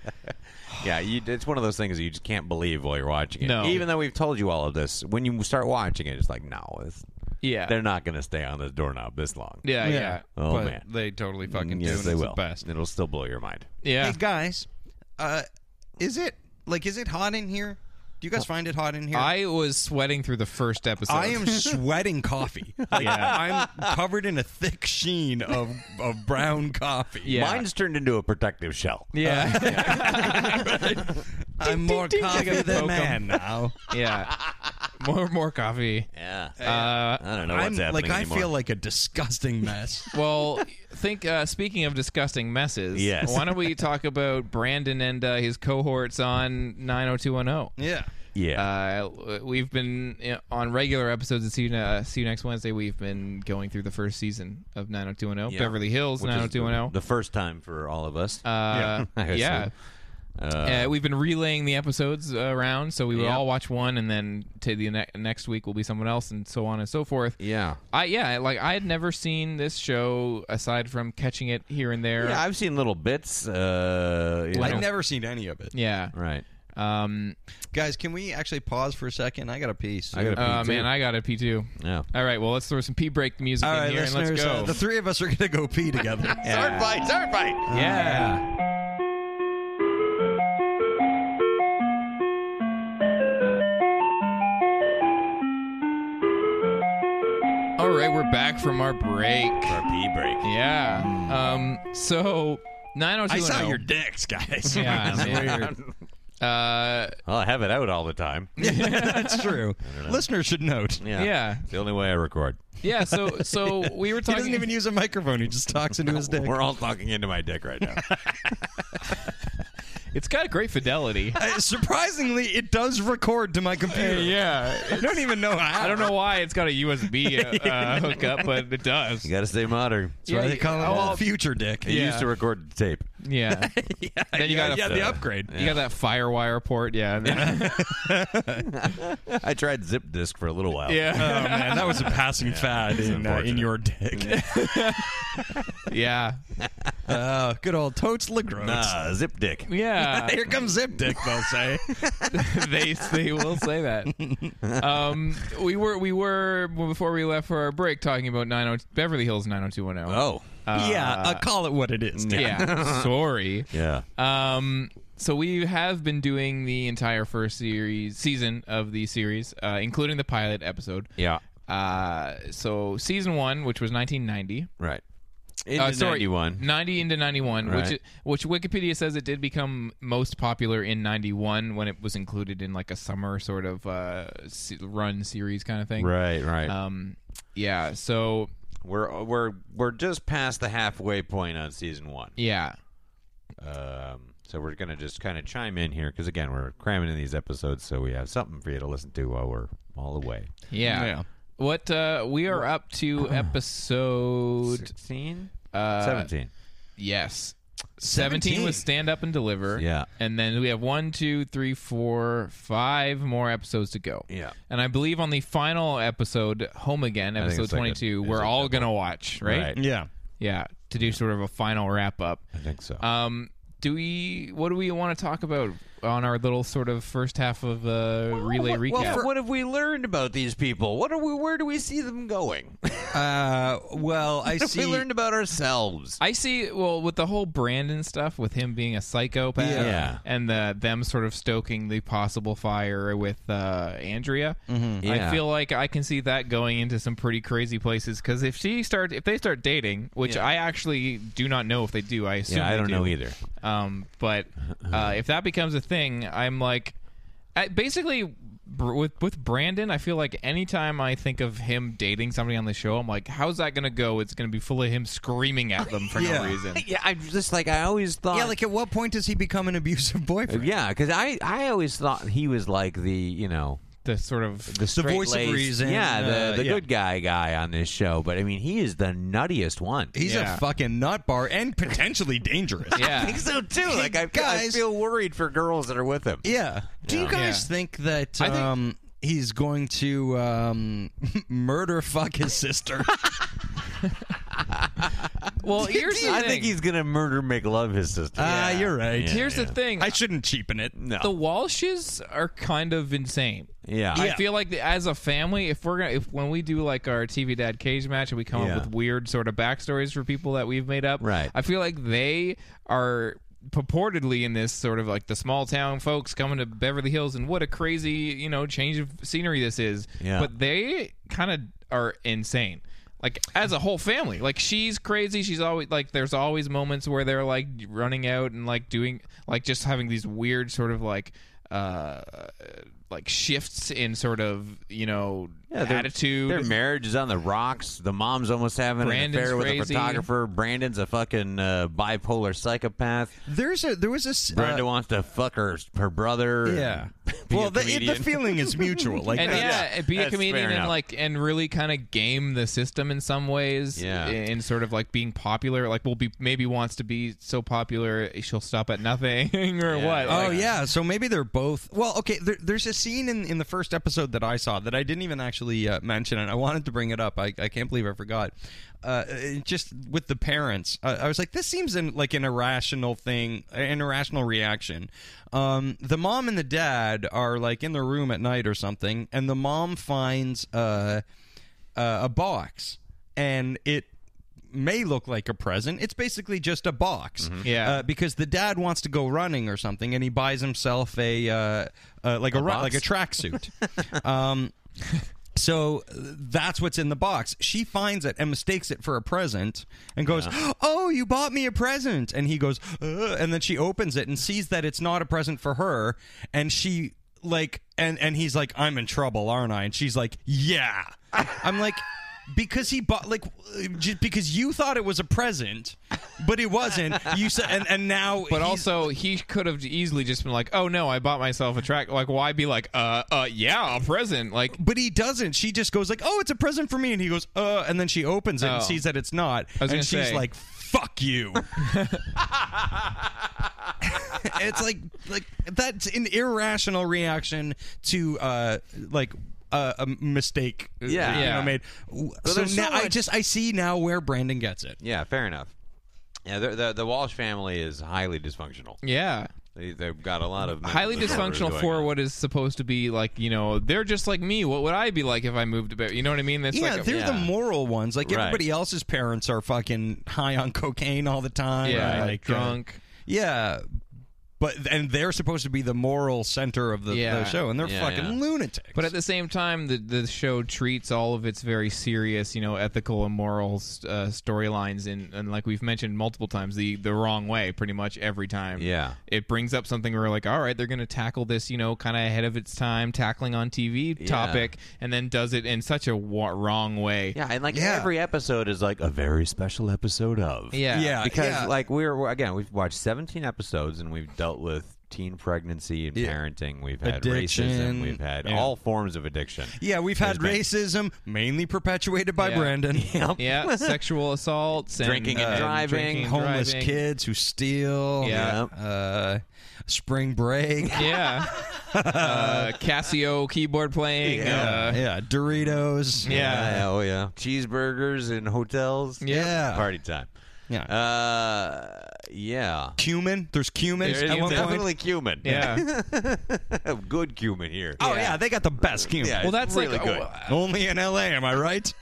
[SPEAKER 3] Yeah, you, it's one of those things that you just can't believe while you're watching it.
[SPEAKER 1] No.
[SPEAKER 3] Even though we've told you all of this, when you start watching it, it's like, no, it's,
[SPEAKER 1] Yeah.
[SPEAKER 3] they're not going to stay on this doorknob this long.
[SPEAKER 1] yeah, yeah.
[SPEAKER 3] Oh,
[SPEAKER 2] But
[SPEAKER 3] man. Mm,
[SPEAKER 2] They totally fucking do.
[SPEAKER 3] yes,
[SPEAKER 2] and
[SPEAKER 3] they
[SPEAKER 2] it's
[SPEAKER 3] will.
[SPEAKER 2] The best.
[SPEAKER 3] It'll still blow your mind.
[SPEAKER 1] Yeah.
[SPEAKER 2] Hey guys, uh, is it like is it hot in here? Do you guys find it hot in here?
[SPEAKER 1] I was sweating through the first episode.
[SPEAKER 2] I am sweating coffee. Like, I'm covered in a thick sheen of, of brown coffee.
[SPEAKER 1] Yeah.
[SPEAKER 3] Mine's turned into a protective shell.
[SPEAKER 1] Yeah.
[SPEAKER 2] I'm more coffee
[SPEAKER 1] a
[SPEAKER 2] than
[SPEAKER 1] poke 'em.
[SPEAKER 2] man now.
[SPEAKER 1] yeah. More more coffee.
[SPEAKER 3] Yeah.
[SPEAKER 1] Uh,
[SPEAKER 3] I don't know what's
[SPEAKER 2] I'm
[SPEAKER 3] happening
[SPEAKER 2] like I
[SPEAKER 3] anymore.
[SPEAKER 2] feel like a disgusting mess.
[SPEAKER 1] Well, think. Uh, speaking of disgusting messes,
[SPEAKER 3] Yes.
[SPEAKER 1] Why don't we talk about Brandon and uh, his cohorts on nine hundred two one zero?
[SPEAKER 2] yeah.
[SPEAKER 3] yeah.
[SPEAKER 1] Uh, we've been you know, on regular episodes of see you, uh, see you next Wednesday. We've been going through the first season of 90210,
[SPEAKER 3] Yeah.
[SPEAKER 1] Beverly Hills
[SPEAKER 3] Which is
[SPEAKER 1] 90210.
[SPEAKER 3] The first time for all of us.
[SPEAKER 1] Uh,
[SPEAKER 3] I
[SPEAKER 1] yeah.
[SPEAKER 3] guess
[SPEAKER 1] Uh, we've been relaying the episodes uh, around, so we would
[SPEAKER 3] Yeah.
[SPEAKER 1] all watch one, and then to the ne- next week will be someone else, and so on and so forth.
[SPEAKER 3] yeah.
[SPEAKER 1] I yeah, like I had never seen this show aside from catching it here and there.
[SPEAKER 3] Yeah, I've seen little bits. Uh, you
[SPEAKER 2] I've
[SPEAKER 3] know.
[SPEAKER 2] never seen any of it.
[SPEAKER 1] Yeah.
[SPEAKER 3] Right.
[SPEAKER 1] Um.
[SPEAKER 2] Guys, can we actually pause for a second? I got a piece.
[SPEAKER 3] I got a-
[SPEAKER 1] Oh
[SPEAKER 3] P2.
[SPEAKER 1] man, I got a P two.
[SPEAKER 3] Yeah.
[SPEAKER 1] All right. Well, let's throw some pee break music
[SPEAKER 2] All
[SPEAKER 1] in
[SPEAKER 2] right,
[SPEAKER 1] here and let's
[SPEAKER 2] listeners,
[SPEAKER 1] go.
[SPEAKER 2] uh, the three of us are going to go pee together.
[SPEAKER 3] Hard fight. Hard fight.
[SPEAKER 1] yeah. All right, we're back from our break.
[SPEAKER 3] Our pee break.
[SPEAKER 1] Yeah. Um. So nine hundred two. oh.
[SPEAKER 2] I saw your dicks, guys.
[SPEAKER 1] Yeah, man. Uh.
[SPEAKER 3] Well, I have it out all the time.
[SPEAKER 2] That's true. Listeners should note.
[SPEAKER 3] Yeah.
[SPEAKER 1] Yeah.
[SPEAKER 3] It's the only way I record.
[SPEAKER 1] Yeah. So so we were
[SPEAKER 2] He
[SPEAKER 1] talking.
[SPEAKER 2] doesn't even use a microphone. He just talks into his dick.
[SPEAKER 3] We're all talking into my dick right now.
[SPEAKER 1] it's got great fidelity.
[SPEAKER 2] Uh, surprisingly, it does record to my computer.
[SPEAKER 1] yeah.
[SPEAKER 2] I don't even know how.
[SPEAKER 1] I don't know why it's got a USB uh, uh, hookup, but it does.
[SPEAKER 3] you got to stay modern.
[SPEAKER 2] That's why
[SPEAKER 1] Yeah,
[SPEAKER 2] they call it
[SPEAKER 1] yeah.
[SPEAKER 2] a future dick.
[SPEAKER 3] You
[SPEAKER 1] Yeah.
[SPEAKER 3] used to record tape.
[SPEAKER 1] Yeah. Then you
[SPEAKER 2] yeah,
[SPEAKER 1] got
[SPEAKER 2] yeah,
[SPEAKER 1] a,
[SPEAKER 2] the upgrade.
[SPEAKER 1] You got that FireWire port. Yeah. and then-
[SPEAKER 3] I tried zip disk for a little while.
[SPEAKER 2] Oh
[SPEAKER 1] yeah.
[SPEAKER 2] man, that was a passing fad in, uh, in
[SPEAKER 3] unfortunate.
[SPEAKER 2] your dick.
[SPEAKER 1] yeah.
[SPEAKER 2] Uh, good old Totes LeGroats.
[SPEAKER 3] Nah, zip dick.
[SPEAKER 1] Yeah.
[SPEAKER 2] Here comes Zip Dick, they'll say.
[SPEAKER 1] they they will say that. Um, we were we were before we left for our break talking about 90 Beverly Hills 90210.
[SPEAKER 3] Oh.
[SPEAKER 2] yeah, uh, call it what it is. Dan.
[SPEAKER 1] Yeah. Sorry.
[SPEAKER 3] Yeah.
[SPEAKER 1] Um, so we have been doing the entire first series season of the series, uh, including the pilot episode.
[SPEAKER 3] Yeah.
[SPEAKER 1] Uh, so season one, which was 1990.
[SPEAKER 3] Right. Into
[SPEAKER 1] Uh, sorry,
[SPEAKER 3] 91.
[SPEAKER 1] 90 into 91,
[SPEAKER 3] Mm-hmm. Right.
[SPEAKER 1] which which Wikipedia says it did become most popular in 91 when it was included in like a summer sort of uh, se- run series kind of thing.
[SPEAKER 3] Right, right.
[SPEAKER 1] Um, yeah. So
[SPEAKER 3] we're we're we're just past the halfway point on season 1.
[SPEAKER 1] yeah,
[SPEAKER 3] Um, so we're gonna just kind of chime in here because again, we're cramming in these episodes, so we have something for you to listen to while we're all away.
[SPEAKER 1] yeah.
[SPEAKER 2] Yeah.
[SPEAKER 1] What uh, we are up to episode
[SPEAKER 3] Sixteen,
[SPEAKER 1] uh,
[SPEAKER 3] seventeen.
[SPEAKER 1] Yes. 17, was Stand Up and Deliver.
[SPEAKER 3] Yeah.
[SPEAKER 1] And then we have one, two, three, four, five more episodes to go.
[SPEAKER 3] Yeah.
[SPEAKER 1] And I believe on the final episode, Home Again,
[SPEAKER 3] think
[SPEAKER 1] episode
[SPEAKER 3] it's like a-
[SPEAKER 1] 22,
[SPEAKER 3] it's
[SPEAKER 1] we're
[SPEAKER 3] a
[SPEAKER 1] all going to watch, right?
[SPEAKER 3] Right.
[SPEAKER 2] Yeah.
[SPEAKER 1] Yeah. To do sort of a final wrap up.
[SPEAKER 3] I think so.
[SPEAKER 1] Um, do we, what do we want to talk about on our little sort of first half of uh, relay recap?
[SPEAKER 3] what have we learned about these people? What are we? Where do we see them going?
[SPEAKER 2] Uh, well, I see.
[SPEAKER 3] we learned about ourselves.
[SPEAKER 1] I see. Well, with the whole Brandon stuff, with him being a psychopath,
[SPEAKER 3] Yeah.
[SPEAKER 1] and the them sort of stoking the possible fire with uh, Andrea, I
[SPEAKER 3] Mm-hmm. Yeah.
[SPEAKER 1] feel like I can see that going into some pretty crazy places. Because if she start, if they start dating, which I actually do not know if they do, I assume
[SPEAKER 3] yeah, I
[SPEAKER 1] they
[SPEAKER 3] don't
[SPEAKER 1] do.
[SPEAKER 3] know either.
[SPEAKER 1] Um, but uh, if that becomes a thing, I'm like, I, basically. br- With with Brandon, I feel like anytime I think of him dating somebody on the show, I'm like, how's that gonna go? It's gonna be full of him screaming at them for
[SPEAKER 2] Yeah.
[SPEAKER 1] no reason.
[SPEAKER 3] Yeah, I'm just like I always thought.
[SPEAKER 2] yeah, like at what point does he become an abusive boyfriend?
[SPEAKER 3] yeah, because I I always thought he was like the you know
[SPEAKER 1] the sort of
[SPEAKER 3] the straight laced- uh, Yeah, the, the good guy guy on this show. But I mean, he is the nuttiest one.
[SPEAKER 2] He's a fucking nut bar and potentially dangerous.
[SPEAKER 3] I think so too. Like I, I
[SPEAKER 2] guys.
[SPEAKER 3] feel worried for girls that are with him.
[SPEAKER 2] Yeah. Do you
[SPEAKER 3] Yeah.
[SPEAKER 2] guys
[SPEAKER 3] Yeah.
[SPEAKER 2] think that
[SPEAKER 3] I think-
[SPEAKER 2] um, he's going to um, murder fuck his sister?
[SPEAKER 1] Well, here's the
[SPEAKER 3] I
[SPEAKER 1] thing.
[SPEAKER 3] think he's gonna murder McLove his sister.
[SPEAKER 2] Ah, you're right.
[SPEAKER 1] Here's the thing.
[SPEAKER 2] I shouldn't cheapen it.
[SPEAKER 3] No.
[SPEAKER 1] the Walshes are kind of insane.
[SPEAKER 3] Yeah.
[SPEAKER 1] I
[SPEAKER 3] Yeah.
[SPEAKER 1] feel like the- as a family, if we're gonna, if when we do like our TV Dad Cage match and we come
[SPEAKER 3] Yeah.
[SPEAKER 1] up with weird sort of backstories for people that we've made up,
[SPEAKER 3] Right.
[SPEAKER 1] I feel like they are purportedly in this sort of like the small town folks coming to Beverly Hills and what a crazy you know change of scenery this is.
[SPEAKER 3] Yeah.
[SPEAKER 1] But they kind of are insane. Like as a whole family, like she's crazy. She's always like, there's always moments where they're like running out and like doing, like just having these weird sort of like, uh, like shifts in sort of you know
[SPEAKER 3] their-
[SPEAKER 1] attitude.
[SPEAKER 3] Their marriage is on the rocks. The mom's almost having
[SPEAKER 1] Brandon's
[SPEAKER 3] an affair with a
[SPEAKER 1] crazy.
[SPEAKER 3] photographer. Brandon's a fucking uh, bipolar psychopath.
[SPEAKER 2] There's a there was a s-
[SPEAKER 3] Brenda
[SPEAKER 2] uh,
[SPEAKER 3] wants to fuck her her brother.
[SPEAKER 2] yeah. Well, the, it- the feeling is mutual. Like
[SPEAKER 1] and
[SPEAKER 2] that's-
[SPEAKER 1] yeah, be a
[SPEAKER 3] that's fair
[SPEAKER 1] comedian and
[SPEAKER 3] enough.
[SPEAKER 1] like and really kind of game the system in some ways.
[SPEAKER 3] Yeah.
[SPEAKER 1] in sort of like being popular. Like will be maybe wants to be so popular she'll stop at nothing or what.
[SPEAKER 2] Oh
[SPEAKER 1] Like,
[SPEAKER 2] yeah, so maybe they're both. Well, okay. There, there's a scene in, in the first episode that I saw that I didn't even actually uh, mention, and I wanted to bring it up. I, I can't believe I forgot. Uh, it just with the parents, I, I was like, this seems in, like an irrational thing, an irrational reaction. Um, the mom and the dad are like in their room at night or something, and the mom finds uh, uh, a box, and it may look like a present. It's basically just a box.
[SPEAKER 1] Yeah.
[SPEAKER 2] Uh, because the dad wants to go running or something, and he buys himself a uh, uh, like a, ru-
[SPEAKER 3] box?
[SPEAKER 2] like a tracksuit. um, so uh, that's what's in the box. She finds it and mistakes it for a present, and goes, "Oh, you bought me a present!" And he goes, Ugh. and then she opens it and sees that it's not a present for her, and she like and and he's like i'm in trouble aren't i and she's like yeah i'm like because he bought like uh, just because you thought it was a present but it wasn't you said and, and now
[SPEAKER 1] But
[SPEAKER 2] he's-
[SPEAKER 1] also, he could have easily just been like, "Oh no, I bought myself a track." Like, why be like, "Uh, uh, yeah, a present." Like,
[SPEAKER 2] but he doesn't she just goes like oh it's a present for me and he goes uh and then she opens it and
[SPEAKER 1] Oh.
[SPEAKER 2] sees that it's not
[SPEAKER 1] I was
[SPEAKER 2] and
[SPEAKER 1] gonna
[SPEAKER 2] she's
[SPEAKER 1] say.
[SPEAKER 2] like fuck you it's like like that's an irrational reaction to uh like uh, a mistake uh,
[SPEAKER 3] Yeah.
[SPEAKER 2] you
[SPEAKER 1] Yeah.
[SPEAKER 2] know made so,
[SPEAKER 3] there's so
[SPEAKER 2] now i
[SPEAKER 3] much-
[SPEAKER 2] just i see now where brandon gets it
[SPEAKER 3] Yeah, fair enough. Yeah, the, the the Walsh family is highly dysfunctional.
[SPEAKER 1] yeah,
[SPEAKER 3] They, they've got a lot of mental
[SPEAKER 1] highly
[SPEAKER 3] disorders
[SPEAKER 1] dysfunctional
[SPEAKER 3] going
[SPEAKER 1] for
[SPEAKER 3] on.
[SPEAKER 1] what is supposed to be like. You know, they're just like me. What would I be like if I moved to? Bear- you know what I mean? That's
[SPEAKER 2] yeah,
[SPEAKER 1] like a-
[SPEAKER 2] they're the moral ones. Like
[SPEAKER 3] Right.
[SPEAKER 2] everybody else's parents are fucking high on cocaine all the time.
[SPEAKER 1] Yeah,
[SPEAKER 2] like, uh,
[SPEAKER 1] drunk.
[SPEAKER 2] yeah, but and they're supposed to be the moral center of the,
[SPEAKER 1] Yeah.
[SPEAKER 2] the show, and they're
[SPEAKER 3] Yeah,
[SPEAKER 2] fucking
[SPEAKER 3] yeah.
[SPEAKER 2] lunatics.
[SPEAKER 1] But at the same time, the the show treats all of its very serious, you know, ethical and moral uh, storylines, in and like we've mentioned multiple times, the the wrong way, pretty much every time.
[SPEAKER 3] Yeah.
[SPEAKER 1] it brings up something where like, all right, they're going to tackle this, you know, kind of ahead of its time, tackling on TV topic, and then does it in such a wa- wrong way.
[SPEAKER 3] Yeah, and like
[SPEAKER 2] Yeah.
[SPEAKER 3] every episode is like a very special episode of.
[SPEAKER 1] yeah,
[SPEAKER 2] yeah,
[SPEAKER 3] because
[SPEAKER 2] yeah.
[SPEAKER 3] like we're we're- again we've watched 17 episodes and we've dealt with teen pregnancy and parenting we've had
[SPEAKER 2] Addiction.
[SPEAKER 3] racism we've had
[SPEAKER 2] Yeah.
[SPEAKER 3] all forms of addiction
[SPEAKER 2] yeah, we've had racism mainly perpetuated by
[SPEAKER 1] Yeah.
[SPEAKER 2] Brandon.
[SPEAKER 1] Yeah, sexual assaults, and,
[SPEAKER 3] Drinking and
[SPEAKER 1] uh,
[SPEAKER 3] driving.
[SPEAKER 1] drinking and
[SPEAKER 2] Homeless
[SPEAKER 1] driving.
[SPEAKER 2] kids who steal.
[SPEAKER 1] Yeah.
[SPEAKER 2] Uh, spring break.
[SPEAKER 1] Yeah, uh, Casio keyboard playing.
[SPEAKER 2] Uh,
[SPEAKER 1] Yeah, uh,
[SPEAKER 2] yeah. Doritos.
[SPEAKER 1] yeah.
[SPEAKER 3] Yeah, oh yeah cheeseburgers in hotels
[SPEAKER 2] Yeah.
[SPEAKER 3] party time
[SPEAKER 2] Yeah.
[SPEAKER 3] uh yeah
[SPEAKER 2] Cumin. There's cumin
[SPEAKER 1] There is
[SPEAKER 2] at
[SPEAKER 1] cumin.
[SPEAKER 2] one point.
[SPEAKER 3] definitely cumin
[SPEAKER 1] yeah.
[SPEAKER 3] good cumin here
[SPEAKER 2] Oh yeah, they got the best cumin.
[SPEAKER 3] Yeah,
[SPEAKER 1] Well, that's
[SPEAKER 3] it's really
[SPEAKER 1] like oh, uh,
[SPEAKER 3] good
[SPEAKER 2] Only in LA, am I right?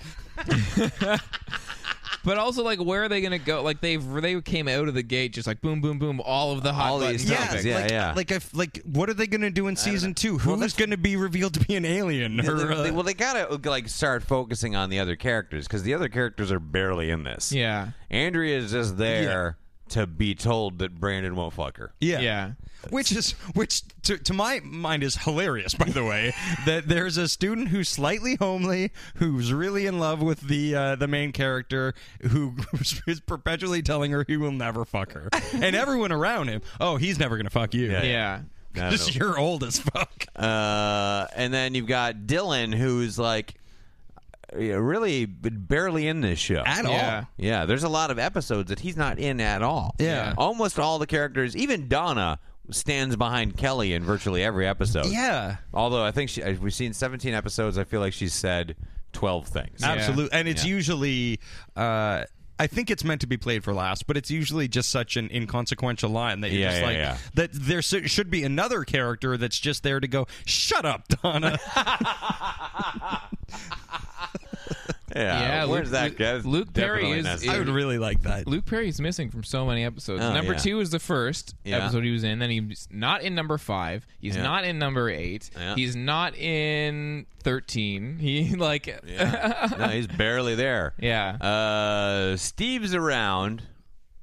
[SPEAKER 1] But also, like, where are they going to go? Like, they have they came out of the gate just like boom, boom, boom, all of the hot
[SPEAKER 3] All these
[SPEAKER 1] button
[SPEAKER 3] topics.
[SPEAKER 1] topics.
[SPEAKER 3] Yeah,
[SPEAKER 2] like,
[SPEAKER 3] yeah.
[SPEAKER 2] Uh, Like, if, like, what are they going to do in season two? Who's going to be revealed to be an alien?
[SPEAKER 3] They-
[SPEAKER 2] Or, uh,
[SPEAKER 3] they- well, they gotta like start focusing on the other characters because the other characters are barely in this.
[SPEAKER 1] Yeah.
[SPEAKER 3] Andrea is just there to be told that Brandon won't fuck her.
[SPEAKER 2] yeah,
[SPEAKER 1] yeah.
[SPEAKER 2] Which is, which to, to my mind is hilarious. By the way, that there's a student who's slightly homely, who's really in love with the uh, the main character, who is perpetually telling her he will never fuck her, and everyone around him, oh, he's never going to fuck you.
[SPEAKER 1] Yeah.
[SPEAKER 3] I don't
[SPEAKER 2] Because
[SPEAKER 3] know.
[SPEAKER 2] you're old as fuck.
[SPEAKER 3] Uh, and then you've got Dylan, who's like yeah, really barely in this show
[SPEAKER 2] At all. Yeah.
[SPEAKER 3] Yeah, there's a lot of episodes that he's not in at all.
[SPEAKER 2] Yeah.
[SPEAKER 3] almost all the characters, even Donna, stands behind Kelly in virtually every episode.
[SPEAKER 2] Yeah.
[SPEAKER 3] although I think she, I- we've seen 17 episodes. I feel like she's said 12 things.
[SPEAKER 1] Uh,
[SPEAKER 2] Absolutely. And it's usually uh I think it's meant to be played for laughs, but it's usually just such an inconsequential line that you're
[SPEAKER 3] Yeah,
[SPEAKER 2] just
[SPEAKER 3] yeah,
[SPEAKER 2] like
[SPEAKER 3] yeah.
[SPEAKER 2] that there s- should be another character that's just there to go, "Shut up, Donna."
[SPEAKER 3] Yeah,
[SPEAKER 1] Yeah,
[SPEAKER 3] where's
[SPEAKER 1] Luke-
[SPEAKER 3] that?
[SPEAKER 1] Luke-
[SPEAKER 3] that's
[SPEAKER 1] Luke Perry
[SPEAKER 3] definitely
[SPEAKER 1] is-
[SPEAKER 3] necessary.
[SPEAKER 2] I would really like that.
[SPEAKER 1] Luke Perry's missing from so many episodes.
[SPEAKER 3] Oh,
[SPEAKER 1] number
[SPEAKER 3] yeah.
[SPEAKER 1] two is the first
[SPEAKER 3] Yeah.
[SPEAKER 1] episode he was in. Then he's not in number five. He's
[SPEAKER 3] Yeah.
[SPEAKER 1] not in number eight.
[SPEAKER 3] Yeah.
[SPEAKER 1] He's not in thirteen. He like
[SPEAKER 3] Yeah. no, he's barely there.
[SPEAKER 1] Yeah.
[SPEAKER 3] Uh, Steve's around.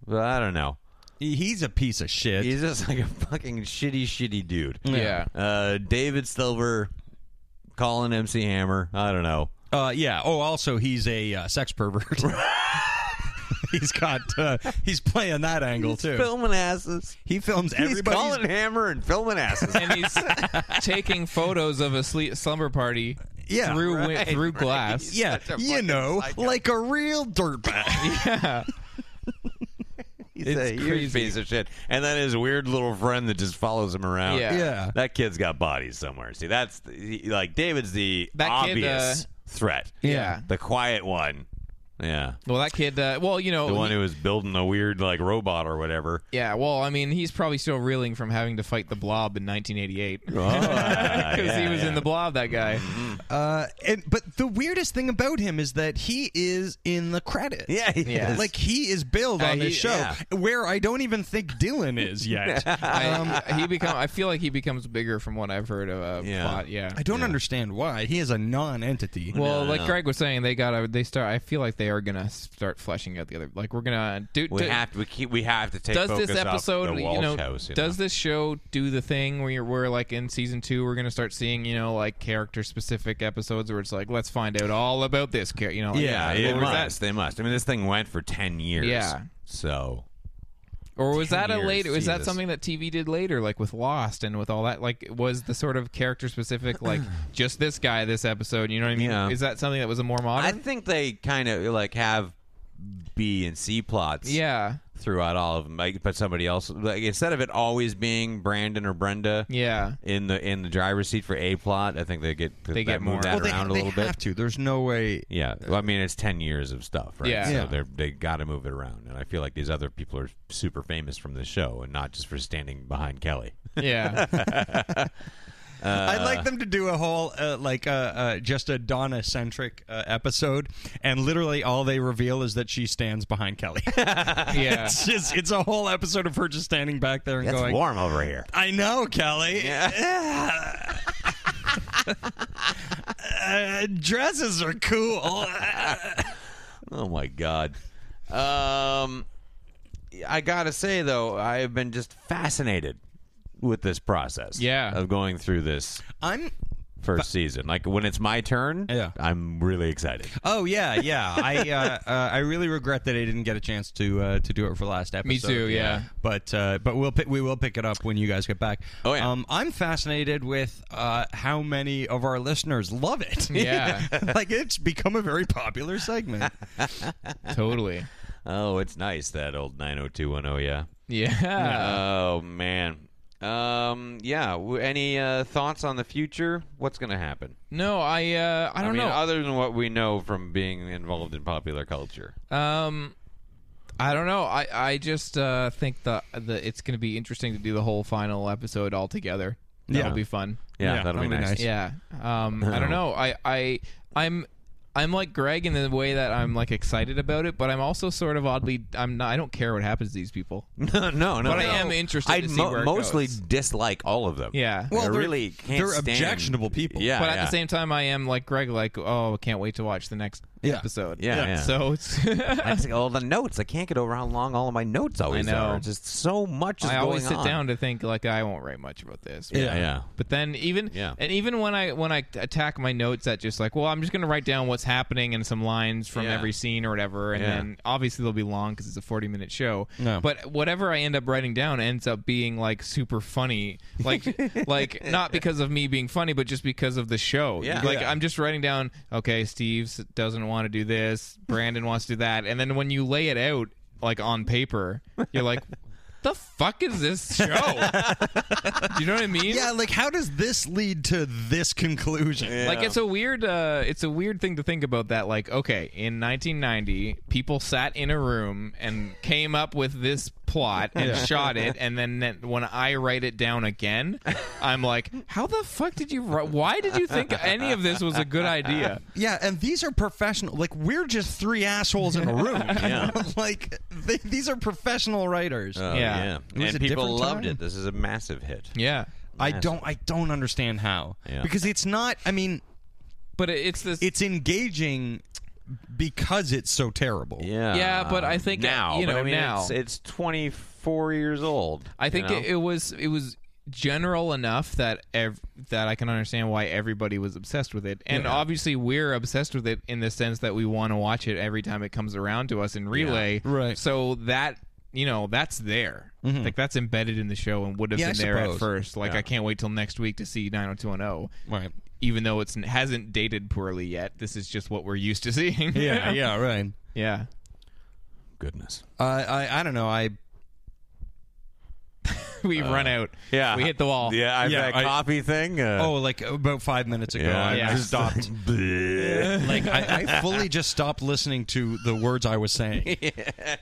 [SPEAKER 3] But I don't know.
[SPEAKER 2] He's a piece of shit.
[SPEAKER 3] He's just like a fucking shitty, shitty dude.
[SPEAKER 1] Yeah.
[SPEAKER 3] Uh, David Silver calling MC Hammer. I don't know.
[SPEAKER 2] Uh, yeah. Oh, also he's a uh, sex pervert. he's got uh, he's playing that angle too.
[SPEAKER 3] Filming asses.
[SPEAKER 2] he films
[SPEAKER 3] He's
[SPEAKER 2] everybody's
[SPEAKER 3] calling Hammer and filming asses.
[SPEAKER 1] and he's taking photos of a sle- slumber party
[SPEAKER 2] Yeah,
[SPEAKER 1] through wi-
[SPEAKER 3] right,
[SPEAKER 1] through
[SPEAKER 3] right.
[SPEAKER 1] glass.
[SPEAKER 2] yeah,
[SPEAKER 3] such a
[SPEAKER 2] you
[SPEAKER 3] fucking
[SPEAKER 2] know,
[SPEAKER 3] psycho.
[SPEAKER 2] like a real dirtbag.
[SPEAKER 3] He's
[SPEAKER 1] It's
[SPEAKER 3] a huge
[SPEAKER 1] crazy.
[SPEAKER 3] piece of shit. And then his weird little friend that just follows him around.
[SPEAKER 1] Yeah.
[SPEAKER 2] Yeah.
[SPEAKER 3] That kid's got bodies somewhere. See, that's the- he- like David's the
[SPEAKER 1] That kid,
[SPEAKER 3] obvious
[SPEAKER 1] uh,
[SPEAKER 3] threat.
[SPEAKER 1] Yeah.
[SPEAKER 3] The quiet one. Yeah.
[SPEAKER 1] Well, that kid. Uh, well, you know,
[SPEAKER 3] The one
[SPEAKER 1] he-
[SPEAKER 3] who was building a weird like robot or whatever.
[SPEAKER 1] yeah. Well, I mean, he's probably still reeling from having to fight the Blob in 1988 because he
[SPEAKER 3] Oh, yeah,
[SPEAKER 1] was
[SPEAKER 3] yeah. Mm-hmm.
[SPEAKER 1] in the Blob. That guy.
[SPEAKER 2] Uh, and but the weirdest thing about him is that he is in the credits.
[SPEAKER 3] Yeah, he Yeah. is.
[SPEAKER 2] like he is billed
[SPEAKER 1] Uh,
[SPEAKER 2] on this
[SPEAKER 1] he-
[SPEAKER 2] show
[SPEAKER 3] yeah.
[SPEAKER 2] where I don't even think Dylan is yet.
[SPEAKER 1] I, he become. I feel like he becomes bigger from what I've heard of uh,
[SPEAKER 3] Um, Yeah.
[SPEAKER 1] plot. Yeah.
[SPEAKER 2] I don't understand why he is a non-entity.
[SPEAKER 1] Well, like Greg was saying, they gotta. They start. I feel like they are gonna start fleshing out the other. Like we're gonna do.
[SPEAKER 3] We
[SPEAKER 1] do-
[SPEAKER 3] have to we, keep, we have to take
[SPEAKER 1] does
[SPEAKER 3] focus
[SPEAKER 1] this episode,
[SPEAKER 3] off the Walsh
[SPEAKER 1] you know,
[SPEAKER 3] house. you
[SPEAKER 1] does
[SPEAKER 3] know?
[SPEAKER 1] this show do the thing where you're, where like in season two we're gonna start seeing you know like character specific episodes where it's like let's find out all about this char- you know like,
[SPEAKER 3] Yeah,
[SPEAKER 1] or
[SPEAKER 3] they
[SPEAKER 1] was that-
[SPEAKER 3] must. They must. I mean, this thing went for ten years.
[SPEAKER 1] Yeah.
[SPEAKER 3] So
[SPEAKER 1] or was
[SPEAKER 3] 10
[SPEAKER 1] that a
[SPEAKER 3] years,
[SPEAKER 1] later? Was that
[SPEAKER 3] Jesus.
[SPEAKER 1] something that TV did later, like with Lost and with all that? Like, was the sort of character specific, like just this guy this episode? You know what I mean?
[SPEAKER 3] Yeah.
[SPEAKER 1] Is that something that was a more modern?
[SPEAKER 3] I think they kind of like have B and C plots.
[SPEAKER 1] yeah,
[SPEAKER 3] Throughout all of them, like, but somebody else, like instead of it always being Brandon or Brenda,
[SPEAKER 1] yeah.
[SPEAKER 3] in the in the driver's seat for a plot, I think they get
[SPEAKER 1] They get
[SPEAKER 3] move
[SPEAKER 1] more.
[SPEAKER 3] that
[SPEAKER 2] well, they,
[SPEAKER 3] around
[SPEAKER 2] they
[SPEAKER 3] a little bit.
[SPEAKER 2] have to. There's no way.
[SPEAKER 3] Yeah, well, I mean it's ten years of stuff, right?
[SPEAKER 1] Yeah.
[SPEAKER 3] so
[SPEAKER 1] Yeah.
[SPEAKER 3] they're, they got to move it around, and I feel like these other people are super famous from this show, and not just for standing behind Kelly.
[SPEAKER 1] Yeah.
[SPEAKER 2] I'd like them to do a whole uh, like uh, uh, just a Donna centric uh, episode, and literally all they reveal is that she stands behind Kelly.
[SPEAKER 1] yeah.
[SPEAKER 2] it's just it's a whole episode of her just standing back there and
[SPEAKER 3] It's
[SPEAKER 2] going,
[SPEAKER 3] warm over here.
[SPEAKER 2] "I know, Kelly." uh, dresses are cool.
[SPEAKER 3] Oh my god. Um, I gotta say though, I have been just fascinated with this process.
[SPEAKER 1] Yeah.
[SPEAKER 3] of going through this
[SPEAKER 2] I'm.
[SPEAKER 3] first season. Like when it's my turn,
[SPEAKER 2] Yeah.
[SPEAKER 3] I'm really excited.
[SPEAKER 2] Oh yeah, yeah. I uh, uh, I really regret that I didn't get a chance to uh, to do it for last episode.
[SPEAKER 1] Me too, yeah.
[SPEAKER 2] But uh, but we'll pick, we will pick it up when you guys get back.
[SPEAKER 3] Oh, yeah.
[SPEAKER 2] Um, I'm fascinated with uh, how many of our listeners love it.
[SPEAKER 1] Yeah.
[SPEAKER 2] like it's become a very popular segment.
[SPEAKER 1] totally.
[SPEAKER 3] Oh, it's nice that old 90210. Yeah.
[SPEAKER 1] Yeah.
[SPEAKER 3] Oh man. Um. Yeah. w- Any uh, thoughts on the future? What's going to happen?
[SPEAKER 1] No, I uh, I don't
[SPEAKER 3] mean,
[SPEAKER 1] know.
[SPEAKER 3] other than what we know from being involved in popular culture.
[SPEAKER 1] Um, I don't know. I I just uh, think the the it's going to be interesting to do the whole final episode all together. That'll
[SPEAKER 2] Yeah.
[SPEAKER 1] be fun.
[SPEAKER 3] Yeah,
[SPEAKER 2] Yeah,
[SPEAKER 3] that'll be
[SPEAKER 2] that'll be nice.
[SPEAKER 3] nice.
[SPEAKER 1] Yeah. Um, I don't know. I I I'm. I'm like Greg in the way that I'm like excited about it, but I'm also sort of oddly I'm not I don't care what happens to these people.
[SPEAKER 3] no, no, no.
[SPEAKER 1] But I am interested
[SPEAKER 3] I
[SPEAKER 1] to see
[SPEAKER 3] mo-
[SPEAKER 1] where it
[SPEAKER 3] mostly
[SPEAKER 1] goes.
[SPEAKER 3] dislike all of them.
[SPEAKER 1] Yeah.
[SPEAKER 2] Well,
[SPEAKER 3] Well, I
[SPEAKER 2] they're-
[SPEAKER 3] really can't.
[SPEAKER 2] they're
[SPEAKER 3] stand-
[SPEAKER 2] objectionable people.
[SPEAKER 3] Yeah,
[SPEAKER 1] but at
[SPEAKER 3] yeah.
[SPEAKER 1] the same time I am like Greg like oh, I can't wait to watch the next
[SPEAKER 2] Yeah.
[SPEAKER 3] episode.
[SPEAKER 1] Yeah, Yeah. yeah. So it's
[SPEAKER 3] I just, all the notes. I can't get over how long all of my notes always
[SPEAKER 1] I know.
[SPEAKER 3] are. Just so much is
[SPEAKER 1] I
[SPEAKER 3] going
[SPEAKER 1] always sit
[SPEAKER 3] on.
[SPEAKER 1] down to think like I won't write much about this.
[SPEAKER 3] Yeah, yeah.
[SPEAKER 1] But then even
[SPEAKER 3] Yeah.
[SPEAKER 1] and even when I when I attack my notes at just like, well, I'm just going to write down what's happening and some lines from
[SPEAKER 3] Yeah.
[SPEAKER 1] every scene or whatever, and
[SPEAKER 3] Yeah.
[SPEAKER 1] then obviously they'll be long because it's a 40 minute show.
[SPEAKER 3] No.
[SPEAKER 1] But whatever I end up writing down ends up being like super funny, like like not because of me being funny, but just because of the show.
[SPEAKER 3] Yeah.
[SPEAKER 1] Like
[SPEAKER 3] Yeah.
[SPEAKER 1] I'm just writing down, okay, Steve s- doesn't want to do this, Brandon wants to do that, and then when you lay it out like on paper, you're like. The fuck is this show? Do you know what I mean?
[SPEAKER 2] Yeah, like how does this lead to this conclusion?
[SPEAKER 1] Like it's a weird, uh, it's a weird thing to think about. That like, okay, in 1990, people sat in a room and came up with this plot and
[SPEAKER 9] Yeah.
[SPEAKER 1] shot it, and then then when I write it down again, I'm like, how the fuck did you? wri- Why did you think any of this was a good idea?
[SPEAKER 2] Yeah, and these are professional. Like we're just three assholes in a room.
[SPEAKER 3] Yeah.
[SPEAKER 2] like they, these are professional writers.
[SPEAKER 3] Oh, yeah. And people loved it. This is a massive hit.
[SPEAKER 1] Yeah.
[SPEAKER 2] I
[SPEAKER 3] Massive.
[SPEAKER 2] don't. I don't understand how.
[SPEAKER 3] Yeah.
[SPEAKER 2] Because it's not. I mean,
[SPEAKER 1] but it's this.
[SPEAKER 2] It's engaging because it's so terrible.
[SPEAKER 3] Yeah.
[SPEAKER 1] you
[SPEAKER 3] now, but
[SPEAKER 1] know,
[SPEAKER 3] I mean,
[SPEAKER 1] now.
[SPEAKER 3] it's, it's 24 years old.
[SPEAKER 1] I
[SPEAKER 3] you
[SPEAKER 1] think
[SPEAKER 3] know?
[SPEAKER 1] it, it was it was general enough that ev- that I can understand why everybody was obsessed with it. And
[SPEAKER 3] Yeah.
[SPEAKER 1] obviously we're obsessed with it in the sense that we want to watch it every time it comes around to us in relay. Right. So that you know, that's there.
[SPEAKER 2] Mhm.
[SPEAKER 1] Like that's embedded in the show and would have
[SPEAKER 2] Yeah, I
[SPEAKER 1] been there at
[SPEAKER 2] suppose.
[SPEAKER 1] first. Like
[SPEAKER 2] Yeah.
[SPEAKER 1] I can't wait till next week to see 90210.
[SPEAKER 2] Right.
[SPEAKER 1] Even though it's hasn't dated poorly yet. This is just what we're used to seeing.
[SPEAKER 2] Yeah, yeah, right.
[SPEAKER 1] Yeah.
[SPEAKER 3] Goodness.
[SPEAKER 2] Uh, I. I don't know. I.
[SPEAKER 1] we run out.
[SPEAKER 3] Yeah.
[SPEAKER 1] We hit the wall.
[SPEAKER 3] Yeah, I, that
[SPEAKER 2] I-
[SPEAKER 3] coffee thing. Uh,
[SPEAKER 2] oh, like about five minutes ago,
[SPEAKER 3] Yeah,
[SPEAKER 2] I
[SPEAKER 3] yeah.
[SPEAKER 2] just stopped. like I, I fully just stopped listening to the words I was saying,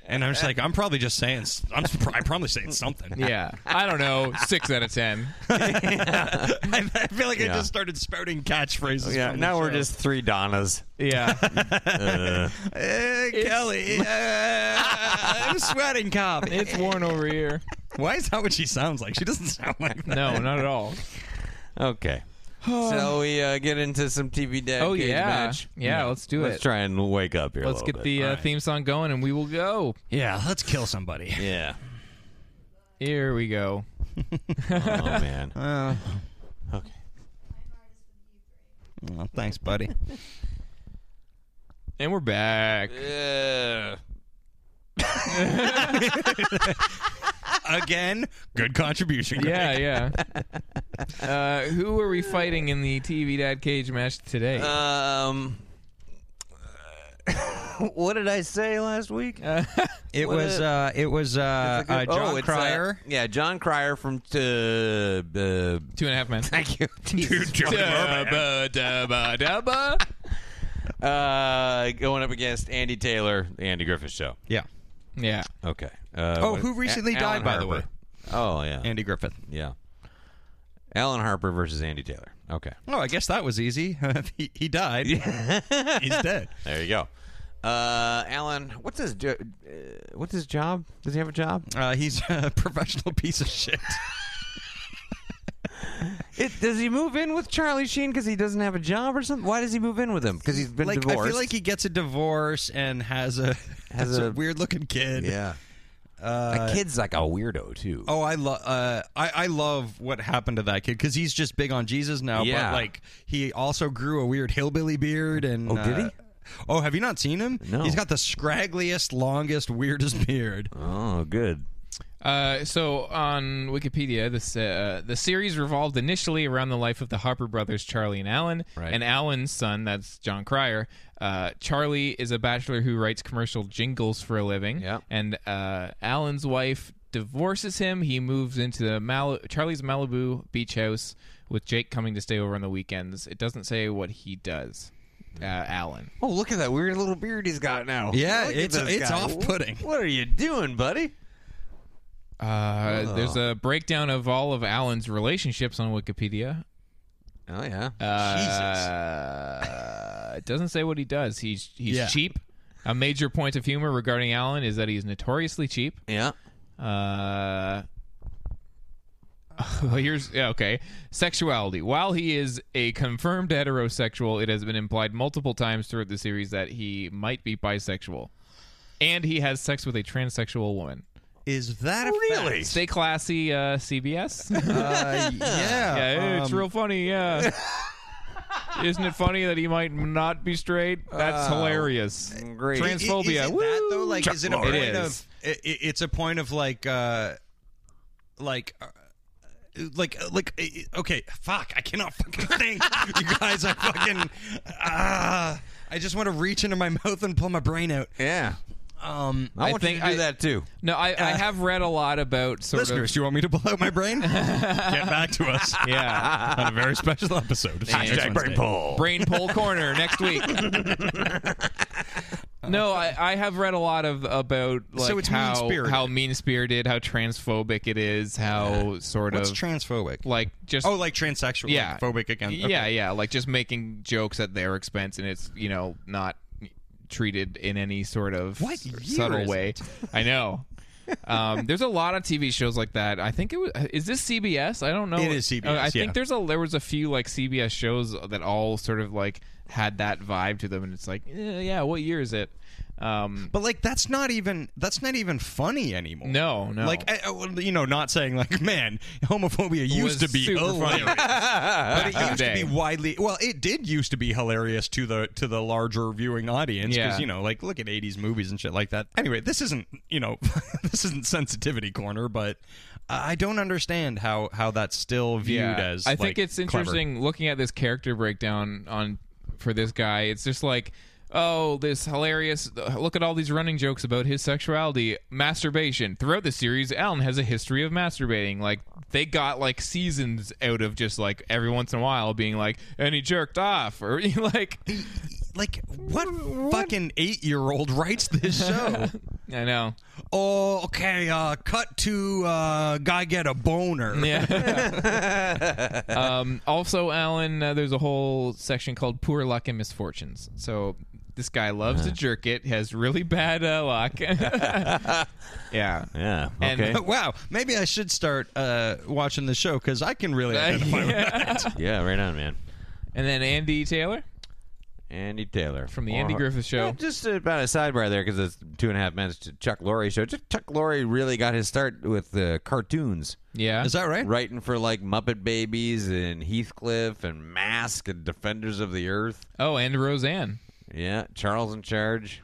[SPEAKER 2] and I'm just like, I'm probably just saying, s- I'm, s- I'm probably saying something.
[SPEAKER 1] Yeah. I don't know. Six out of ten.
[SPEAKER 2] I, I feel like
[SPEAKER 3] Yeah.
[SPEAKER 2] I just started spouting catchphrases.
[SPEAKER 3] yeah.
[SPEAKER 2] from the
[SPEAKER 3] Now we're
[SPEAKER 2] show.
[SPEAKER 3] just three Donnas.
[SPEAKER 1] Yeah.
[SPEAKER 3] Uh,
[SPEAKER 2] Eh, Kelly, uh, I'm sweating, Cobb.
[SPEAKER 1] It's worn over here.
[SPEAKER 2] Why is that what she sounds like? She doesn't sound like that.
[SPEAKER 1] No, not at all.
[SPEAKER 3] okay. so we uh, get into some TV day.
[SPEAKER 1] Oh,
[SPEAKER 3] cage
[SPEAKER 1] yeah.
[SPEAKER 3] match?
[SPEAKER 1] Yeah, let's do
[SPEAKER 3] Let's
[SPEAKER 1] it.
[SPEAKER 3] try and wake up here. a
[SPEAKER 1] Let's
[SPEAKER 3] little
[SPEAKER 1] get
[SPEAKER 3] bit.
[SPEAKER 1] the uh,
[SPEAKER 3] All right.
[SPEAKER 1] theme song going and we will go.
[SPEAKER 2] Yeah, let's kill somebody.
[SPEAKER 3] Yeah.
[SPEAKER 1] Here we go.
[SPEAKER 3] Oh man. okay.
[SPEAKER 2] Well, thanks, buddy.
[SPEAKER 1] And we're back.
[SPEAKER 2] Again, good contribution. Greg.
[SPEAKER 1] Yeah, yeah. Uh, who are we fighting in the TV Dad Cage match today?
[SPEAKER 3] Um. what did I say last week?
[SPEAKER 2] It
[SPEAKER 3] What
[SPEAKER 2] was
[SPEAKER 3] a-
[SPEAKER 2] uh, it was uh, uh, John
[SPEAKER 3] oh, it's, uh,
[SPEAKER 2] Cryer.
[SPEAKER 3] yeah, John Cryer from t- uh, uh,
[SPEAKER 1] Two and a half men.
[SPEAKER 3] Thank you. Jesus.
[SPEAKER 1] Dubba, dubba, dubba.
[SPEAKER 3] Uh, going up against Andy Taylor, the Andy Griffith Show.
[SPEAKER 2] yeah.
[SPEAKER 1] Yeah.
[SPEAKER 3] Okay. Uh,
[SPEAKER 2] Oh,
[SPEAKER 3] what-
[SPEAKER 2] who recently
[SPEAKER 3] A-
[SPEAKER 2] died,
[SPEAKER 3] Alan
[SPEAKER 2] by the
[SPEAKER 3] Harper.
[SPEAKER 2] way?
[SPEAKER 3] Oh yeah,
[SPEAKER 2] Andy Griffith.
[SPEAKER 3] yeah. Alan Harper versus Andy Taylor. Okay,
[SPEAKER 2] Oh, I guess that was easy. he, he died. He's dead.
[SPEAKER 3] there you go. Uh, Alan, what's his jo- uh, what's his job? Does he have a job?
[SPEAKER 2] Uh, he's a professional piece of shit.
[SPEAKER 3] It, does he move in with Charlie Sheen because he doesn't have a job or something? Why does he move in with him? Because he's been
[SPEAKER 2] like
[SPEAKER 3] divorced.
[SPEAKER 2] I feel like he gets a divorce and has a has, a,
[SPEAKER 3] a-
[SPEAKER 2] weird looking kid.
[SPEAKER 3] yeah,
[SPEAKER 2] Uh,
[SPEAKER 3] the kid's like a weirdo too.
[SPEAKER 2] Oh, I love uh, I I love what happened to that kid because he's just big on Jesus now.
[SPEAKER 3] Yeah.
[SPEAKER 2] But like he also grew a weird hillbilly beard and.
[SPEAKER 3] Oh, did he?
[SPEAKER 2] uh, Oh, have you not seen him?
[SPEAKER 3] No.
[SPEAKER 2] He's got the scraggliest, longest, weirdest beard.
[SPEAKER 3] Oh, good.
[SPEAKER 1] Uh, so on Wikipedia, this uh, the series revolved initially around the life of the Harper brothers, Charlie and Alan,
[SPEAKER 3] Right.
[SPEAKER 1] and Alan's son, that's John Cryer. Uh, Charlie is a bachelor who writes commercial jingles for a living,
[SPEAKER 3] Yeah.
[SPEAKER 1] and uh, Alan's wife divorces him. He moves into the Mal- Charlie's Malibu beach house with Jake coming to stay over on the weekends. It doesn't say what he does. Uh, Alan.
[SPEAKER 3] Oh, look at that weird little beard he's got now.
[SPEAKER 2] Yeah,
[SPEAKER 3] Look at
[SPEAKER 2] it's-
[SPEAKER 3] this
[SPEAKER 2] it's
[SPEAKER 3] guy.
[SPEAKER 2] off-putting.
[SPEAKER 3] What are you doing, buddy?
[SPEAKER 1] Uh, there's a breakdown of all of Alan's relationships on Wikipedia.
[SPEAKER 3] Oh yeah.
[SPEAKER 1] Uh, it doesn't say what he does. He's he's
[SPEAKER 2] Yeah.
[SPEAKER 1] cheap. A major point of humor regarding Allen is that he's notoriously cheap.
[SPEAKER 3] yeah.
[SPEAKER 1] Uh, well, here's yeah, okay. Sexuality. While he is a confirmed heterosexual, it has been implied multiple times throughout the series that he might be bisexual, and he has sex with a transsexual woman.
[SPEAKER 2] Is that a
[SPEAKER 1] Really? Stay classy, uh, CBS.
[SPEAKER 2] Uh, yeah,
[SPEAKER 1] yeah, it's
[SPEAKER 2] um,
[SPEAKER 1] real funny. Yeah. Isn't it funny that he might not be straight? That's
[SPEAKER 2] Oh.
[SPEAKER 1] hilarious.
[SPEAKER 4] Great.
[SPEAKER 1] Transphobia.
[SPEAKER 2] Is it
[SPEAKER 1] Woo!
[SPEAKER 2] that though? Like, is it a
[SPEAKER 1] Chuck
[SPEAKER 2] point
[SPEAKER 1] Lorre. It is.
[SPEAKER 2] of? It, it- it's a point of like, uh, like. Uh, like, like, uh, okay, fuck! I cannot fucking think, you guys. I fucking, ah, I just want to reach into my mouth and pull my brain out.
[SPEAKER 4] Yeah.
[SPEAKER 2] Um,
[SPEAKER 4] I, want
[SPEAKER 1] think
[SPEAKER 4] you to do
[SPEAKER 1] I-
[SPEAKER 4] that too.
[SPEAKER 1] No, I, I have read a lot about sort
[SPEAKER 2] Uh. listeners,
[SPEAKER 1] of.
[SPEAKER 2] you want me to blow out my brain? Get back to us
[SPEAKER 1] Yeah.
[SPEAKER 2] on a very special episode. of Strange
[SPEAKER 1] Hashtag
[SPEAKER 2] Wednesday.
[SPEAKER 1] Brain Poll Corner next week. no, I, I have read a lot of about like
[SPEAKER 2] So it's
[SPEAKER 1] how
[SPEAKER 2] mean-spirited.
[SPEAKER 1] how mean spirited, how transphobic it is, how sort
[SPEAKER 2] What's
[SPEAKER 1] of
[SPEAKER 2] transphobic?
[SPEAKER 1] like just
[SPEAKER 2] oh, like transsexual,
[SPEAKER 1] yeah
[SPEAKER 2] phobic again. Okay.
[SPEAKER 1] Yeah, yeah, like just making jokes at their expense, and it's you know not treated in any sort of
[SPEAKER 2] What
[SPEAKER 1] s-
[SPEAKER 2] year
[SPEAKER 1] subtle
[SPEAKER 2] is
[SPEAKER 1] way.
[SPEAKER 2] it?
[SPEAKER 1] I know. Um, there's a lot of TV shows like that. I think it was. Is this CBS? I don't know.
[SPEAKER 2] It is CBS,
[SPEAKER 1] Uh, I
[SPEAKER 2] yeah.
[SPEAKER 1] think there's a there was a few like CBS shows that all sort of like had that vibe to them, and it's like, eh, yeah, what year is it? Um,
[SPEAKER 2] But like that's not even that's not even funny anymore.
[SPEAKER 1] No, no.
[SPEAKER 2] Like I, I- well, you know, not saying like, man, homophobia
[SPEAKER 1] was
[SPEAKER 2] used to be
[SPEAKER 1] super funny.
[SPEAKER 2] hilarious, but
[SPEAKER 1] Back in
[SPEAKER 2] it
[SPEAKER 1] the
[SPEAKER 2] used to
[SPEAKER 1] day.
[SPEAKER 2] be widely. Well, it did used to be hilarious to the to the larger viewing audience because
[SPEAKER 1] Yeah.
[SPEAKER 2] you know, like look at '80s movies and shit like that. Anyway, this isn't you know, this isn't sensitivity corner, but I don't understand how how that's still viewed as.
[SPEAKER 1] I
[SPEAKER 2] like,
[SPEAKER 1] think it's
[SPEAKER 2] clever.
[SPEAKER 1] interesting looking at this character breakdown on for this guy. It's just like, oh, this hilarious. uh, Look at all these running jokes about his sexuality, masturbation. Throughout the series, Alan has a history of masturbating. Like they got like seasons out of just like every once in a while being like, and he jerked off, or like,
[SPEAKER 2] Like what, fucking eight year old writes this show?
[SPEAKER 1] I know,
[SPEAKER 2] oh, okay. Uh, cut to uh, guy get a boner.
[SPEAKER 1] yeah. um, also, Alan, uh, there's a whole section called "Poor Luck and Misfortunes." So this guy loves
[SPEAKER 3] Uh-huh.
[SPEAKER 1] to jerk it. Has really bad uh, luck. yeah.
[SPEAKER 3] Yeah.
[SPEAKER 1] And-
[SPEAKER 3] Okay.
[SPEAKER 2] Oh, Wow, maybe I should start uh, watching the show because I can really identify with that.
[SPEAKER 3] yeah. Right on, man.
[SPEAKER 1] And then Andy Taylor
[SPEAKER 3] Andy Taylor
[SPEAKER 1] from the Andy
[SPEAKER 3] Or-
[SPEAKER 1] Griffith Show.
[SPEAKER 3] Yeah, just about a sidebar there because it's two and a half minutes to Chuck Lorre show. Just Chuck Lorre really got his start with uh, cartoons,
[SPEAKER 1] Yeah.
[SPEAKER 2] Is that right?
[SPEAKER 3] writing for like Muppet Babies and Heathcliff and Mask and Defenders of the Earth.
[SPEAKER 1] oh, and Roseanne,
[SPEAKER 3] Yeah, Charles in Charge.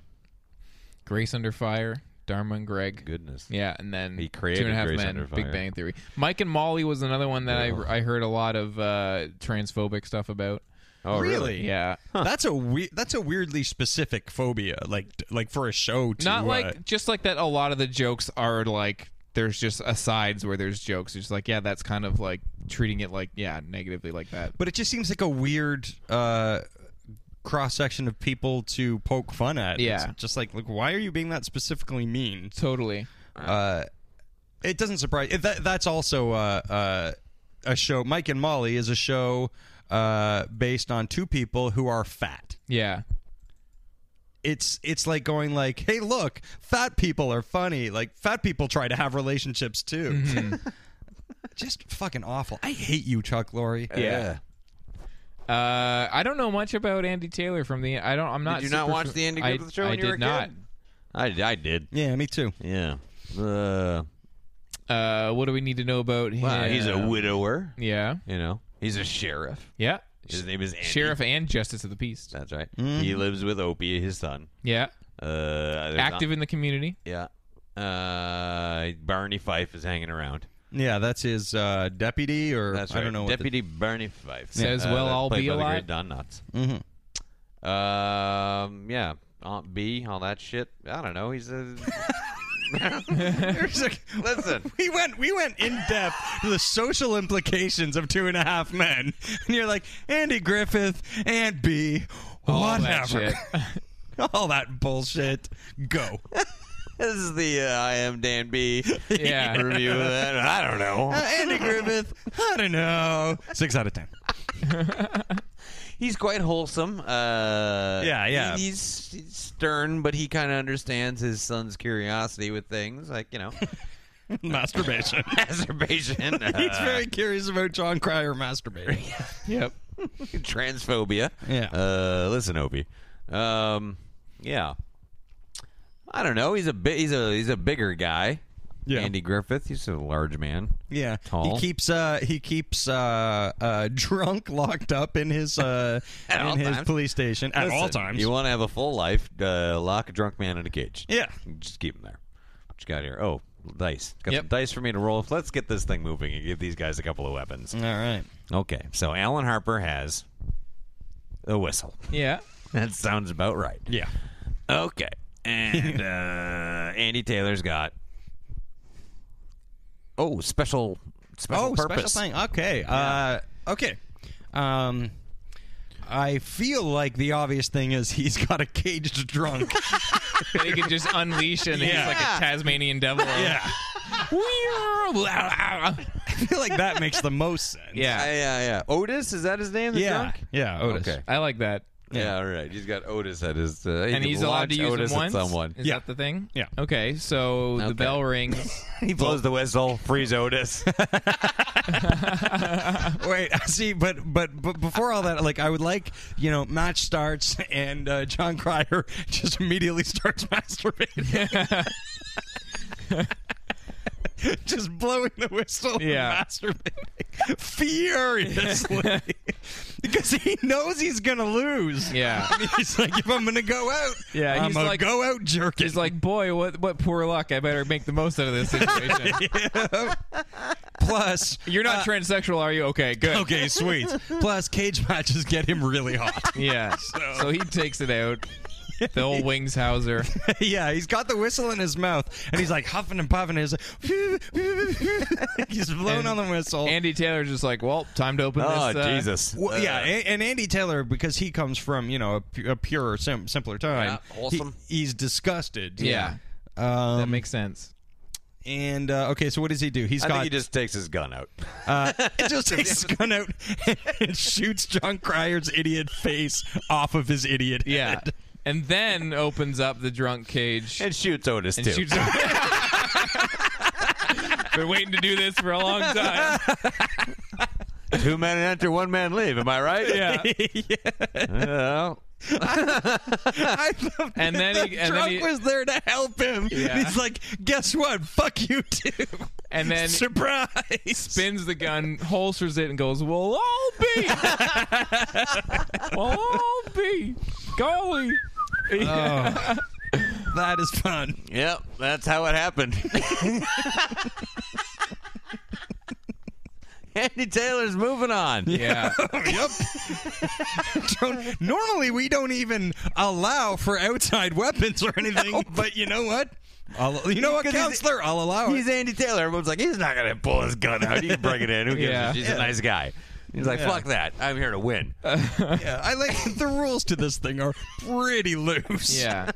[SPEAKER 1] Grace Under Fire, Dharma and Greg.
[SPEAKER 3] Goodness.
[SPEAKER 1] Yeah, and then
[SPEAKER 3] He created
[SPEAKER 1] Two and a Half
[SPEAKER 3] Grace
[SPEAKER 1] Men,
[SPEAKER 3] Under
[SPEAKER 1] Big
[SPEAKER 3] Fire.
[SPEAKER 1] Bang Theory. Mike and Molly was another one that I, I heard a lot of uh, transphobic stuff about.
[SPEAKER 3] Oh, really?
[SPEAKER 1] Yeah.
[SPEAKER 2] That's a we- That's a weirdly specific phobia. Like like for a show. To,
[SPEAKER 1] not like
[SPEAKER 2] uh,
[SPEAKER 1] just like that a lot of the jokes are like there's just asides where there's jokes it's just like yeah that's kind of like treating it like yeah negatively like that
[SPEAKER 2] but it just seems like a weird. Uh, Cross section of people to poke fun at.
[SPEAKER 1] Yeah.
[SPEAKER 2] It's just like, look, why are you being that specifically mean?
[SPEAKER 1] totally
[SPEAKER 2] uh, it doesn't surprise. It, that, that's also uh, uh, a show. Mike and Molly is a show uh, based on two people who are fat.
[SPEAKER 1] yeah
[SPEAKER 2] It's it's like going like, hey, look, fat people are funny. Like fat people try to have relationships too. Just fucking awful. I hate you, Chuck Lorre.
[SPEAKER 1] yeah uh, I don't know much about Andy Taylor from the. I don't. I'm not.
[SPEAKER 3] Did you not
[SPEAKER 1] super
[SPEAKER 3] watch
[SPEAKER 1] fam-
[SPEAKER 3] the Andy
[SPEAKER 1] I-
[SPEAKER 3] Griffith Show
[SPEAKER 1] I
[SPEAKER 3] when you were
[SPEAKER 1] did
[SPEAKER 3] a
[SPEAKER 1] not.
[SPEAKER 3] kid? I, I did.
[SPEAKER 2] Yeah, me too.
[SPEAKER 3] Yeah. Uh,
[SPEAKER 1] Uh, what do we need to know about him?
[SPEAKER 3] well, he's a widower.
[SPEAKER 1] Yeah.
[SPEAKER 3] You know, he's a sheriff.
[SPEAKER 1] Yeah.
[SPEAKER 3] His name is Andy.
[SPEAKER 1] Sheriff and Justice of the Peace.
[SPEAKER 3] That's right. He lives with Opie, his son.
[SPEAKER 1] Yeah.
[SPEAKER 3] Uh, there's
[SPEAKER 1] Active
[SPEAKER 3] not-
[SPEAKER 1] in the community.
[SPEAKER 3] yeah. Uh, Barney Fife is hanging around.
[SPEAKER 2] Yeah, that's his uh, deputy, or
[SPEAKER 3] That's
[SPEAKER 2] I
[SPEAKER 3] right.
[SPEAKER 2] don't know. what the-
[SPEAKER 3] Deputy Barney Fife
[SPEAKER 1] Says we'll
[SPEAKER 3] that's
[SPEAKER 1] all
[SPEAKER 3] played
[SPEAKER 1] be
[SPEAKER 3] by the great
[SPEAKER 1] alive.
[SPEAKER 3] Don Knotts. Mm-hmm. Um, yeah, Aunt B, all that shit. I don't know. He's a
[SPEAKER 2] There's a-
[SPEAKER 3] listen.
[SPEAKER 2] We went we went in depth to the social implications of Two and a Half Men, and you're like Andy Griffith and B,
[SPEAKER 1] All
[SPEAKER 2] whatever,
[SPEAKER 1] that shit.
[SPEAKER 2] all that bullshit. Go.
[SPEAKER 3] This is the uh, I am Dan B
[SPEAKER 1] Yeah.
[SPEAKER 3] review. Of that. I don't know.
[SPEAKER 2] Uh, Andy Griffith, I don't know. Six out of ten.
[SPEAKER 3] He's quite wholesome. Uh,
[SPEAKER 2] Yeah, yeah.
[SPEAKER 3] he- He's, he's stern, but he kind of understands his son's curiosity with things. Like you know,
[SPEAKER 2] masturbation.
[SPEAKER 3] Masturbation. uh,
[SPEAKER 2] He's very curious about John Cryer masturbating.
[SPEAKER 1] yep.
[SPEAKER 3] Transphobia.
[SPEAKER 2] Yeah.
[SPEAKER 3] Uh, listen, Opie. Um, yeah. I don't know. He's a bi- he's a he's a bigger guy.
[SPEAKER 2] Yeah.
[SPEAKER 3] Andy Griffith. He's a large man.
[SPEAKER 2] Yeah,
[SPEAKER 3] Tall.
[SPEAKER 2] he keeps uh, he keeps uh, uh, drunk locked up in his uh,
[SPEAKER 3] At all
[SPEAKER 2] in his
[SPEAKER 3] times.
[SPEAKER 2] police station at all
[SPEAKER 3] Listen,
[SPEAKER 2] times.
[SPEAKER 3] You want to have a full life? Uh, lock a drunk man in a cage.
[SPEAKER 2] Yeah.
[SPEAKER 3] Just keep him there. What you got here? Oh, dice. Got
[SPEAKER 1] Yep.
[SPEAKER 3] some dice for me to roll. Let's get this thing moving and give these guys a couple of weapons.
[SPEAKER 2] all right,
[SPEAKER 3] Okay. So Alan Harper has a whistle.
[SPEAKER 1] Yeah.
[SPEAKER 3] That sounds about right.
[SPEAKER 2] yeah,
[SPEAKER 3] Okay. And uh, Andy Taylor's got oh special special
[SPEAKER 2] oh,
[SPEAKER 3] purpose.
[SPEAKER 2] special thing. Okay. Uh, okay. Um, I feel like the obvious thing is he's got a caged drunk.
[SPEAKER 1] That he can just unleash and he's
[SPEAKER 2] Yeah.
[SPEAKER 1] like a Tasmanian devil.
[SPEAKER 2] yeah. I feel like that makes the most sense.
[SPEAKER 3] Yeah,
[SPEAKER 1] yeah.
[SPEAKER 3] yeah, yeah. Otis is that his name? the
[SPEAKER 2] Yeah.
[SPEAKER 3] drunk?
[SPEAKER 2] Yeah. Otis.
[SPEAKER 3] Okay.
[SPEAKER 1] I like that.
[SPEAKER 3] Yeah. all right. He's got Otis at his. Uh, he
[SPEAKER 1] And he's allowed
[SPEAKER 3] launched
[SPEAKER 1] to use
[SPEAKER 3] Otis
[SPEAKER 1] him once.
[SPEAKER 3] at someone.
[SPEAKER 1] Is
[SPEAKER 2] Yeah.
[SPEAKER 1] that the thing?
[SPEAKER 2] Yeah.
[SPEAKER 1] Okay. So
[SPEAKER 3] Okay.
[SPEAKER 1] the bell rings.
[SPEAKER 3] He blows the whistle, frees Otis.
[SPEAKER 2] Wait, see, but but but before all that, like I would like you know, match starts and uh, John Cryer just immediately starts masturbating. just blowing the whistle, and
[SPEAKER 1] Yeah.
[SPEAKER 2] masturbating furiously because he knows he's gonna lose.
[SPEAKER 1] Yeah.
[SPEAKER 2] he's like, if I'm gonna go out,
[SPEAKER 1] Yeah,
[SPEAKER 2] I'm
[SPEAKER 1] he's
[SPEAKER 2] gonna
[SPEAKER 1] like-
[SPEAKER 2] go out jerking.
[SPEAKER 1] He's like, boy, what what poor luck. I better make the most out of this situation.
[SPEAKER 2] plus.
[SPEAKER 1] You're not transsexual, are you? Okay, good.
[SPEAKER 2] Okay, sweet. Plus, cage matches get him really hot.
[SPEAKER 1] Yeah. So, he takes it out. The old Wings Hauser.
[SPEAKER 2] yeah, he's got the whistle in his mouth, and he's like huffing and puffing. And he's, he's blowing on the whistle.
[SPEAKER 1] Andy Taylor's just like, well, time to open
[SPEAKER 3] oh
[SPEAKER 1] this. uh,
[SPEAKER 3] Jesus!
[SPEAKER 2] Well, yeah, and, and Andy Taylor, because he comes from you know a, pu- a purer, sim- simpler time.
[SPEAKER 3] Yeah, wholesome.
[SPEAKER 2] he- he's disgusted.
[SPEAKER 1] Yeah.
[SPEAKER 2] Um,
[SPEAKER 1] That makes sense.
[SPEAKER 2] and uh, okay, so what does he do? He's
[SPEAKER 3] I
[SPEAKER 2] got
[SPEAKER 3] think he just takes his gun out.
[SPEAKER 2] It just takes his gun out and shoots John Cryer's idiot face off of his idiot
[SPEAKER 1] Yeah.
[SPEAKER 2] head.
[SPEAKER 1] And then opens up the drunk cage
[SPEAKER 3] and shoots Otis
[SPEAKER 1] and
[SPEAKER 3] too.
[SPEAKER 1] shoots him. Been waiting to do this for a long time.
[SPEAKER 3] Two men enter, one man leave. Am I right?
[SPEAKER 1] Yeah.
[SPEAKER 2] Uh,
[SPEAKER 3] Well,
[SPEAKER 2] I love
[SPEAKER 1] And
[SPEAKER 2] that
[SPEAKER 1] then
[SPEAKER 2] the
[SPEAKER 1] he- and then
[SPEAKER 2] drunk
[SPEAKER 1] he-
[SPEAKER 2] was there to help him.
[SPEAKER 1] Yeah.
[SPEAKER 2] He's like, guess what? Fuck you too.
[SPEAKER 1] And then
[SPEAKER 2] surprise.
[SPEAKER 1] spins the gun, holsters it, and goes, "We'll all be, we'll all be, golly."
[SPEAKER 2] that is fun.
[SPEAKER 3] yep. That's how it happened. Andy Taylor's moving on.
[SPEAKER 1] Yeah,
[SPEAKER 2] yep. Don't- normally we don't even allow for outside weapons or anything, but you know what? I'll, you know what,
[SPEAKER 3] Because he's-
[SPEAKER 2] counselor? I'll allow
[SPEAKER 3] He's
[SPEAKER 2] it.
[SPEAKER 3] Andy Taylor. Everyone's like, he's not gonna pull his gun out. He can bring it in. Who gives
[SPEAKER 1] Yeah.
[SPEAKER 3] a? He's a nice guy. He's like, fuck that. I'm here to win.
[SPEAKER 2] Yeah, I like the rules to this thing are pretty loose.
[SPEAKER 1] yeah,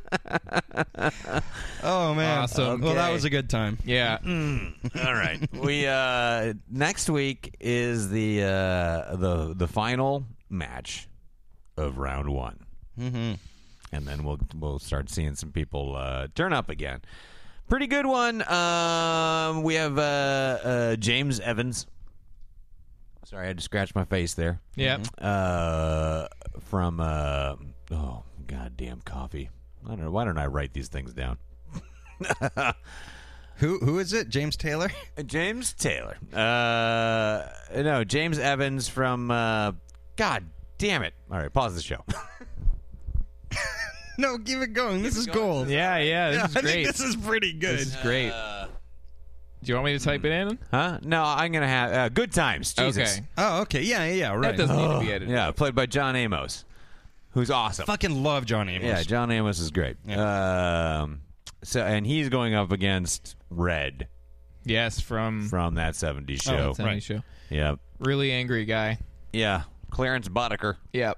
[SPEAKER 2] Oh man.
[SPEAKER 1] Awesome.
[SPEAKER 2] Well, that
[SPEAKER 1] Okay.
[SPEAKER 2] was a good time.
[SPEAKER 1] yeah.
[SPEAKER 2] Mm.
[SPEAKER 3] All right. We uh next week is the uh the the final match of round one. Mm-hmm. And then we'll we'll start seeing some people uh turn up again. Pretty good one. Um we have uh uh James Evans. Sorry, I had to scratch my face there. Mm-hmm.
[SPEAKER 1] Yeah.
[SPEAKER 3] Uh from uh oh goddamn coffee. I don't know why don't I write these things down?
[SPEAKER 2] Who who is it? James Taylor?
[SPEAKER 3] James Taylor. Uh, no, James Evans from. Uh, God damn it! All right, pause the show.
[SPEAKER 2] no, keep it going. this is gold.
[SPEAKER 1] yeah, yeah. This is
[SPEAKER 2] I
[SPEAKER 1] great.
[SPEAKER 2] think this is pretty good.
[SPEAKER 1] This is great. Do you want me to type it in?
[SPEAKER 3] huh? No, I'm gonna have uh, good times. Jesus.
[SPEAKER 1] Okay,
[SPEAKER 2] oh, okay. Yeah, yeah, yeah. Right.
[SPEAKER 1] that doesn't need to be edited.
[SPEAKER 3] Yeah, played by John Amos, who's awesome.
[SPEAKER 2] fucking love John Amos.
[SPEAKER 3] Yeah, John Amos is great. Um, so and he's going up against Red
[SPEAKER 1] Yes, from,
[SPEAKER 3] from that '70s
[SPEAKER 1] Oh,
[SPEAKER 3] show.
[SPEAKER 1] that's any show.
[SPEAKER 3] Yeah,
[SPEAKER 1] Really angry guy.
[SPEAKER 3] yeah. Clarence Boddicker.
[SPEAKER 1] Yep.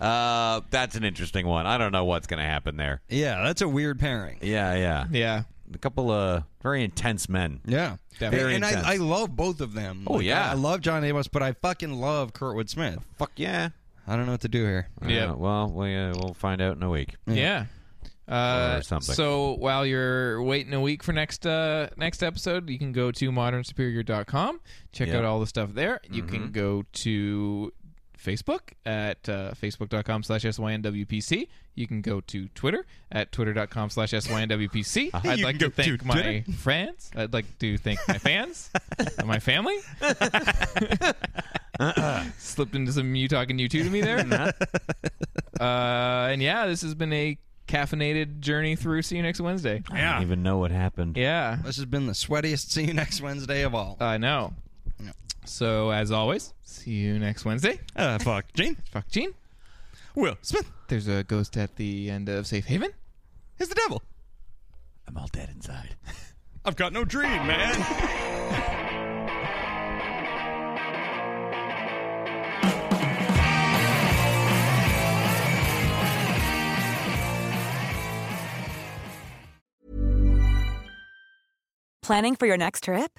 [SPEAKER 3] Uh, that's an interesting one. I don't know what's gonna happen there.
[SPEAKER 2] Yeah, that's a weird pairing.
[SPEAKER 3] Yeah, yeah.
[SPEAKER 1] Yeah.
[SPEAKER 3] A couple of very intense men.
[SPEAKER 2] Yeah.
[SPEAKER 1] Definitely.
[SPEAKER 2] and
[SPEAKER 3] intense.
[SPEAKER 2] I, I love both of them.
[SPEAKER 3] Oh, yeah.
[SPEAKER 2] I, I love John Amos, but I fucking love Kurtwood Smith.
[SPEAKER 3] Fuck yeah.
[SPEAKER 2] I don't know what to do here.
[SPEAKER 1] Yeah.
[SPEAKER 3] Uh, well, we, uh, we'll find out in a week.
[SPEAKER 1] Yeah. Uh,
[SPEAKER 3] Or something.
[SPEAKER 1] So while you're waiting a week for next uh, next episode, you can go to modernsuperior.com, check out all the stuff there. You
[SPEAKER 3] Mm-hmm.
[SPEAKER 1] can go to Facebook at uh, facebook.com slash synwpc. You can go to Twitter at twitter.com slash synwpc.
[SPEAKER 3] Uh-huh.
[SPEAKER 1] I'd
[SPEAKER 2] You
[SPEAKER 1] like
[SPEAKER 2] can
[SPEAKER 1] to
[SPEAKER 2] go to
[SPEAKER 1] thank my
[SPEAKER 2] Twitter.
[SPEAKER 1] friends. I'd like to thank my fans, and my family. Slipped into some you talking you two to me there. Uh, and yeah, this has been a caffeinated journey through. See you next Wednesday.
[SPEAKER 3] I don't even know what happened.
[SPEAKER 1] Yeah,
[SPEAKER 2] This has been the sweatiest. See you next Wednesday of all.
[SPEAKER 1] I know. So as always, see you next Wednesday.
[SPEAKER 2] Uh, fuck, Gene.
[SPEAKER 1] Fuck Gene.
[SPEAKER 2] Will Smith
[SPEAKER 1] There's a ghost at the end of Safe Haven.
[SPEAKER 2] is the devil.
[SPEAKER 3] I'm all dead inside.
[SPEAKER 2] I've got no dream, man.
[SPEAKER 5] Planning for your next trip?